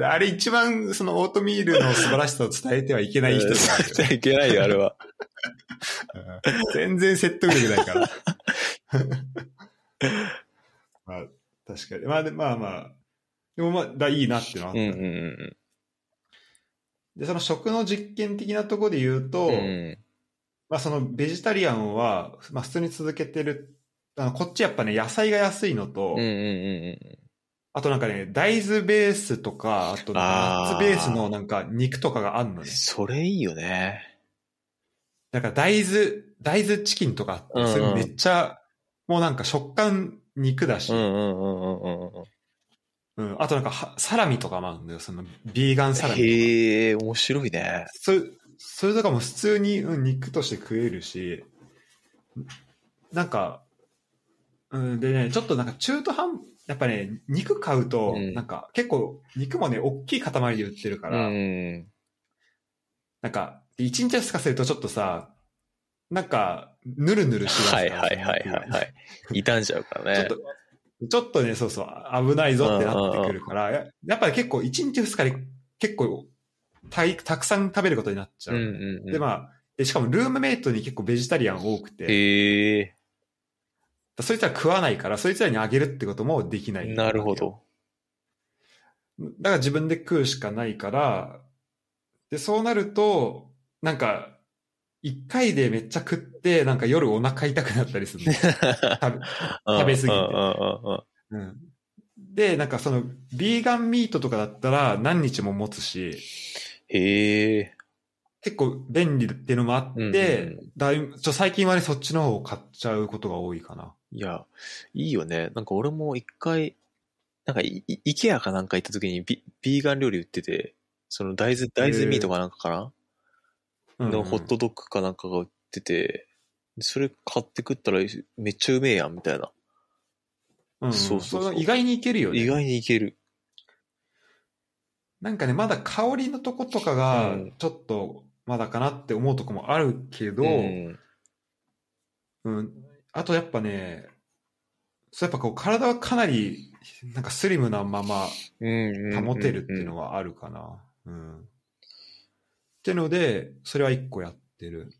S1: あれ一番そのオートミールの素晴らしさを伝えてはいけない人だ
S2: しちゃいけないよ、あれは。
S1: 全然説得力ない から。まあ、確かに。まあ、でまあまあ。でもまあ、だいいなっていうのはあっ
S2: うん
S1: た、
S2: うんうん
S1: で、その食の実験的なところで言うと、
S2: うん。うん
S1: まあそのベジタリアンは、まあ普通に続けてる。あのこっちやっぱね、野菜が安いのと、
S2: うんうんうん
S1: あとなんかね、大豆ベースとか、あとナッ
S2: あー
S1: ツベースのなんか肉とかがあるの
S2: うん。
S1: ね。
S2: それいいよね。
S1: だから大豆、大豆チキンとかあ
S2: うん
S1: っ
S2: う
S1: て、
S2: ん
S1: それめっちゃ、もうなんか食感肉だし、
S2: う
S1: うんん
S2: うんうんうんうんうん。
S1: あとなんかはサラミとかもあるんだよ、そのビーガンサラミとか。
S2: へえ、面白いね。
S1: そそれとかも普通にうん肉として食えるし、なんか、うん、でね、ちょっとなんか中途半、やっぱね、肉買うと
S2: う、ん
S1: なんか結構肉もね、大きい塊で売ってるか
S2: う
S1: ら、
S2: ん。
S1: なんか、1日2日するとちょっとさ、なんか、ぬるぬるしだす
S2: はい
S1: から
S2: はいはいはいはい。傷んじゃうから
S1: ちょっと。、
S2: ね
S1: ちょっとね、そうそう、危ないぞってなってくるから、ややっぱり結構1日2日で結構たい、たくさん食べることになっちゃ
S2: う
S1: う。
S2: んうんう
S1: で、
S2: ん。
S1: まあ、でしかもルームメイトに結構ベジタリアン多くて、
S2: へえ、
S1: そいつら食わないから、そいつらにあげるってこともできない。
S2: なるほ。ど。
S1: だから自分で食うしかないから、で、そうなると、なんか、一回でめっちゃ食って、なんか夜お腹痛くなったりするの 食べ食べ過ぎて
S2: うんうんうんうん
S1: うん。で、なんかその、ビーガンミートとかだったら何日も持つし、
S2: へえ。
S1: 結構便利っていうのもあって、
S2: うんうん
S1: だいぶちょ最近はね、そっちの方を買っちゃうことが多いかな。
S2: いや、いいよね。なんか俺も一回、なんかイ、イイケアかなんか行った時にビ、ビーガン料理売ってて、その大豆、大豆ミートかなんかかな、
S1: うん
S2: のホットドッグかなんかが売ってて、それ買って食ったらめっちゃうめえやん、みたいな。
S1: うん
S2: そうそうそう
S1: れが意外にいけるよね。
S2: 意外にいける。
S1: なんかね、まだ香りのとことか
S2: う
S1: が
S2: ん、
S1: ちょっと、まだかなって思うとこもあるけど、うん、
S2: ん、
S1: あとやっぱね、そうやっぱこう、体はかなり、なんかスリムなまま、
S2: うん
S1: 保てるっていうの
S2: は。
S1: はあるかな。うん。ってので、それは一個やってる。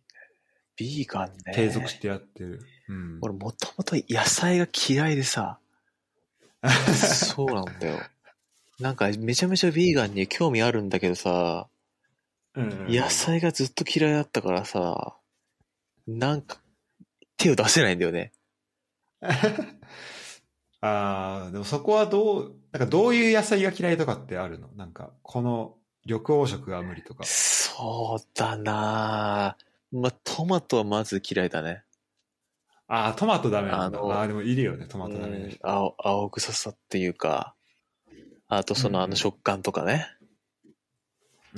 S2: ビーガンね。
S1: 継続してやってる。うん。
S2: 俺もともと野菜が嫌い でさ、そうなんだよ。なんかめちゃめちゃビーガンに興味あるんだけどさ、
S1: うん
S2: 野菜がずっと嫌いだったからさ、なんか、手を出せないんだよね。
S1: ああ、でもそこはどう、なんかどういう野菜が嫌いとかってあるのなんか、この緑黄色が無理とか。
S2: そうだなぁまあ、トマトはまず嫌いだね。
S1: ああ、トマトダメなんだ。
S2: あの
S1: ああー、でもいるよね、トマトダメ
S2: う
S1: なん人。
S2: 青、青臭さっていうか、あとそ
S1: うんう
S2: の
S1: ん
S2: あの食感とかね。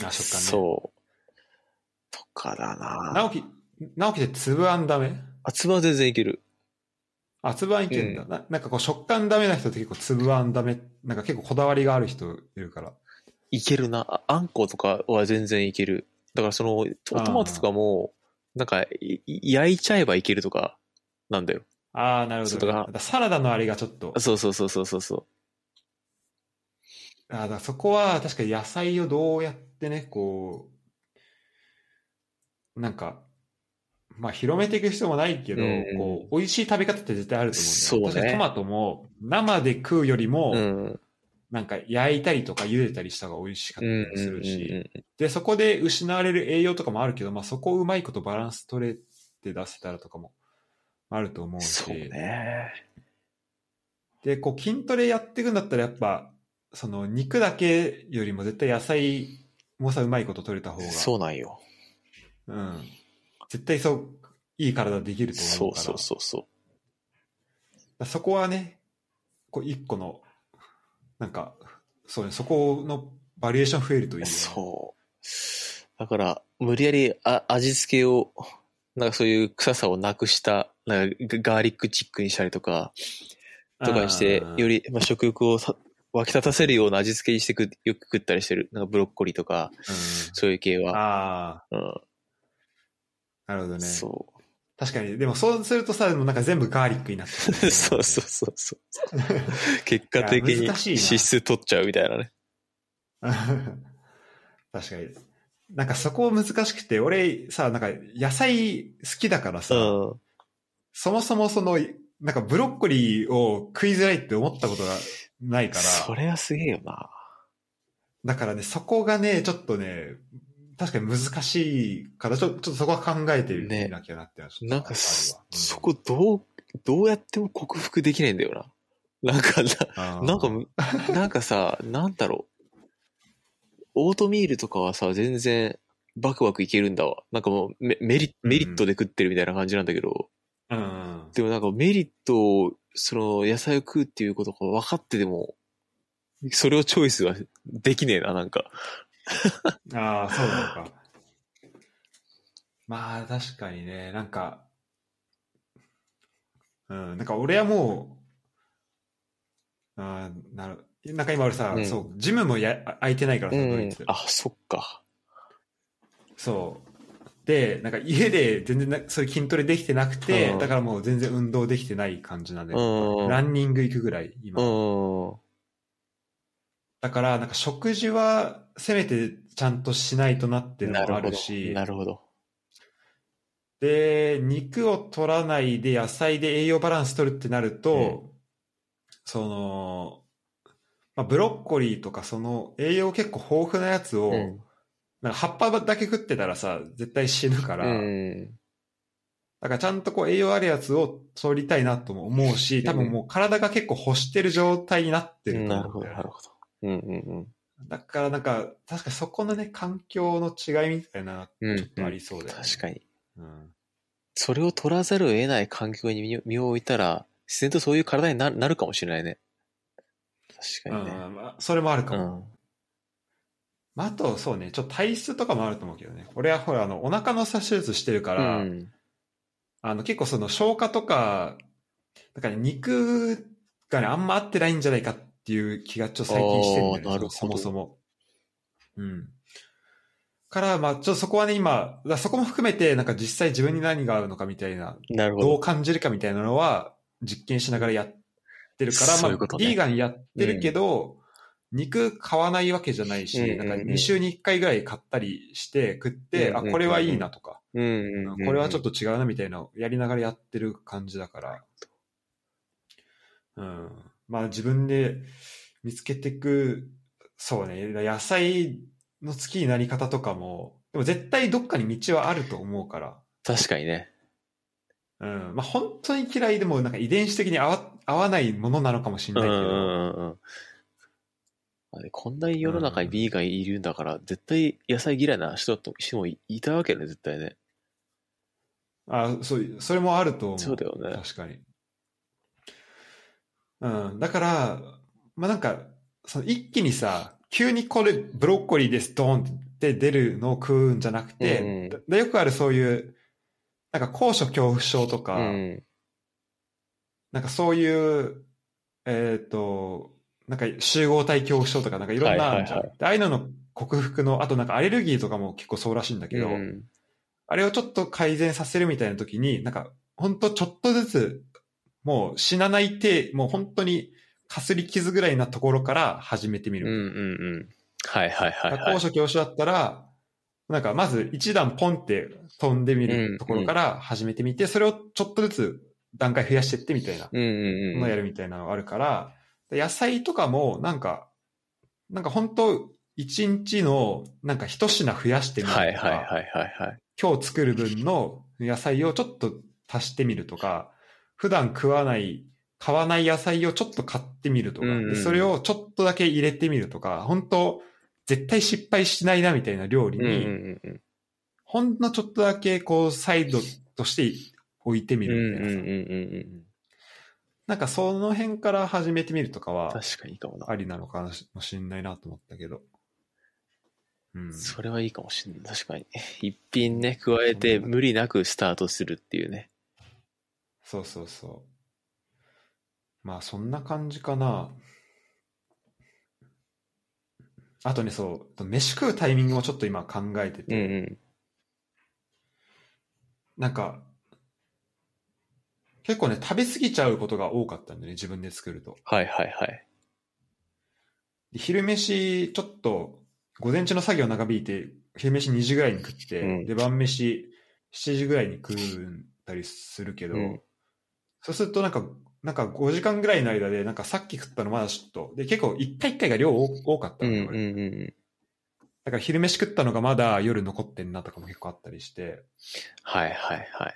S1: あ、食感ね。
S2: そう。とかだ
S1: な
S2: なぁ
S1: おき、なおきって粒あんダメ
S2: 厚葉は全然いける。
S1: あ、粒あんいけんだ、な。なんかこう食感ダメな人って結構粒あんダメ、なんか結構こだわりがある人いるから。
S2: いけるな。ああんことかは全然いける。だからその、トトマトとかも、なんか、いい焼いちゃえばいけるとか、なんだよ。
S1: ああ、なる
S2: ほど
S1: だからサラダのあれがちょっと、
S2: そうそうそうそうそうそ
S1: あーだからそこは確かに野菜をどうやってね、こう、なんか、まあ広めていく必要もないけど、
S2: うん
S1: こう、美味しい食べ方って絶対あると
S2: そう
S1: 思うんだよ。
S2: ね
S1: 確かにトマトも生で食うよりも、
S2: う。うん。
S1: なんか焼いたりとか茹でたりした方が美味しかった
S2: うん
S1: りもす
S2: うんう
S1: る
S2: ん
S1: し、
S2: うん。
S1: で、そこで失われる栄養とかもあるけど、まあそこをうまいことバランス取れて出せたらとかもあると思うし。
S2: そうね。
S1: で、こう筋トレやっていくんだったらやっぱ、その肉だけよりも絶対野菜もさ、うまいこと取れた方が。
S2: そうなんよ。
S1: う。ん。絶対そう、いい体できると
S2: そ
S1: 思う
S2: う
S1: から。
S2: そうそうそう。
S1: だからそこはね、こう一個の、なんか、そうね、そこのバリエーション増えるといいよね、
S2: そう。だから、無理やりあ味付けを、なんかそういう臭さをなくした、なんかガガーリックチックにしたりとか、とかにして
S1: うん、
S2: より、まあ、食欲をさ湧き立たせるような味付けにしてく、よく食ったりしてる。なんかブロッコリーとか、
S1: う
S2: そういう系
S1: ん、
S2: は。
S1: ああ、
S2: うん。
S1: なるほどね。
S2: そ
S1: 確かに。でもそうするとさ、でもなんか全部ガーリックになっちゃ
S2: う。 そうそうそうそう。結果的
S1: い
S2: に
S1: や難しいな
S2: 脂質取っちゃうみたいなね。
S1: う。確かに。なんかそこ難しくて、俺さ、なんか野菜好きだから
S2: う
S1: さ、
S2: ん。
S1: そもそもその、なんかブロッコリーを食いづらいって思ったことがないか
S2: そ
S1: ら、
S2: れはすげえよな。
S1: だからね、そこがね、ちょっとね、確かに難しいから、ちょちょっとそこは考えてみなきゃなって、
S2: なんか
S1: そ
S2: そ、そこどう、どうやっても克服できないんだよな。なんかな、なん か、む、なんかさ、なんだろう。オートミールとかはさ、全然、バクバクいけるんだわ。なんかもうメ、メリメリットで食ってるみたいな感じなんだけど、
S1: うん。
S2: でもなんかメリットを、その、野菜を食うっていうことが分かってても、それをチョイスはできねえな、なんか。
S1: ああ、そうなのか。まあ、確かにね、なんか、うん、なんか俺はもう、あーなる、なんか今俺さ、
S2: うん
S1: そう、ジムもやあ空いてないから
S2: う
S1: さ、ドイ
S2: ん
S1: ツ。
S2: あ、そっか。
S1: そう。で、なんか家で全然なそういう筋トレできてなくて、
S2: うん
S1: だからもう全然運動できてない感じなんで、
S2: うん。
S1: ランニング行くぐらい、今。
S2: うん。
S1: だから、なんか食事はせめてちゃんとしないとなっていうのもあるし、
S2: なるほど。
S1: で、肉を取らないで野菜で栄養バランス取るってなると、その、まあ、ブロッコリーとかその栄養結構豊富なやつを、
S2: うん
S1: なんか葉っぱだけ食ってたらさ、絶対死ぬから、
S2: うん。
S1: だからちゃんとこう栄養あるやつを取りたいなとも思うし、多分もう体が結構欲してる状態になってると
S2: なる
S1: 思う
S2: ほ
S1: ん
S2: ど、
S1: だよね
S2: なるほど。うんうん
S1: だからなんか、確かそこのね、環境の違いみたいな、
S2: うん。
S1: ちょっとあり
S2: そ
S1: そうだよね。
S2: 確かに。
S1: うん
S2: それを取らざるを得ない環境に身を身を置いたら、自然とそういう体にななるかもしれないね。確かにね。
S1: うんまあそれもあるか
S2: う
S1: も。
S2: ん。
S1: まあ、あと、そうね、ちょっと体質とかもあると思うけどね。俺はほら、あの、お腹のさ手術してるか
S2: う
S1: ら、
S2: ん。
S1: あの、結構その消化とか、だから肉がね、あんま合ってないんじゃないかっていう気がちょっと最近してるんだ
S2: あーな
S1: よね
S2: るほ、ど
S1: そもそも。うん。から、まあ、ちょっとそこはね、今、だからそこも含めて、なんか実際自分に何が合うのかみたいな、
S2: なるほ
S1: ど
S2: ど
S1: う。感じるかみたいなのは、実験しながらやってるから、
S2: そういうことね
S1: まあ、ビーガンやってるけど、肉買わないわけじゃないし、
S2: うんうんうん
S1: なんか2週に1回ぐらい買ったりして食って、
S2: うんうんうん
S1: あ、これはいいなとか、
S2: うんうんうん。
S1: これはちょっ
S2: と。
S1: と違うなみたいなのをやりながらやってる感じだから、うん。まあ自分で見つけていく、そうね、野菜の月になり方とかも、でも絶対どっかに道はあると思うから、
S2: 確かにね。
S1: うん。まあ本当に嫌いでもなんか遺伝子的に合わ合わないものなのかもしれ
S2: うん
S1: な
S2: う
S1: いけど、
S2: んうんうん。まあねこんなに世の中にビーガンいるんだから、絶対野菜嫌いな人だとしてもいいたわけね、絶対ね。
S1: あそう、それもあると思う。
S2: そうだよね
S1: 確かに。うん。だから、まあ、なんか、その一気にさ、急にこれブロッコリーです、ドーンって出るのを食うんじゃなくて、
S2: うんうん
S1: だよくあるそういう、なんか高所恐怖症とか、
S2: うん。
S1: なんかそういう、えっ、と、なんか集合体恐怖症とかなんかいろんなあるじゃん
S2: はいはい
S1: でああいうのの克服の、あとなんかアレルギーとかも結構そうらしいんだけど、
S2: うん
S1: あれをちょっと改善させるみたいな時に、なんか、ほんとちょっとずつ、もう死なない手、もう本当にかすり傷ぐらいなところから始めてみ
S2: うんう
S1: る。
S2: んうん。はいはいはい
S1: だから
S2: はい
S1: 高。所恐怖症だったら、なんかまず一段ポンって飛んでみるところから始めてみて、それをちょっとずつ段階増やしてってみたいな
S2: うんうん
S1: の
S2: う
S1: をや
S2: ん。
S1: るみたいなのがあるから、で野菜とかもなんか、なんか本当一日のなんか一品増やしてみるとか、
S2: はいはいはいはいはい。
S1: 今日作る分の野菜をちょっと足してみるとか、普段食わない、買わない野菜をちょっと買ってみるとか、
S2: うんうん
S1: でそれをちょっとだけ入れてみるとか、本当絶対失敗しないなみたいな料理
S2: うんうん
S1: に、
S2: うんうん。
S1: ほんのちょっとだけこうサイドとして置いてみ
S2: うん
S1: るみたい
S2: うん
S1: なさ、
S2: うんうんうん。
S1: なんかその辺から始めてみるとかは
S2: 確かにいいかもな。
S1: ありなのかもしんないなと思ったけど。うん。
S2: それはいいかもしれない。確かに。一品ね、加えて無理なくスタートするっていうね。
S1: そうそうそう。まあそんな感じかな。あとね、そう、飯食うタイミングもちょっと今考えて
S2: う
S1: て、
S2: ん
S1: なんか、結構ね、食べ過ぎちゃうことが多かったんでね、自分で作ると。
S2: はいはいはい。
S1: で昼飯、ちょっと、午前中の作業長引いて、昼飯2時ぐらいに食って、
S2: うん
S1: で、晩飯7時ぐらいに食ったりするけど、
S2: うん
S1: そうするとなんか、なんか5時間ぐらいの間で、なんかさっき食ったのまだちょっと、で、結構1回1回が量多多かった
S2: うん
S1: の
S2: う
S1: ね、
S2: んう
S1: 俺
S2: んうん。
S1: だから昼飯食ったのがまだ夜残ってんなとかも結構あったりして、
S2: はいはいはい。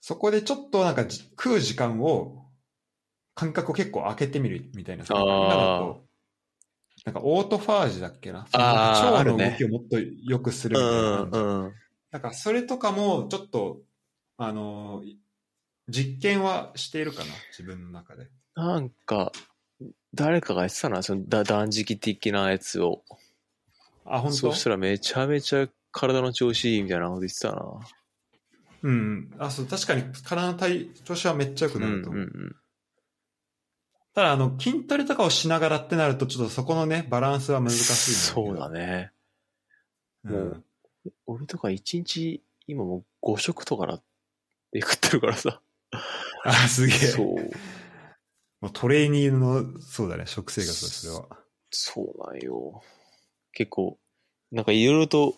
S1: そこでちょっとなんかじ食う時間を、間隔を結構空けてみるみたいなさ、
S2: あー
S1: 今だとなんかオートファージだっけな。
S2: あー
S1: その
S2: あ
S1: 腸
S2: る
S1: の
S2: ね
S1: 動きをもっと良くする
S2: う
S1: みたいな感
S2: ん
S1: じ
S2: うん。
S1: なんかそれとかもちょっと、あのー実験はしているかな、自分の中で。
S2: なんか、誰かがやってたな、そのだ断食的なやつを。
S1: あ、本当
S2: そうしたらめちゃめちゃ体の調子いいみたいなこと言ってたな。
S1: うん。あ、そう、確かに体の体調子はめっちゃ良く
S2: うん
S1: な
S2: う
S1: る
S2: ん
S1: と
S2: う
S1: 思う。
S2: ん。
S1: ただ、あの、筋トレとかをしながらってなると、ちょっとそこのね、バランスは難しいん
S2: そう
S1: だ
S2: だね。
S1: けど。
S2: もう俺とか一日、今もう5食とかだって食ってるからさ。
S1: あ、すげえ。
S2: そう。
S1: もうトレーニーの、そうだね、食生活だ、それは。
S2: そうなんよ。結構、なんかいろいろと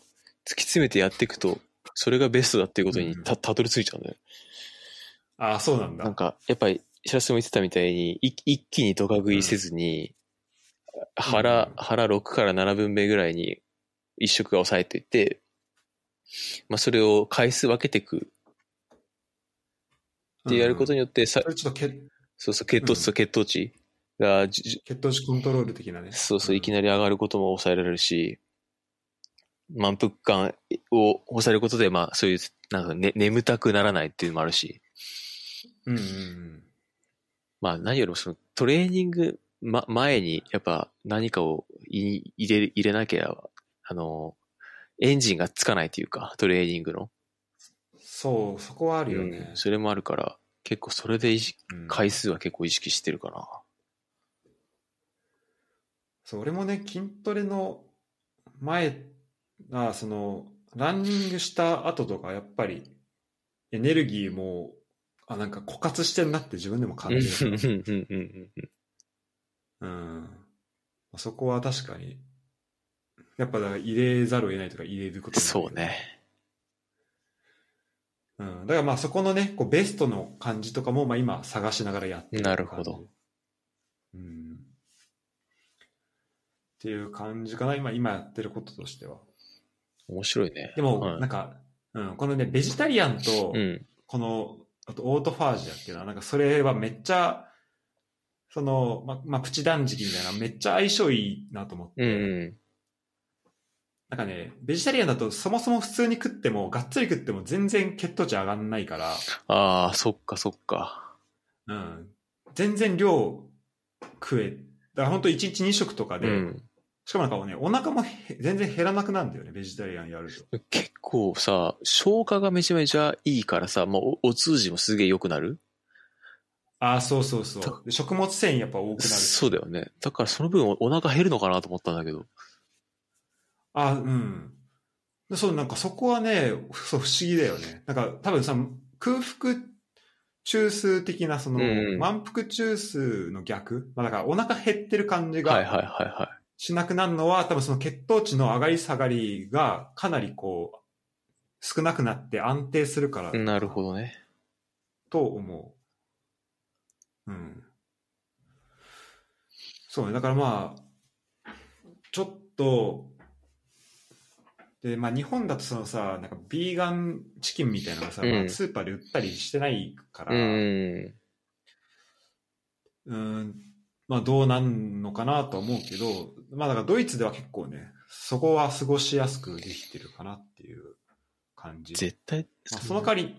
S2: 突き詰めてやっていくと、それがベストだっていうことにたたどり着いちゃうんだよね。
S1: あ、そうなんだ。
S2: なんか、やっぱり、白洲も言ってたみたいに、い一気にドカ食いせずに、腹、腹6から7分目ぐらいに一食が抑えていって、まあそれを回数分けていくってやること
S1: に。
S2: によって、さ
S1: それちょっと血
S2: そうそう、血糖値と血糖値がじじ
S1: 血糖値コントロール的なね。
S2: そうそう、いき
S1: な
S2: なり上がることも抑えられるし、満腹感を抑えることで、まあ、そういう、なんか、ね、眠たくならないっていうのもあるし、
S1: り。うんうん
S2: まあ、何よりもその、トレーニング、ま、前に、やっぱ、何かをい入れ、入れなきゃ、あの、エンジンがつかないというか、トレーニングの。
S1: うん。そう、そこはあるよね
S2: うん。それもあるから、結構それで意識
S1: うん
S2: 回数は結構意識してるかな。
S1: そう、俺もね、筋トレの前、あその、ランニングした後とか、やっぱり、エネルギーも、あ、なんか枯渇してんなって自分でも
S2: うん、う
S1: 感
S2: ん、
S1: じる。
S2: うん、うん。
S1: うん。そこは確かに、やっぱだから入れざるを得ないとか入れることになる
S2: そう。ね。
S1: うん。だからまあそこのね、こうベストの感じとかも、まあ今探しながらやって
S2: なるほど。
S1: うん。っていう感じかな、今、今やってることとしては。
S2: 面白いね。
S1: でも、
S2: はい
S1: なんか、うん、このね、ベジタリアンと
S2: う、ん。
S1: この、あとオートファージだっけな、なんかそれはめっちゃ、その、ま、まあ、プチ断食みたいな、めっちゃ相性いいなと思って、
S2: うん、うん。
S1: なんかね、ベジタリアンだとそもそも普通に食っても、がっつり食っても全然血糖値上がんないから、
S2: ああ、そっかそっか。
S1: うん、全然量食え、だから本当1日2食とか
S2: う
S1: で
S2: ん。
S1: しかもなんかね、お腹もへ全然減らなくなるんだよね、ベジタリアンやると。
S2: 結構さ、消化がめちゃめちゃいいからさ、もうおお通じもすげえ良くなる
S1: ああ、そうそうそう。で食物繊維やっぱ多くなるし。
S2: そうだよね。だからその分おお腹減るのかなと思ったんだけど。
S1: あ、うん。そう、なんかそこはね、そう、不思議だよね。なんか多分さ、空腹中枢的な、その、
S2: うん
S1: 満腹中枢の逆。まあだからお腹減ってる感じ
S2: はいはい
S1: が
S2: はいは
S1: しなくなるのは、多分その血糖値の上がり下がりがかなりこう、少なくなって安定するから。
S2: い。なるほどね。
S1: と思う。うん。そうね、だからまあ、ちょっと、で、まあ日本だとそのさ、なんかビーガンチキンみたいなのがさ、
S2: うん
S1: まあスーパーで売ったりしてないから、
S2: う
S1: うん、
S2: ん。
S1: まあどうなんのかなとは思うけど、まあだからドイツでは結構ね、そこは過ごしやすくできてるかなっていう感じ。
S2: 絶対。
S1: まあ、その代わり、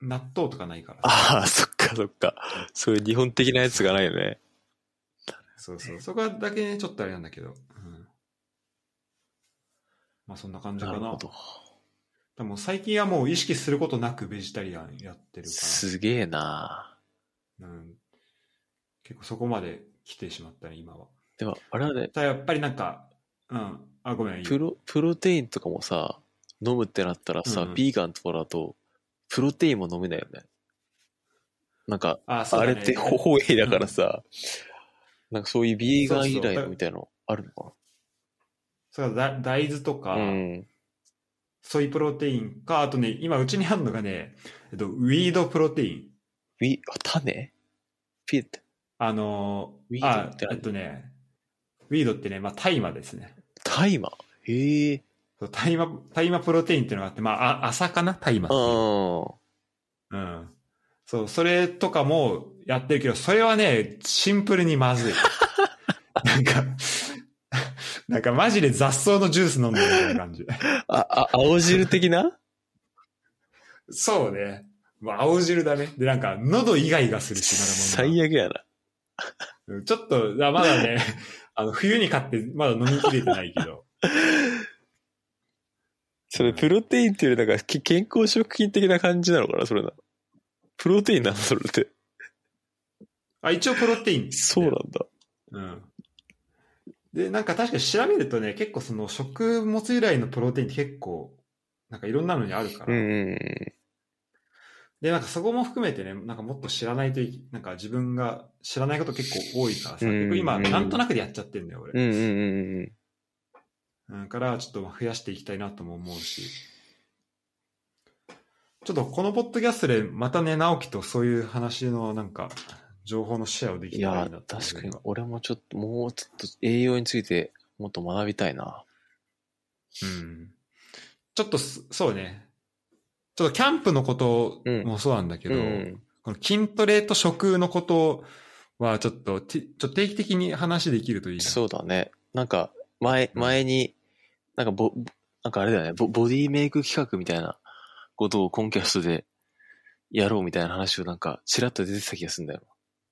S1: 納豆とかないからさ
S2: ああ、そっかそっか。そういう日本的なやつがないよね。
S1: そうそう。そこはだけね、ちょっとあれなんだけど。うん、まあそんな感じか
S2: な
S1: な。
S2: るほど。
S1: でも最近はもう意識することなくベジタリアンやってるか
S2: すげえな
S1: ら。うん、結構そこまで来てしまったね、今は。
S2: でも、あれはね、
S1: ただやっぱりなんか、うん。あ、ごめん。いい
S2: プロ、プロテインとかもさ、飲むってなったらさ、
S1: うんうん
S2: ビーガンとかだと、プロテインも飲めないよね。なんか、
S1: あ、そう
S2: あ
S1: だ、ね
S2: れ。ってほほえだからさ、なんかそういうビーガン以
S1: そうそ
S2: 来
S1: う
S2: みたいなのあるのか
S1: そうだ、大豆と
S2: な
S1: か、
S2: うん。
S1: ソイプロテインか、あとね、今うちにあるのがね、えっと、ウィードプロテイン。
S2: ビ、あ、種ピッて。
S1: あの
S2: ウィード
S1: あ
S2: って、何
S1: えっとね、ウィードってね、まあ、大麻ですね。
S2: 大麻へえ。
S1: そう大麻、大麻プロテインっていうのがあって、まあ、あ朝かな大麻っていう。
S2: あ
S1: う
S2: あ。
S1: ん。そう、それとかもやってるけど、それはね、シンプルにまずい。 なんか、なんかマジで雑草のジュース飲んでるみたいな感じ。
S2: あ、あ、青汁 的な
S1: そうね。まあ、青汁だね。で、なんか、喉以外がするし、まだも
S2: 最悪やな。
S1: のうんちょっと、だまだね、 あの、冬に買って、まだ飲みきれてないけど。
S2: それプロテインっていうよりなんかけ健康食品的な感じなのかなそれな。プロテインなのそれって。
S1: あ、一応プロテイン。
S2: そうなんだ。
S1: うんで、なんか確かに調べるとね、結構その食物由来のプロテインって結構、なんかいろんなのにあるから、
S2: うんうんうん。
S1: で、なんかそこも含めてね、なんかもっと知らないといけ、なんか自分が知らないこと結構多いからさ、
S2: うん
S1: 結構今、なんとなくでやっちゃってるんだよ、俺。
S2: うんうんうんうん。
S1: うん、から、ちょっと増やしていきたいなとも思うし。ちょっとこのポッドキャストで、またね、直樹とそういう話の、なんか、情報のシェアをでき
S2: い
S1: たらい
S2: や
S1: いな、と思う
S2: 確かに俺もちょっと、もうちょっと栄養についてもっと学びたいな。
S1: うんちょっとす、そうね。ちょっとキャンプのこともそうなんだけ
S2: う
S1: ど、
S2: ん。
S1: この筋トレと食のことはちょっと、てちょっと定期的に話できるといいな。
S2: そうだね。なんか、前、
S1: うん
S2: 前に、なんかボ、ぼなんかあれだよねボ、ボディメイク企画みたいなことをコンキャストでやろうみたいな話をなんか、ちらっと出てた気がするんだよ。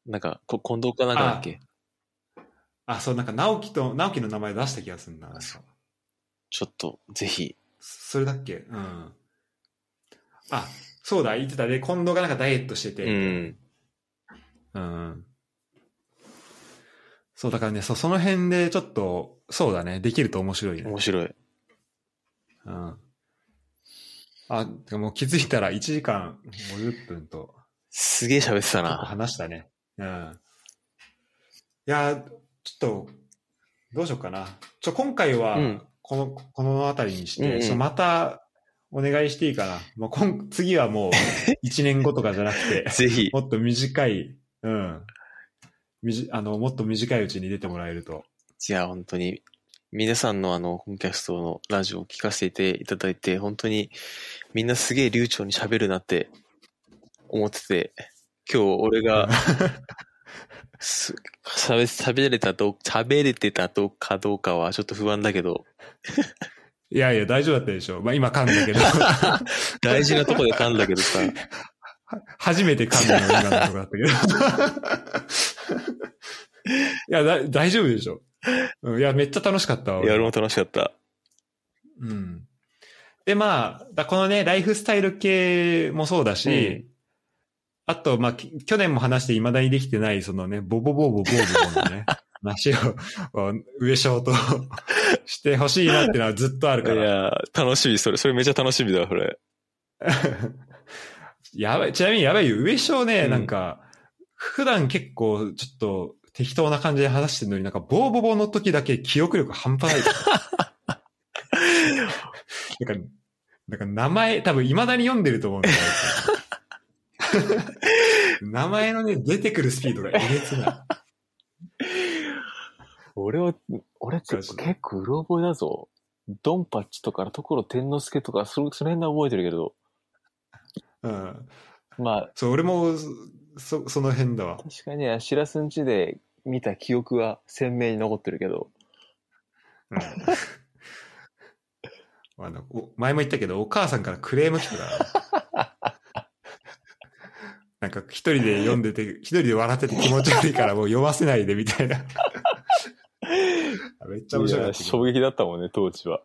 S2: なんか、こ近藤かなんかだっけ
S1: あ、そう、なんか直樹と、直樹の名前出した気がするな。なんか
S2: そちょっと、ぜひ。
S1: それだっけうん。あ、そうだ、言ってたで、近藤がなんかダイエットしてて。
S2: うん。
S1: うんそう、だからね、そうその辺でちょっと、そうだね、できると面白いね。
S2: 面白い。
S1: うん。あ、でも気づいたら1時間50分と
S2: すげえ喋って
S1: 結構
S2: たな。
S1: 話したね。うん。いやー、ちょっと、どうしようかな。ちょ、今回は
S2: うん、
S1: この、このあたりにして、
S2: うんうん
S1: ちょまたお願いしていいかな。もう今、次は もう1年後とかじゃなくて、
S2: ぜひ。
S1: もっと短い、うん。みじ、あの、もっと短いうちに出てもらえると。
S2: いや、本当に、皆さんのあの、コンキャストのラジオを聞かせていただいて、本当に、みんなすげえ流暢に喋るなって思ってて、今日俺が、す喋、喋れたと、喋れてたとかどうかはちょっと不安だけど、
S1: いやいや、大丈夫だったでしょ。まあ、今噛んだけど。
S2: 大事なとこで噛んだけどさ、
S1: 初めて噛んだの が今のとこだったけど。いやだ、大丈夫でしょ。うんいや、めっちゃ楽しかったわ。
S2: いや、俺も楽しかった。
S1: うん。で、まあ、だこのね、ライフスタイル系もそうだし、
S2: うん
S1: あと、まあ、き去年も話して未だにできてない、そのね、ボボボボボボボの ね、話を、あ上昇と してほしいなってのはずっとある
S2: い
S1: から。
S2: や、楽しみ、それ。それめちゃ楽しみだわ、それ。
S1: やばい、ちなみにやばいよ。上昇ね、
S2: うん
S1: なんか、普段結構ちょっと適当な感じで話してるのになんか、ボーボボの時だけ記憶力半端 ない。なんか、なんか名前、多分未だに読んでると思うんだよ。 名前のね、出てくるスピードがえげつない。
S2: 俺は、俺って結構うろ覚えだぞ。ドンパッチとか、所天之助とか、そその辺は覚えてるけど、
S1: うん。
S2: まあ、
S1: そう、俺も、そ、その辺だわ。
S2: 確かに、あしらすんちで見た記憶は鮮明に残ってるけど、
S1: うん あのお前も言ったけど、お母さんからクレーム来た から。なんか一人で読んでて、一人で笑ってて気持ち悪いからもう読ませないでみたい な。めっちゃ面白かった
S2: い
S1: け
S2: や
S1: ど
S2: 衝。撃だったもんね、当時は。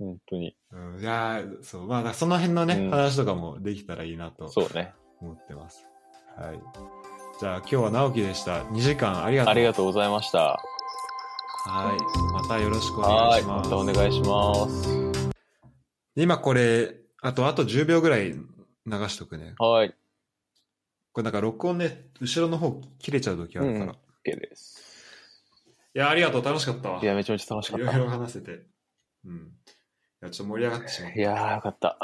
S2: 本当に。
S1: うんいやーそう、まあ、だからその辺のね、
S2: うん
S1: 話とかもできたらいいなと
S2: そうね。
S1: 思ってます。はい。じゃあ今日は直樹でした。2時間ありがとう。
S2: ありがとうございました。
S1: はい。またよろしくお願
S2: はいい。
S1: し
S2: ま
S1: ます。
S2: たお願いします。
S1: 今これ、あと、あと10秒ぐらい流しとくね。
S2: はい。
S1: これなんか録音ね、後ろの方切れちゃう時あるから。
S2: うん
S1: い
S2: OK です。
S1: や、ありがとう。楽しかったわ。
S2: いや、めちゃめちゃ楽しか
S1: い
S2: っ
S1: ろ
S2: た。
S1: いろ話せて。うん。いや、ちょっと盛り上がってしまった。
S2: いやー、よかった。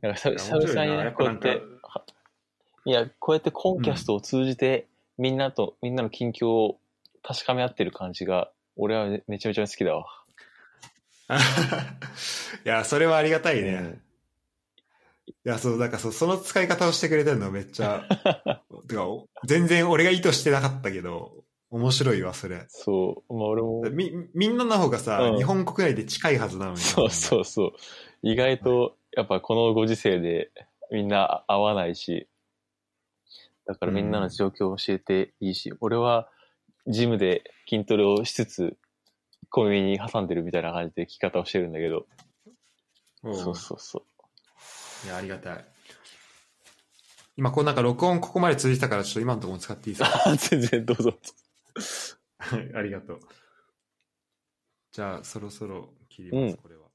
S2: なんか久
S1: いや面白い
S2: 々
S1: な
S2: にね
S1: やっぱ
S2: こう
S1: な
S2: や
S1: んか
S2: って、いや、こうやってコンキャストを通じて、みんなと、みんなの近況を確かめ合ってる感じが、俺はめめちゃめちゃ好きだわ。
S1: いや、それはありがたいね。
S2: うん
S1: いや、そう、なんかそう、その使い方をしてくれてるのめっち ゃ、てか、お全然俺が意図してなかったけど、面白いわ、それ。
S2: そう。まあ俺も、
S1: み、みんなの方がさ、
S2: うん
S1: 日本国内で近いはずなのに。
S2: そうそうそう。意外と、やっぱこのご時世でみんな合わないし、だからみんなの状況を教えていいし、俺はジムで筋トレをしつつ、小耳に挟んでるみたいな感じで聞き方をしてるんだけど、
S1: うん。
S2: そうそうそう。
S1: いや、ありがたい。今、こうなんか録音ここまで続いてたから、ちょっと今のところも使っていいですか
S2: 全然どう ぞ。
S1: はい、ありがとう。じゃあ、そろそろ切ります、
S2: うん
S1: これは。